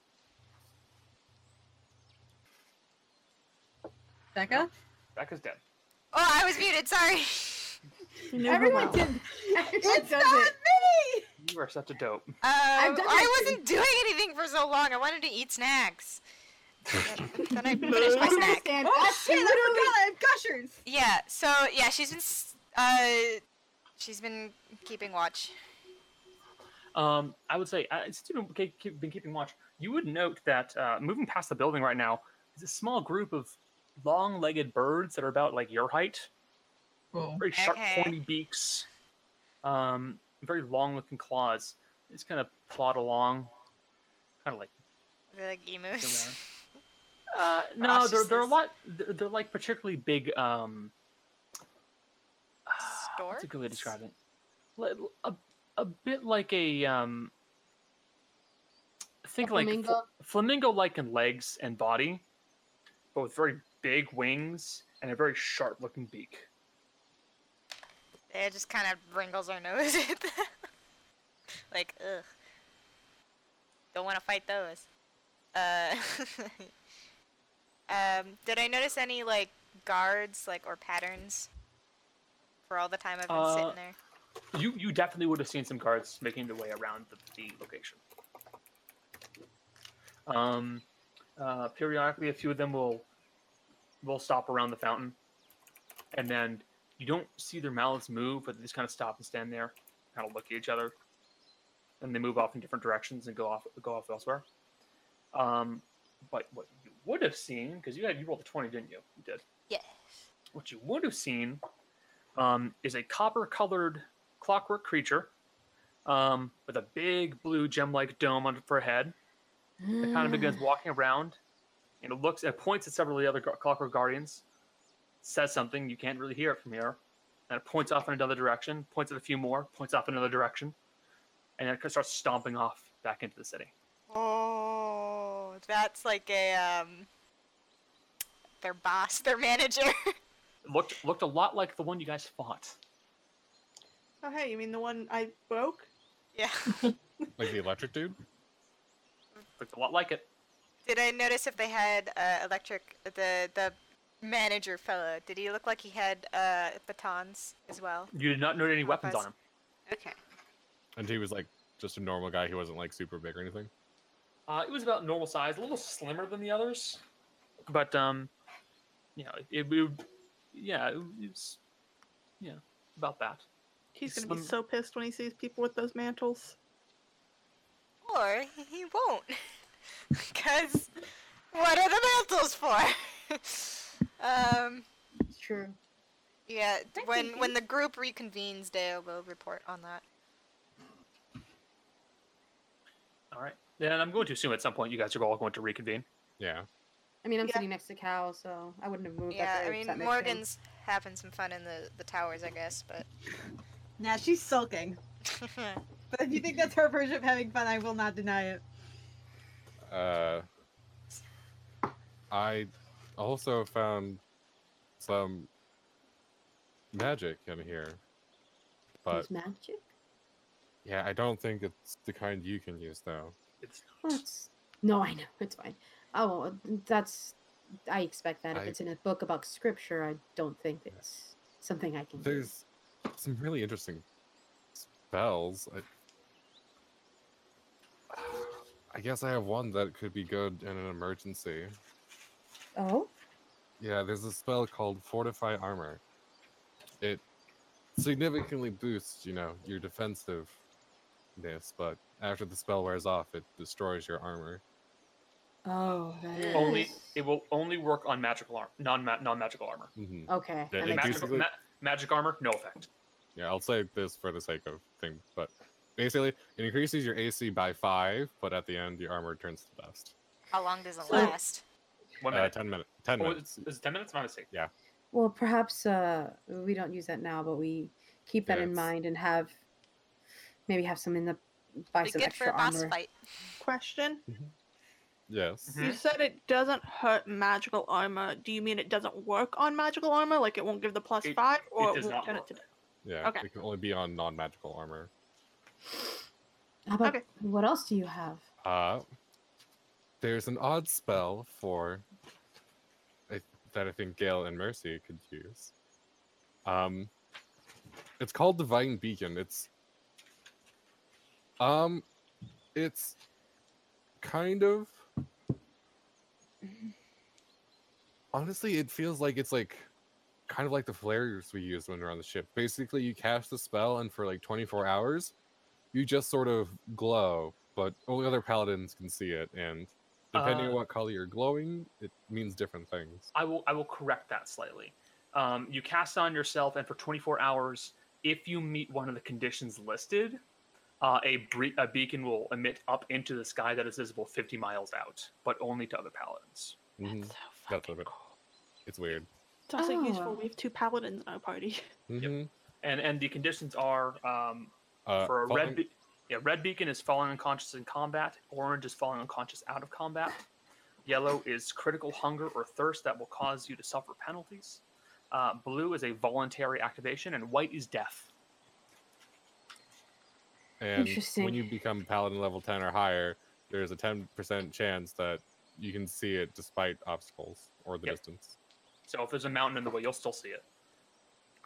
Speaker 5: Becca?
Speaker 1: Becca's dead.
Speaker 2: Oh, I was muted. Sorry.
Speaker 7: You knew her
Speaker 3: Everyone
Speaker 7: well.
Speaker 3: did. Everyone
Speaker 5: It's
Speaker 3: does
Speaker 5: not
Speaker 3: it.
Speaker 5: me!
Speaker 1: You are such a dope.
Speaker 2: Um, I
Speaker 3: that
Speaker 2: wasn't doing anything for so long. I wanted to eat snacks. But then I finished my snack.
Speaker 3: Understand.
Speaker 5: Oh
Speaker 3: That's
Speaker 5: shit, I forgot
Speaker 3: literally-
Speaker 5: I have gushers!
Speaker 2: Yeah. So yeah, she's been s- uh, she's been keeping watch.
Speaker 1: Um, I would say uh, since you've been, ke- keep, been keeping watch, you would note that uh, moving past the building right now is a small group of long-legged birds that are about like your height.
Speaker 10: Cool.
Speaker 1: Very sharp,
Speaker 2: Okay.
Speaker 1: pointy beaks. Um, very long-looking claws. They just kind of plod along, kind of like.
Speaker 2: They're like emus.
Speaker 1: Uh, no, they're, they're a
Speaker 2: ostriches.
Speaker 1: lot. They're, they're like particularly big. Um, That's a good way to
Speaker 2: Storks?
Speaker 1: describe it. Li- A, a bit like a um. Think
Speaker 3: A
Speaker 1: like
Speaker 3: flamingo?
Speaker 1: flamingo like in legs and body, but with very big wings and a very sharp looking beak.
Speaker 2: It just kind of wrinkles our nose at them. like, ugh. Don't want to fight those. Uh, um, did I notice any, like, guards, like, or patterns for all the time I've been
Speaker 1: Uh,
Speaker 2: sitting there?
Speaker 1: You you definitely would have seen some guards making their way around the, the location. Um, uh, periodically, a few of them will will stop around the fountain, and then you don't see their mouths move, but they just kind of stop and stand there, kind of look at each other, and they move off in different directions and go off go off elsewhere. Um, but what you would have seen, because you had you rolled a twenty, didn't you? You did.
Speaker 2: Yes.
Speaker 1: What you would have seen um, is a copper-colored clockwork creature um, with a big blue gem-like dome on her head. It kind of begins walking around, and it looks and it points at several of the other gu- clockwork guardians. Says something you can't really hear it from here, and it points off in another direction. Points at a few more. Points off in another direction, and then it starts stomping off back into the city.
Speaker 2: Oh, that's like a, um, their boss, their manager.
Speaker 1: It looked looked a lot like the one you guys fought.
Speaker 7: Oh hey, you mean the one I broke?
Speaker 2: yeah.
Speaker 4: Like the electric dude.
Speaker 1: Looked a lot like it.
Speaker 2: Did I notice if they had uh, electric the the manager fellow? Did he look like he had uh, batons as well?
Speaker 1: You did not note any
Speaker 2: Oh,
Speaker 1: weapons
Speaker 2: that's-
Speaker 1: on him.
Speaker 2: Okay.
Speaker 4: And he was like just a normal guy. He wasn't like super big or anything.
Speaker 1: Uh, it was about normal size, a little slimmer than the others, but um, you know, it, it would, yeah, it was, yeah, about that.
Speaker 7: He's gonna
Speaker 1: Some-
Speaker 7: be so pissed when he sees people with those mantles.
Speaker 2: Or he won't, because what are the mantles for? um.
Speaker 3: It's true.
Speaker 2: Yeah.
Speaker 5: Thank
Speaker 2: When when
Speaker 5: you.
Speaker 2: the group reconvenes, Dale will report on that.
Speaker 1: All right, then I'm going to assume at some point you guys are all going to reconvene.
Speaker 4: Yeah.
Speaker 3: I mean, I'm
Speaker 7: Yeah.
Speaker 3: sitting next to Cal, so I wouldn't have moved.
Speaker 2: yeah.
Speaker 3: that
Speaker 2: I
Speaker 3: way, if that
Speaker 2: mean,
Speaker 3: makes sense.
Speaker 2: Morgan's having some fun in the the towers, I guess, but.
Speaker 5: Nah, she's sulking. But if you think that's her version of having fun, I will not deny it.
Speaker 4: Uh, I also found some magic in here, but
Speaker 3: Use magic.
Speaker 4: Yeah, I don't think it's the kind you can use though.
Speaker 1: It's
Speaker 3: That's no, I know it's fine. Oh, well, that's I expect that if
Speaker 4: I-
Speaker 3: it's in a book about scripture, I don't think it's something I can. do.
Speaker 4: There's some really interesting spells. I, I guess I have one that could be good in an emergency.
Speaker 3: Oh,
Speaker 4: Yeah, there's a spell called Fortify Armor. It significantly boosts, you know, your defensiveness, but after the spell wears off, it destroys your armor.
Speaker 3: oh, that is
Speaker 1: only it will only work on magical armor, non non magical armor.
Speaker 4: hmm
Speaker 3: okay.
Speaker 4: Yeah,
Speaker 3: that
Speaker 4: it
Speaker 3: makes
Speaker 4: gives
Speaker 3: sense.
Speaker 1: Magical,
Speaker 4: basically-
Speaker 1: ma- magic armor, no effect.
Speaker 4: Yeah, I'll say this for the sake of thing, but basically, it increases your AC by five, but at the end, your armor turns to dust.
Speaker 2: How long does it
Speaker 3: So-
Speaker 2: last?
Speaker 1: One
Speaker 4: Uh,
Speaker 1: minute.
Speaker 4: ten minutes. Ten
Speaker 1: oh,
Speaker 4: minutes.
Speaker 1: is, is it ten minutes? My mistake.
Speaker 3: Well, perhaps uh, we don't use that now, but we keep that in
Speaker 4: Yes.
Speaker 3: mind and have maybe have some in the buy
Speaker 2: Be
Speaker 3: some
Speaker 2: good for
Speaker 3: extra
Speaker 2: a boss
Speaker 3: armor.
Speaker 2: fight.
Speaker 7: Question.
Speaker 4: Yes.
Speaker 1: Mhm.
Speaker 7: You said it doesn't hurt magical armor. Do you mean it doesn't work on magical armor? Like it won't give the plus
Speaker 1: It-
Speaker 7: five, or
Speaker 1: it
Speaker 7: it,
Speaker 1: does
Speaker 7: won't
Speaker 1: not
Speaker 7: turn
Speaker 1: work.
Speaker 7: it to?
Speaker 1: Mm-hmm.
Speaker 4: Yeah.
Speaker 7: Okay.
Speaker 4: It can only be on non-magical armor.
Speaker 3: How about
Speaker 7: Okay.
Speaker 3: what else do you have?
Speaker 4: Uh, there's an odd spell for I, that I think Gale and Mercy could use. Um, it's called Divine Beacon. It's um, it's kind of honestly, it feels like it's like kind of like the flares we use when we're on the ship. Basically, you cast the spell, and for like 24 hours, you just sort of glow, but only other paladins can see it. And depending
Speaker 1: Uh,
Speaker 4: on what color you're glowing, it means different things.
Speaker 1: I will I will correct that slightly. Um, you cast on yourself, and for 24 hours, if you meet one of the conditions listed, uh, a, bre- a beacon will emit up into the sky that is visible 50 miles out, but only to other paladins.
Speaker 4: Mhm.
Speaker 7: That's
Speaker 4: That's
Speaker 7: so fucking
Speaker 4: what it-
Speaker 7: cool.
Speaker 4: It's weird.
Speaker 7: It's also
Speaker 3: Oh.
Speaker 7: useful. We have two paladins in our party.
Speaker 4: Mhm.
Speaker 1: And and the conditions are um,
Speaker 4: Uh,
Speaker 1: for a red,
Speaker 4: following-
Speaker 1: be- yeah, red beacon is falling unconscious in combat. Orange is falling unconscious out of combat. Yellow is critical hunger or thirst that will cause you to suffer penalties. Uh, blue is a voluntary activation, and white is death.
Speaker 4: And
Speaker 3: Interesting.
Speaker 4: when you become paladin level 10 or higher, there's a 10% chance that you can see it despite obstacles or the
Speaker 1: Yep.
Speaker 4: distance.
Speaker 1: So if there's a mountain in the way, you'll still see it.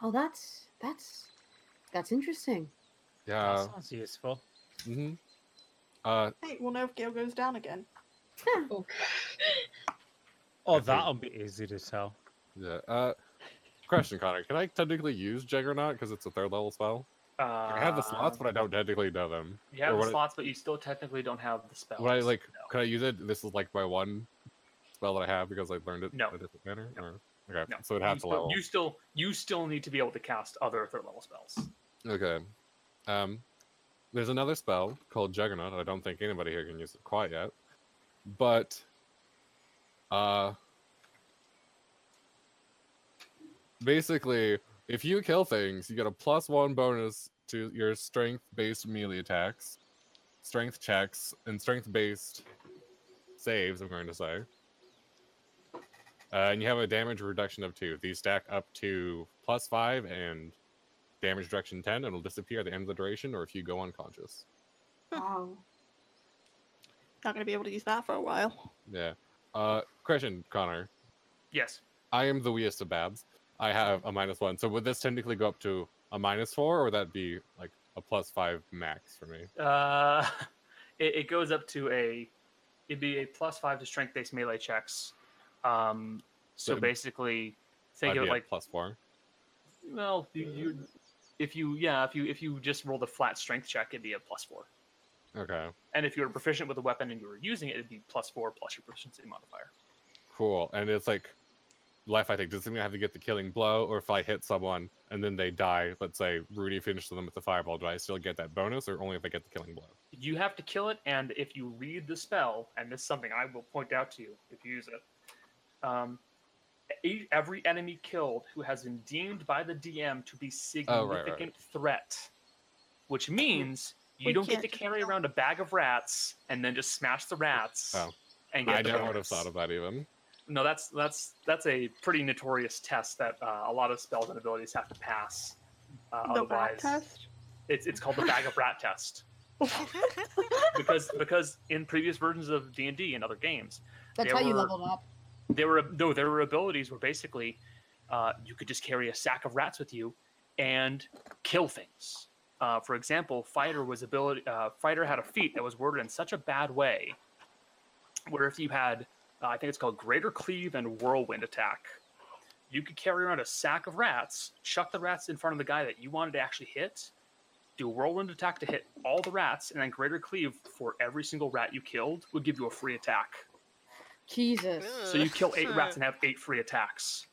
Speaker 3: Oh, that's that's that's interesting.
Speaker 4: Yeah.
Speaker 8: that sounds useful.
Speaker 4: hmm Uh,
Speaker 7: Hey, we'll know if Gale goes down again.
Speaker 8: Oh,
Speaker 4: Okay.
Speaker 8: that'll be easy to tell.
Speaker 4: yeah. Uh, question, Connor. Can I technically use Juggernaut because it's a third level spell?
Speaker 1: Uh,
Speaker 4: I have the slots, but I
Speaker 1: Um,
Speaker 4: don't technically know them.
Speaker 1: You have
Speaker 4: or
Speaker 1: the
Speaker 4: what-
Speaker 1: slots, but you still technically don't have the spell.
Speaker 4: Would I like? Could I use it? This is like my one spell that I have because I learned it
Speaker 1: No.
Speaker 4: in a different manner.
Speaker 1: No.
Speaker 4: Or, okay,
Speaker 1: No.
Speaker 4: so it
Speaker 1: you,
Speaker 4: has to
Speaker 1: still,
Speaker 4: level.
Speaker 1: you still you still need to be able to cast other third level spells.
Speaker 4: Okay. Um, there's another spell called Juggernaut. I don't think anybody here can use it quite yet, but uh, basically, if you kill things, you get a plus one bonus to your strength-based melee attacks, strength checks, and strength-based saves. I'm going to say. Uh, and you have a damage reduction of two. These stack up to plus five and damage reduction 10 and it'll disappear at the end of the duration or if you go unconscious
Speaker 5: Wow.
Speaker 7: Not gonna be able to use that for a while.
Speaker 4: yeah uh question connor
Speaker 1: Yes.
Speaker 4: i am the weest of babs i have a minus one so would this technically go up to a minus four or would that be like a plus five max for me
Speaker 1: Uh, it, it goes up to a it'd be a plus five to strength based melee checks. Um, so
Speaker 4: So-
Speaker 1: basically,
Speaker 4: I'd
Speaker 1: think of
Speaker 4: be
Speaker 1: it
Speaker 4: at
Speaker 1: like
Speaker 4: plus four
Speaker 1: well, you, you if you yeah if you if you just rolled a flat strength check, it'd be a plus four.
Speaker 4: okay
Speaker 1: And if you were proficient with a weapon and you were using it, it'd be plus four plus your proficiency modifier.
Speaker 4: cool and it's like life i take does it mean i have to get the killing blow or if i hit someone and then they die let's say rudy finishes them with the fireball do i still get that bonus or only if i get the killing blow
Speaker 1: You have to kill it, and if you read the spell, and this is something I will point out to you if you use it, um, e- every enemy killed who has been deemed by the DM to be significant
Speaker 4: Oh, right, Hmm. right, right.
Speaker 1: threat, which means you
Speaker 7: We
Speaker 1: don't get
Speaker 7: can't
Speaker 1: to
Speaker 7: just
Speaker 1: carry
Speaker 7: kill
Speaker 1: around a bag of rats and then just smash the rats
Speaker 4: Oh.
Speaker 1: and get
Speaker 4: i
Speaker 1: the
Speaker 4: never would
Speaker 1: bonus.
Speaker 4: have thought of that even
Speaker 1: No, that's that's that's a pretty notorious test that uh, a lot of spells and abilities have to pass. Uh,
Speaker 7: the rat
Speaker 1: otherwise,
Speaker 7: test.
Speaker 1: It's it's called the bag of rat test because because in previous versions of D and D and other games,
Speaker 3: That's
Speaker 1: They
Speaker 3: how you
Speaker 1: were-
Speaker 3: leveled up.
Speaker 1: there were no there were abilities where basically uh, you could just carry a sack of rats with you and kill things. Uh, for example, fighter was ability uh, fighter had a feat that was worded in such a bad way where if you had uh, I think it's called greater cleave and whirlwind attack, you could carry around a sack of rats, chuck the rats in front of the guy that you wanted to actually hit, do whirlwind attack to hit all the rats, and then greater cleave for every single rat you killed would give you a free attack.
Speaker 3: Jesus.
Speaker 1: So you kill eight rats and have eight free attacks.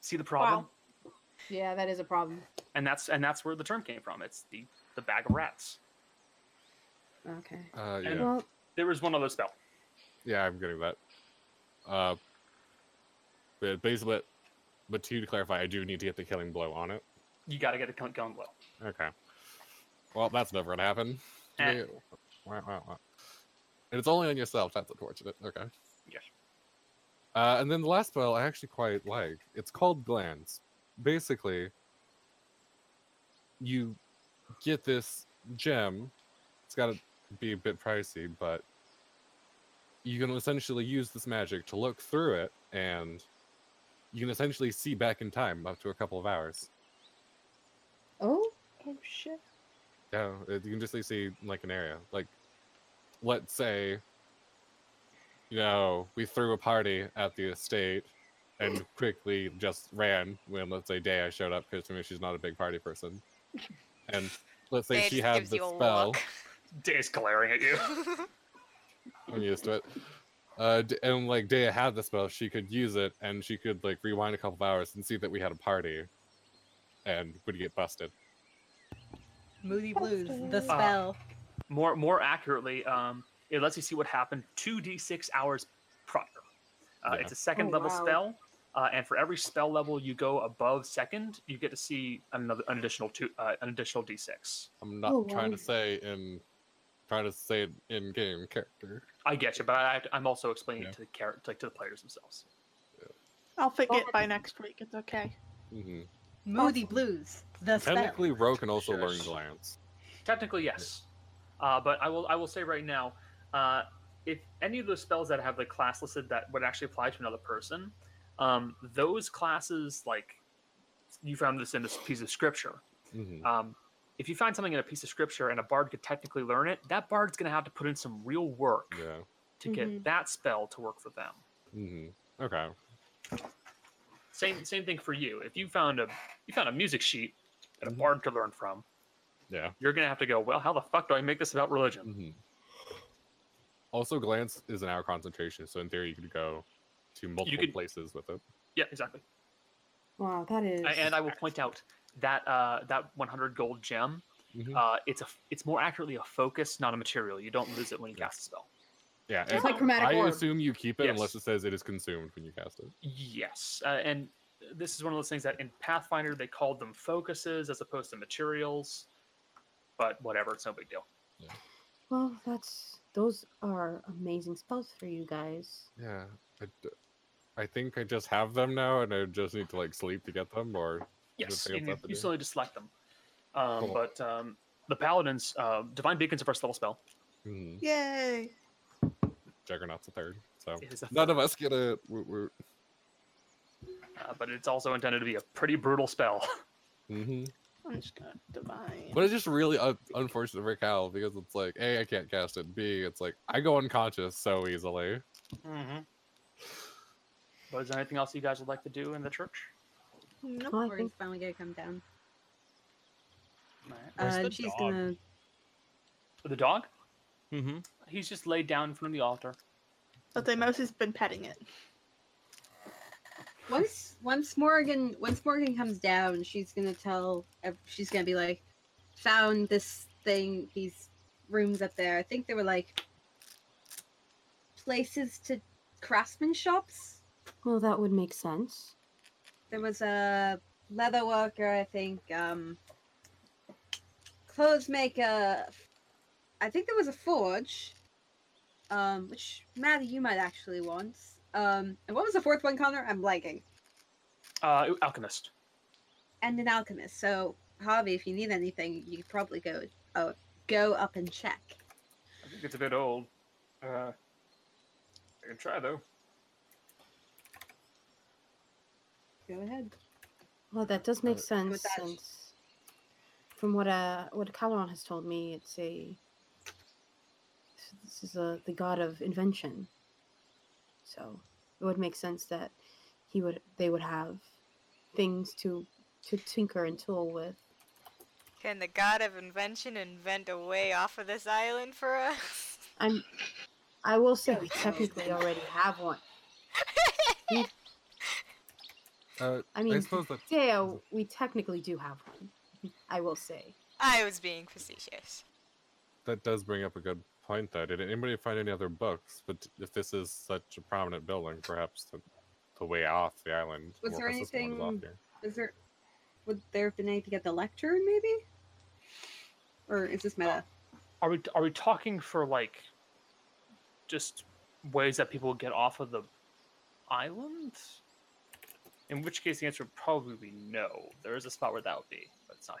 Speaker 1: See the problem?
Speaker 3: Yeah, that is a problem.
Speaker 1: And that's and that's where the term came from. It's the the bag of rats.
Speaker 5: Okay.
Speaker 4: Uh, yeah.
Speaker 1: And-
Speaker 3: Well,
Speaker 1: There was one other spell.
Speaker 4: Yeah, I'm getting that. Uh, but basically, but to clarify, I do need to get the killing blow on it.
Speaker 1: You got to get the count going well.
Speaker 4: Okay. Well, that's never gonna happen. to
Speaker 1: Eh.
Speaker 4: me. Wah, wah, wah. And it's only on yourself. That's unfortunate. Okay.
Speaker 1: Yes.
Speaker 4: Uh, and then the last spell I actually quite like. It's called Glance. Basically, you get this gem. It's got to be a bit pricey, but you can essentially use this magic to look through it, and you can essentially see back in time up to a couple of hours.
Speaker 3: oh,
Speaker 10: Oh shit.
Speaker 4: Yeah, uh, you can just like, see like an area. Like, let's say, you know, we threw a party at the estate and quickly just ran when, let's say, Day I showed up because to me she's not a big party person. And let's say
Speaker 2: Day
Speaker 4: she
Speaker 2: just
Speaker 4: had
Speaker 2: gives
Speaker 4: the
Speaker 2: you a
Speaker 4: spell.
Speaker 2: look.
Speaker 1: Day's glaring at you.
Speaker 4: I'm used to it. Uh, d- and like Dea had the spell, she could use it, and she could like rewind a couple of hours and see that we had a party, and would get busted.
Speaker 5: Moody Blues, the
Speaker 10: Uh,
Speaker 5: spell.
Speaker 6: Ah.
Speaker 1: More more accurately, um, it lets you see what happened two d six hours prior. Uh,
Speaker 4: Yeah.
Speaker 1: It's a second
Speaker 3: Oh,
Speaker 1: level
Speaker 3: wow.
Speaker 1: spell, uh, and for every spell level you go above second, you get to see another an additional two uh, an additional d six.
Speaker 4: I'm not
Speaker 5: Oh,
Speaker 4: trying
Speaker 5: wow.
Speaker 4: to say in, trying to say it in game character.
Speaker 1: I get you, but I, have to- I'm also explaining
Speaker 4: Yeah.
Speaker 1: it to the character, like to the players themselves.
Speaker 7: I'll forget by next week. It's okay.
Speaker 4: hmm
Speaker 5: Moody Blues, the spell.
Speaker 4: Technically, Ro can also learn
Speaker 1: Shush.
Speaker 4: glance.
Speaker 1: Technically, yes. Uh, but I will I will say right now, uh, if any of those spells that have the class listed that would actually apply to another person, um, those classes like you found this in this piece of scripture.
Speaker 4: Mhm.
Speaker 1: Um, if you find something in a piece of scripture and a bard could technically learn it, that bard's going to have to put in some real work
Speaker 4: Yeah.
Speaker 1: to get
Speaker 5: Mhm.
Speaker 1: that spell to work for them.
Speaker 4: hmm Okay.
Speaker 1: Same same thing for you. If you found a you found a music sheet that a bard could learn from,
Speaker 4: Yeah.
Speaker 1: you're going to have to go. Well, how the fuck do I make this about religion?
Speaker 4: hmm Also, glance is an hour concentration, so in theory, you could go to multiple
Speaker 1: could-
Speaker 4: places with it.
Speaker 1: Yeah, exactly.
Speaker 3: wow, that is.
Speaker 1: A- and I will point out that uh, that 100 gold gem,
Speaker 4: Mhm.
Speaker 1: uh, it's a f- it's more accurately a focus, not a material. You don't lose it when you
Speaker 4: Yeah.
Speaker 1: cast a spell.
Speaker 4: Yeah.
Speaker 3: It's
Speaker 4: and
Speaker 3: like chromatic
Speaker 4: I
Speaker 3: orb.
Speaker 4: assume you keep it
Speaker 1: Yes.
Speaker 4: unless it says it is consumed when you cast it.
Speaker 1: Yes, uh, and this is one of those things that in Pathfinder they called them focuses as opposed to materials, but whatever, it's no big deal.
Speaker 3: Well, that's those are amazing spells for you guys.
Speaker 4: Yeah. I, d- I think I just have them now, and I just need to like sleep to get them, or
Speaker 1: Yes,
Speaker 4: think
Speaker 1: and
Speaker 4: it's
Speaker 1: you,
Speaker 4: up to
Speaker 1: you
Speaker 4: you.
Speaker 1: still need to select them. Um,
Speaker 4: Cool.
Speaker 1: But um, the paladins, uh, divine beacon's a first level spell.
Speaker 4: Mhm.
Speaker 7: Yay!
Speaker 4: Juggernaut's a third. So
Speaker 1: It is a
Speaker 4: none of us get it. Woot woot.
Speaker 1: Uh, but it's also intended to be a pretty brutal spell.
Speaker 4: hmm
Speaker 7: I'm just gonna divine.
Speaker 4: But it's just really un- unfortunate for Cal because it's like, A, I can't cast it. B, it's like, I go unconscious so easily.
Speaker 1: mm-hmm. But is there anything else you guys would like to do in the church?
Speaker 7: Nope.
Speaker 3: Well, I
Speaker 5: Morgan's
Speaker 3: think
Speaker 5: finally gonna come down.
Speaker 1: All right.
Speaker 6: Where's
Speaker 5: Uh,
Speaker 6: the
Speaker 5: she's
Speaker 6: dog?
Speaker 5: gonna.
Speaker 1: The dog?
Speaker 6: Mm-hmm.
Speaker 1: He's just laid down in front of the altar.
Speaker 7: But the mouse has been petting it.
Speaker 5: Once once Morgan once Morgan comes down, she's gonna tell. ev- She's gonna be like, found this thing. These rooms up there. I think they were like places to craftsman shops.
Speaker 3: well that would make sense.
Speaker 5: There was a leather worker, I think, um, clothes maker. I think there was a forge, um, which Maddie, you might actually want. Um, and what was the fourth one, Connor? I'm blanking.
Speaker 1: Uh, alchemist.
Speaker 5: And an alchemist. So Javi, if you need anything, you could probably go oh, go up and check.
Speaker 9: I think it's a bit old. Uh, I can try though.
Speaker 5: Go ahead.
Speaker 3: Well, that does make sense
Speaker 5: that-
Speaker 3: since, from what uh, what Kalon has told me, it's a this is a the god of invention. So it would make sense that he would they would have things to to tinker and tool with.
Speaker 2: Can the god of invention invent a way off of this island for us?
Speaker 3: I'm I will say we technically already have one.
Speaker 4: Uh,
Speaker 3: I mean,
Speaker 4: suppose that
Speaker 3: Deo, we technically do have one. I will say.
Speaker 2: I was being facetious.
Speaker 4: that does bring up a good point, though. Did anybody find any other books? But if this is such a prominent building, perhaps the, the way off the island.
Speaker 5: Was
Speaker 4: more
Speaker 5: there
Speaker 4: consistent one is off
Speaker 5: anything-
Speaker 4: here.
Speaker 5: Is there would there have been anything at the lectern maybe? Or is this meta?
Speaker 1: Are we are we talking for like just ways that people get off of the island? In which case, the answer would probably be no. There is a spot where that would be, but it's not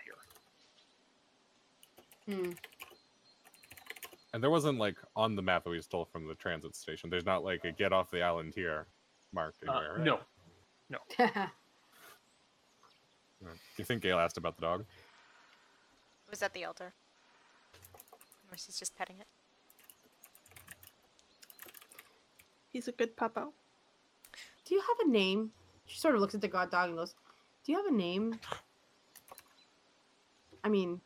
Speaker 1: here.
Speaker 2: Hmm.
Speaker 4: And there wasn't like on the map that we stole from the transit station. There's not like a get off the island here mark
Speaker 1: Uh,
Speaker 4: anywhere. right?
Speaker 1: No,
Speaker 4: Do you think Gail asked about the dog?
Speaker 2: It was at the altar. Mercy's just petting it.
Speaker 7: He's a good puppo.
Speaker 3: Do you have a name? She sort of looks at the god dog and goes, Do you have a name? I mean,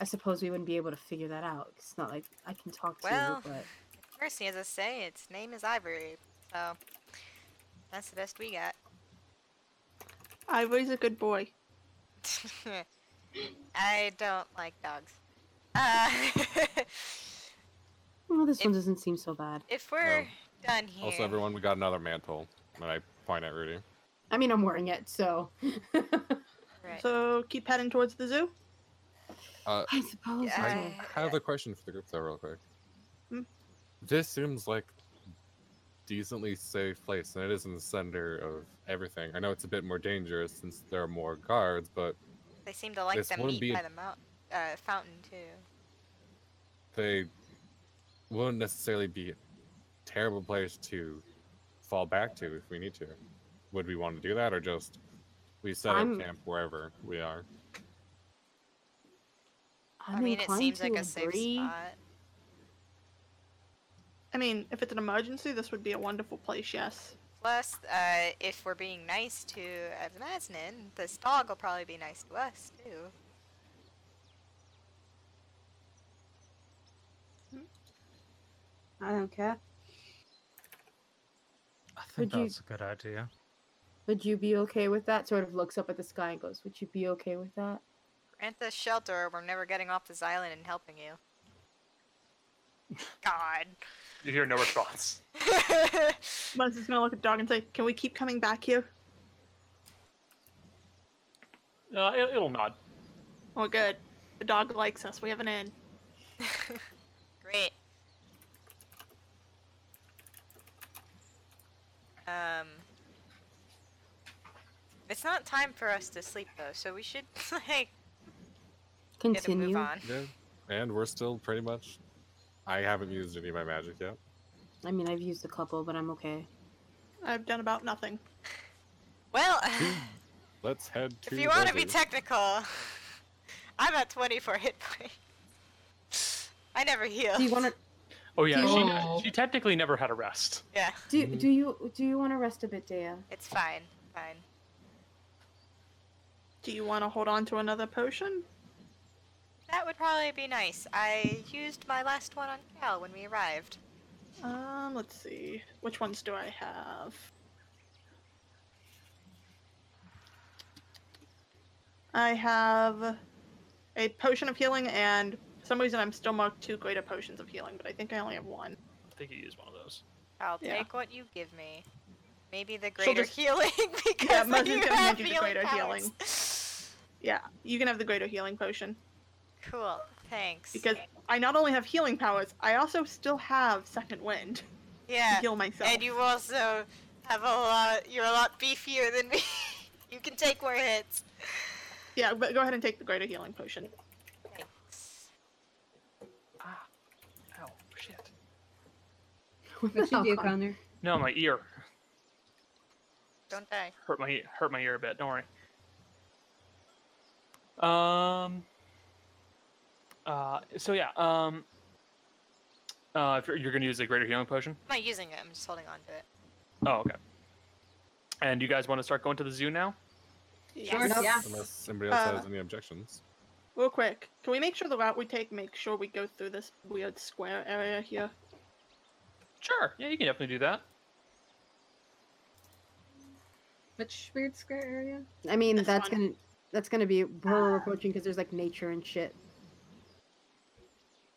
Speaker 3: I suppose we wouldn't be able to figure that out. It's not like I can talk to
Speaker 2: Well,
Speaker 3: you, but
Speaker 2: Mercy, as I say, its name is Ivory, so that's the best we got.
Speaker 7: Ivory's a good boy.
Speaker 2: I don't like dogs. Uh,
Speaker 3: well, this one
Speaker 2: if-
Speaker 3: doesn't seem so bad.
Speaker 2: if we're done here,
Speaker 4: Um, Also, everyone, we got another mantle. And I point at Rudy.
Speaker 3: I mean, I'm wearing it, so
Speaker 2: right.
Speaker 7: So keep heading towards the zoo.
Speaker 3: I suppose.
Speaker 4: I
Speaker 2: Yeah,
Speaker 3: I...
Speaker 2: I-
Speaker 4: have a question for the group, though, real quick.
Speaker 7: Hmm?
Speaker 4: This seems like decently safe place, and it is in the center of everything. I know it's a bit more dangerous since there are more guards, but
Speaker 2: they seem to like
Speaker 4: this
Speaker 2: them
Speaker 4: wouldn't
Speaker 2: meat
Speaker 4: be
Speaker 2: by
Speaker 4: an-
Speaker 2: the mount- uh, fountain too.
Speaker 4: they wouldn't necessarily be a terrible place to fall back to if we need to. Would we want to do that, or just we set
Speaker 3: I'm-
Speaker 4: up camp wherever we are?
Speaker 3: I'm
Speaker 2: I mean, it
Speaker 3: inclined
Speaker 2: seems
Speaker 3: to
Speaker 2: like a safe
Speaker 3: agree.
Speaker 2: spot.
Speaker 7: I mean, if it's an emergency, this would be a wonderful place, yes.
Speaker 2: Plus, uh, if we're being nice to Evnasnin, this dog will probably be nice to us too.
Speaker 5: I don't care.
Speaker 8: I
Speaker 3: Would
Speaker 8: think
Speaker 3: you-
Speaker 8: that's a good idea.
Speaker 3: Would you be okay with that? Sort of looks up at the sky and goes, Would you be okay with that?
Speaker 2: Grant us shelter, or we're never getting off this island and helping you. God.
Speaker 9: You hear no response.
Speaker 7: Once is gonna look at the dog and say, "Can we keep coming back here?"
Speaker 1: uh, it, it'll nod.
Speaker 7: Oh, good. The dog likes us. We have an in.
Speaker 2: Great. Um. It's not time for us to sleep though, so we should like get a
Speaker 3: Continue.
Speaker 2: move on.
Speaker 4: Yeah. And we're still pretty much. I haven't used any of my magic yet.
Speaker 3: I mean, I've used a couple, but I'm okay.
Speaker 7: I've done about nothing.
Speaker 2: Well,
Speaker 4: Let's head to.
Speaker 2: if you want to
Speaker 4: Blizzard.
Speaker 2: be technical, I'm at 24 hit points. I never heal.
Speaker 3: Do you want to
Speaker 1: Oh yeah,
Speaker 10: Oh.
Speaker 1: she, she technically never had a rest.
Speaker 2: Yeah,
Speaker 3: do, do you do you want to rest a bit, Dea?
Speaker 2: it's fine, fine.
Speaker 7: Do you want to hold on to another potion?
Speaker 2: That would probably be nice. I used my last one on Cal when we arrived.
Speaker 7: Um, let's see. Which ones do I have? I have a potion of healing, and for some reason I'm still marked two greater potions of healing, but I think I only have one.
Speaker 1: I think you used one of those.
Speaker 2: I'll
Speaker 7: Yeah.
Speaker 2: take what you give me. Maybe the
Speaker 7: She'll
Speaker 2: greater
Speaker 7: just-
Speaker 2: healing because
Speaker 7: Mercy's
Speaker 2: you
Speaker 7: gonna
Speaker 2: have
Speaker 7: hand you the
Speaker 2: healing
Speaker 7: greater
Speaker 2: powers.
Speaker 7: healing. Yeah, you can have the greater healing potion
Speaker 2: Cool. Thanks.
Speaker 7: because I not only have healing powers, I also still have second wind to
Speaker 2: yeah,
Speaker 7: heal myself.
Speaker 2: and you also have a lot. You're a lot beefier than me. you can take more hits.
Speaker 7: Yeah, but go ahead and take the greater healing potion.
Speaker 2: Thanks.
Speaker 1: Ah. Ow, shit.
Speaker 5: What you do, Connor?
Speaker 1: No, my ear
Speaker 2: Don't die.
Speaker 1: hurt my hurt my ear a bit. Don't worry. Um. Uh. So yeah. Um. Uh, if you're, you're gonna use a greater healing potion.
Speaker 2: I'm not using it. I'm just holding on to it.
Speaker 1: Oh, okay. And you guys want to start going to the zoo now?
Speaker 5: Sure.
Speaker 7: Yes.
Speaker 5: Yeah.
Speaker 4: Unless somebody else
Speaker 7: Uh,
Speaker 4: has any objections.
Speaker 7: Real quick, can we make sure the route we take, make sure we go through this weird square area here?
Speaker 1: Sure. Yeah, you can definitely do that.
Speaker 5: Which weird square area?
Speaker 3: I mean,
Speaker 7: That's
Speaker 3: that's,
Speaker 7: fine.
Speaker 3: gonna that's gonna be where we're approaching because there's like nature and shit.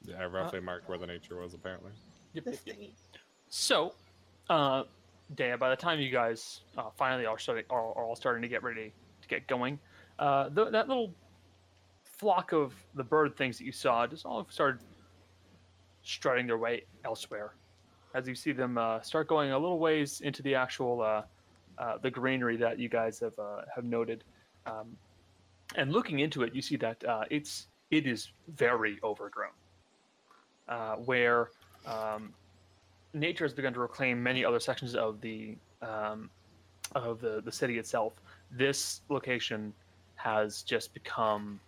Speaker 4: Yeah, I
Speaker 2: uh,
Speaker 4: roughly marked where the nature was apparently.
Speaker 1: Yep,
Speaker 7: This
Speaker 1: yep, yep.
Speaker 7: thingy.
Speaker 1: So, uh, Dana, by the time you guys uh, finally are starting, are, are all starting to get ready to get going, uh, th- that little flock of the bird things that you saw just all started strutting their way elsewhere. As you see them uh, start going a little ways into the actual uh, uh, the greenery that you guys have uh, have noted, um, and looking into it, you see that uh, it's it is very overgrown. Uh, where um, nature has begun to reclaim many other sections of the um, of the, the city itself. This location has just become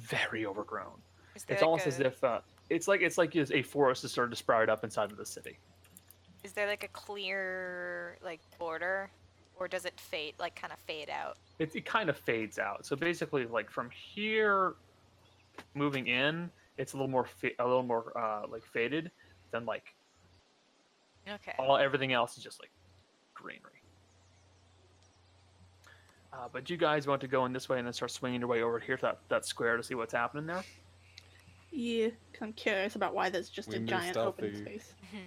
Speaker 1: very overgrown.
Speaker 2: Is there
Speaker 1: It's
Speaker 2: like
Speaker 1: almost
Speaker 2: a,
Speaker 1: as if uh, it's like it's like it's a forest has started to sprout up inside of the city.
Speaker 2: Is there like a clear like border, or does it fade like kind of fade out?
Speaker 1: It, it kind of fades out. So basically, like from here, moving in, it's a little more fa- a little more uh, like faded than like
Speaker 2: Okay.
Speaker 1: all everything else is just like greenery. Uh, but you guys want to go in this way and then start swinging your way over here to that, that square to see what's happening there.
Speaker 7: Yeah, 'cause I'm curious about why there's just
Speaker 4: We
Speaker 7: a
Speaker 4: move
Speaker 7: giant open
Speaker 4: stealthy.
Speaker 7: space.
Speaker 2: Hmm.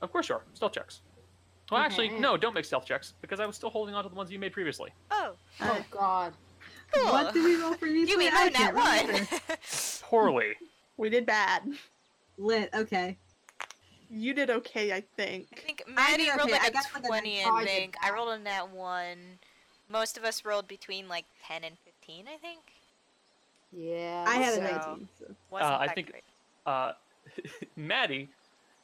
Speaker 1: Of course, you are. Stealth checks. Well, actually,
Speaker 3: Okay.
Speaker 1: no, don't make stealth checks because I was still holding on to the ones you made previously.
Speaker 2: oh,
Speaker 3: Oh God.
Speaker 2: cool.
Speaker 5: What do we roll for these?
Speaker 2: you mean
Speaker 5: I
Speaker 2: oh, nat
Speaker 5: can't
Speaker 2: one?
Speaker 5: remember.
Speaker 1: Poorly.
Speaker 7: We did bad.
Speaker 5: Lit. Okay.
Speaker 7: You did okay, I
Speaker 2: I
Speaker 7: think.
Speaker 2: think Maddie
Speaker 5: okay,
Speaker 2: rolled
Speaker 5: I
Speaker 2: like
Speaker 5: got
Speaker 2: a
Speaker 5: like a
Speaker 2: twenty,
Speaker 5: nine. Oh,
Speaker 2: I
Speaker 5: I did
Speaker 2: think. I
Speaker 5: that.
Speaker 2: rolled a nat one. Most of us rolled between like ten and fifteen, I think.
Speaker 3: Yeah.
Speaker 5: I had a
Speaker 2: So-
Speaker 5: 19. So.
Speaker 2: Wasn't
Speaker 1: Uh, I
Speaker 2: that
Speaker 1: think-
Speaker 2: great.
Speaker 1: Uh, Maddie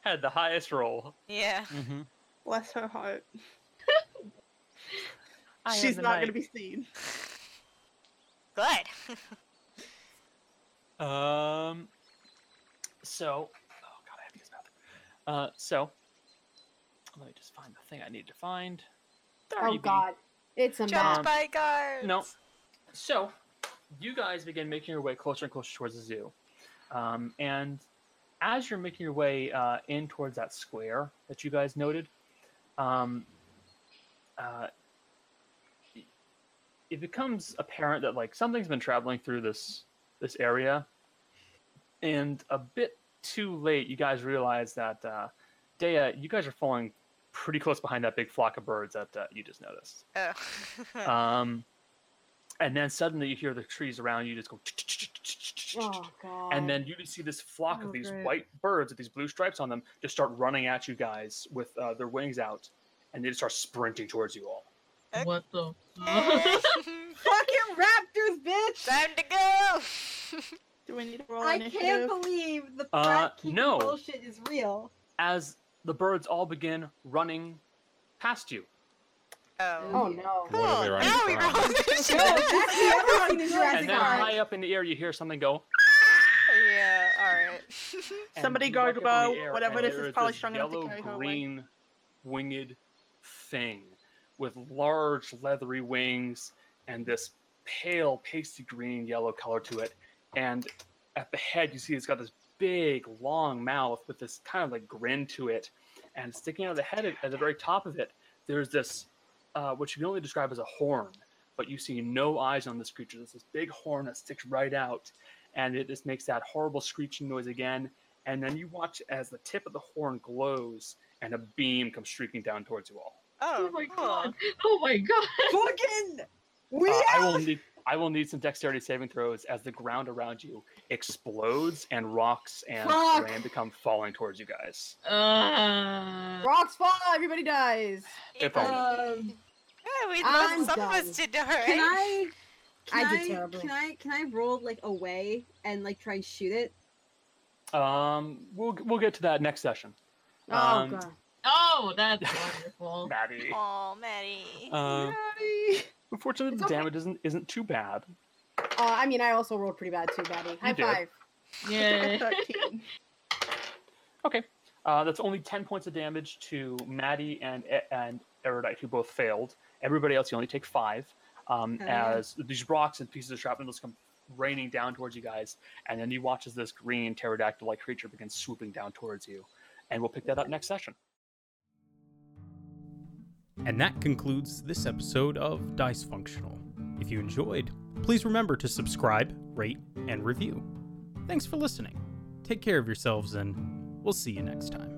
Speaker 1: had the highest roll.
Speaker 2: Yeah.
Speaker 8: Mm-hmm.
Speaker 7: Bless her heart.
Speaker 1: I am
Speaker 7: She's
Speaker 1: the
Speaker 7: not going to
Speaker 1: knight.
Speaker 7: be seen.
Speaker 2: Good.
Speaker 1: Um. So, oh god, I have to use the bathroom. Uh, so let me just find the thing I need to find. There
Speaker 3: Oh
Speaker 1: you be.
Speaker 3: God. It's a mess.
Speaker 2: Jumped
Speaker 1: Um,
Speaker 2: by guards.
Speaker 1: No. So, you guys begin making your way closer and closer towards the zoo. Um, and as you're making your way uh, in towards that square that you guys noted, um, uh, it- it becomes apparent that like something's been traveling through this this area, and a bit too late, you guys realize that uh, Dea, you guys are falling pretty close behind that big flock of birds that uh, you just noticed.
Speaker 2: Oh.
Speaker 1: Um, and then suddenly you hear the trees around you just go,
Speaker 3: Oh God.
Speaker 1: and then you just see this flock
Speaker 5: Oh,
Speaker 1: of these
Speaker 5: great.
Speaker 1: white birds with these blue stripes on them just start running at you guys with uh, their wings out, and they just start sprinting towards you all.
Speaker 2: Okay.
Speaker 10: What the?
Speaker 1: Uh.
Speaker 2: Eh,
Speaker 5: Fucking raptors, bitch!
Speaker 2: Time to go.
Speaker 7: Do we need to roll
Speaker 5: I
Speaker 7: initiative?
Speaker 5: can't believe the
Speaker 1: Uh,
Speaker 5: frat kicking
Speaker 1: no.
Speaker 5: bullshit is real.
Speaker 1: As the birds all begin running past you,
Speaker 3: Oh
Speaker 2: Oh.
Speaker 3: no.
Speaker 4: What are they
Speaker 2: Cool.
Speaker 4: running
Speaker 2: Now we
Speaker 4: from?
Speaker 2: roll
Speaker 5: No, actually, everyone in Jurassic
Speaker 1: and then
Speaker 5: Park.
Speaker 1: high up in the air you hear something go.
Speaker 2: yeah. All right.
Speaker 1: and
Speaker 7: Somebody
Speaker 1: you look
Speaker 7: guard
Speaker 1: up in the
Speaker 7: bow,
Speaker 1: air,
Speaker 7: whatever
Speaker 1: and
Speaker 7: it is,
Speaker 1: there
Speaker 7: it's probably
Speaker 1: this
Speaker 7: strong enough to
Speaker 1: yellow
Speaker 7: carry her away.
Speaker 1: green winged thing with large leathery wings and this pale pasty green yellow color to it and at the head you see it's got this big long mouth with this kind of like grin to it and sticking out of the head at- at the very top of it there's this uh, which you can only describe as a horn but you see no eyes on this creature there's this big horn that sticks right out and it just makes that horrible screeching noise again and then you watch as the tip of the horn glows and a beam comes streaking down towards you all.
Speaker 10: Oh
Speaker 2: Oh,
Speaker 10: my
Speaker 2: cool.
Speaker 10: god! Oh my god!
Speaker 5: Fucking. We
Speaker 1: Uh, I
Speaker 5: out!
Speaker 1: will need I will need some dexterity saving throws as the ground around you explodes and rocks and
Speaker 3: Fuck.
Speaker 1: terrain become falling towards you guys.
Speaker 10: Uh,
Speaker 3: Rocks fall. Everybody dies.
Speaker 1: If
Speaker 2: Yeah.
Speaker 1: only.
Speaker 5: Um,
Speaker 2: Yeah, we
Speaker 3: I'm
Speaker 2: lost some of us
Speaker 3: done.
Speaker 2: to die.
Speaker 5: can I Can
Speaker 3: I
Speaker 5: I,
Speaker 3: did terribly.
Speaker 5: Can I can I roll like away and like try and shoot it?
Speaker 1: Um, we'll we'll get to that next session.
Speaker 3: Oh
Speaker 1: Um,
Speaker 3: god.
Speaker 10: Oh, that's wonderful.
Speaker 1: Maddie.
Speaker 2: Oh, Maddie.
Speaker 1: Uh,
Speaker 5: Daddy!
Speaker 1: unfortunately, the
Speaker 3: It's okay.
Speaker 1: damage isn't isn't too bad.
Speaker 3: Uh, I mean, I also rolled pretty bad too, Maddie. High
Speaker 1: did.
Speaker 3: five.
Speaker 10: Yay.
Speaker 7: Thirteen.
Speaker 1: Uh, that's only ten points of damage to Maddie and E- and Erudite, who both failed. Everybody else, you only take five. Um,
Speaker 5: Oh, yeah.
Speaker 1: as these rocks and pieces of shrapnel just come raining down towards you guys, and then you watch as this green pterodactyl-like creature begins swooping down towards you, and we'll pick that up next session.
Speaker 6: And that concludes this episode of Dysfunctional. If you enjoyed, please remember to subscribe, rate, and review. Thanks for listening. Take care of yourselves, and we'll see you next time.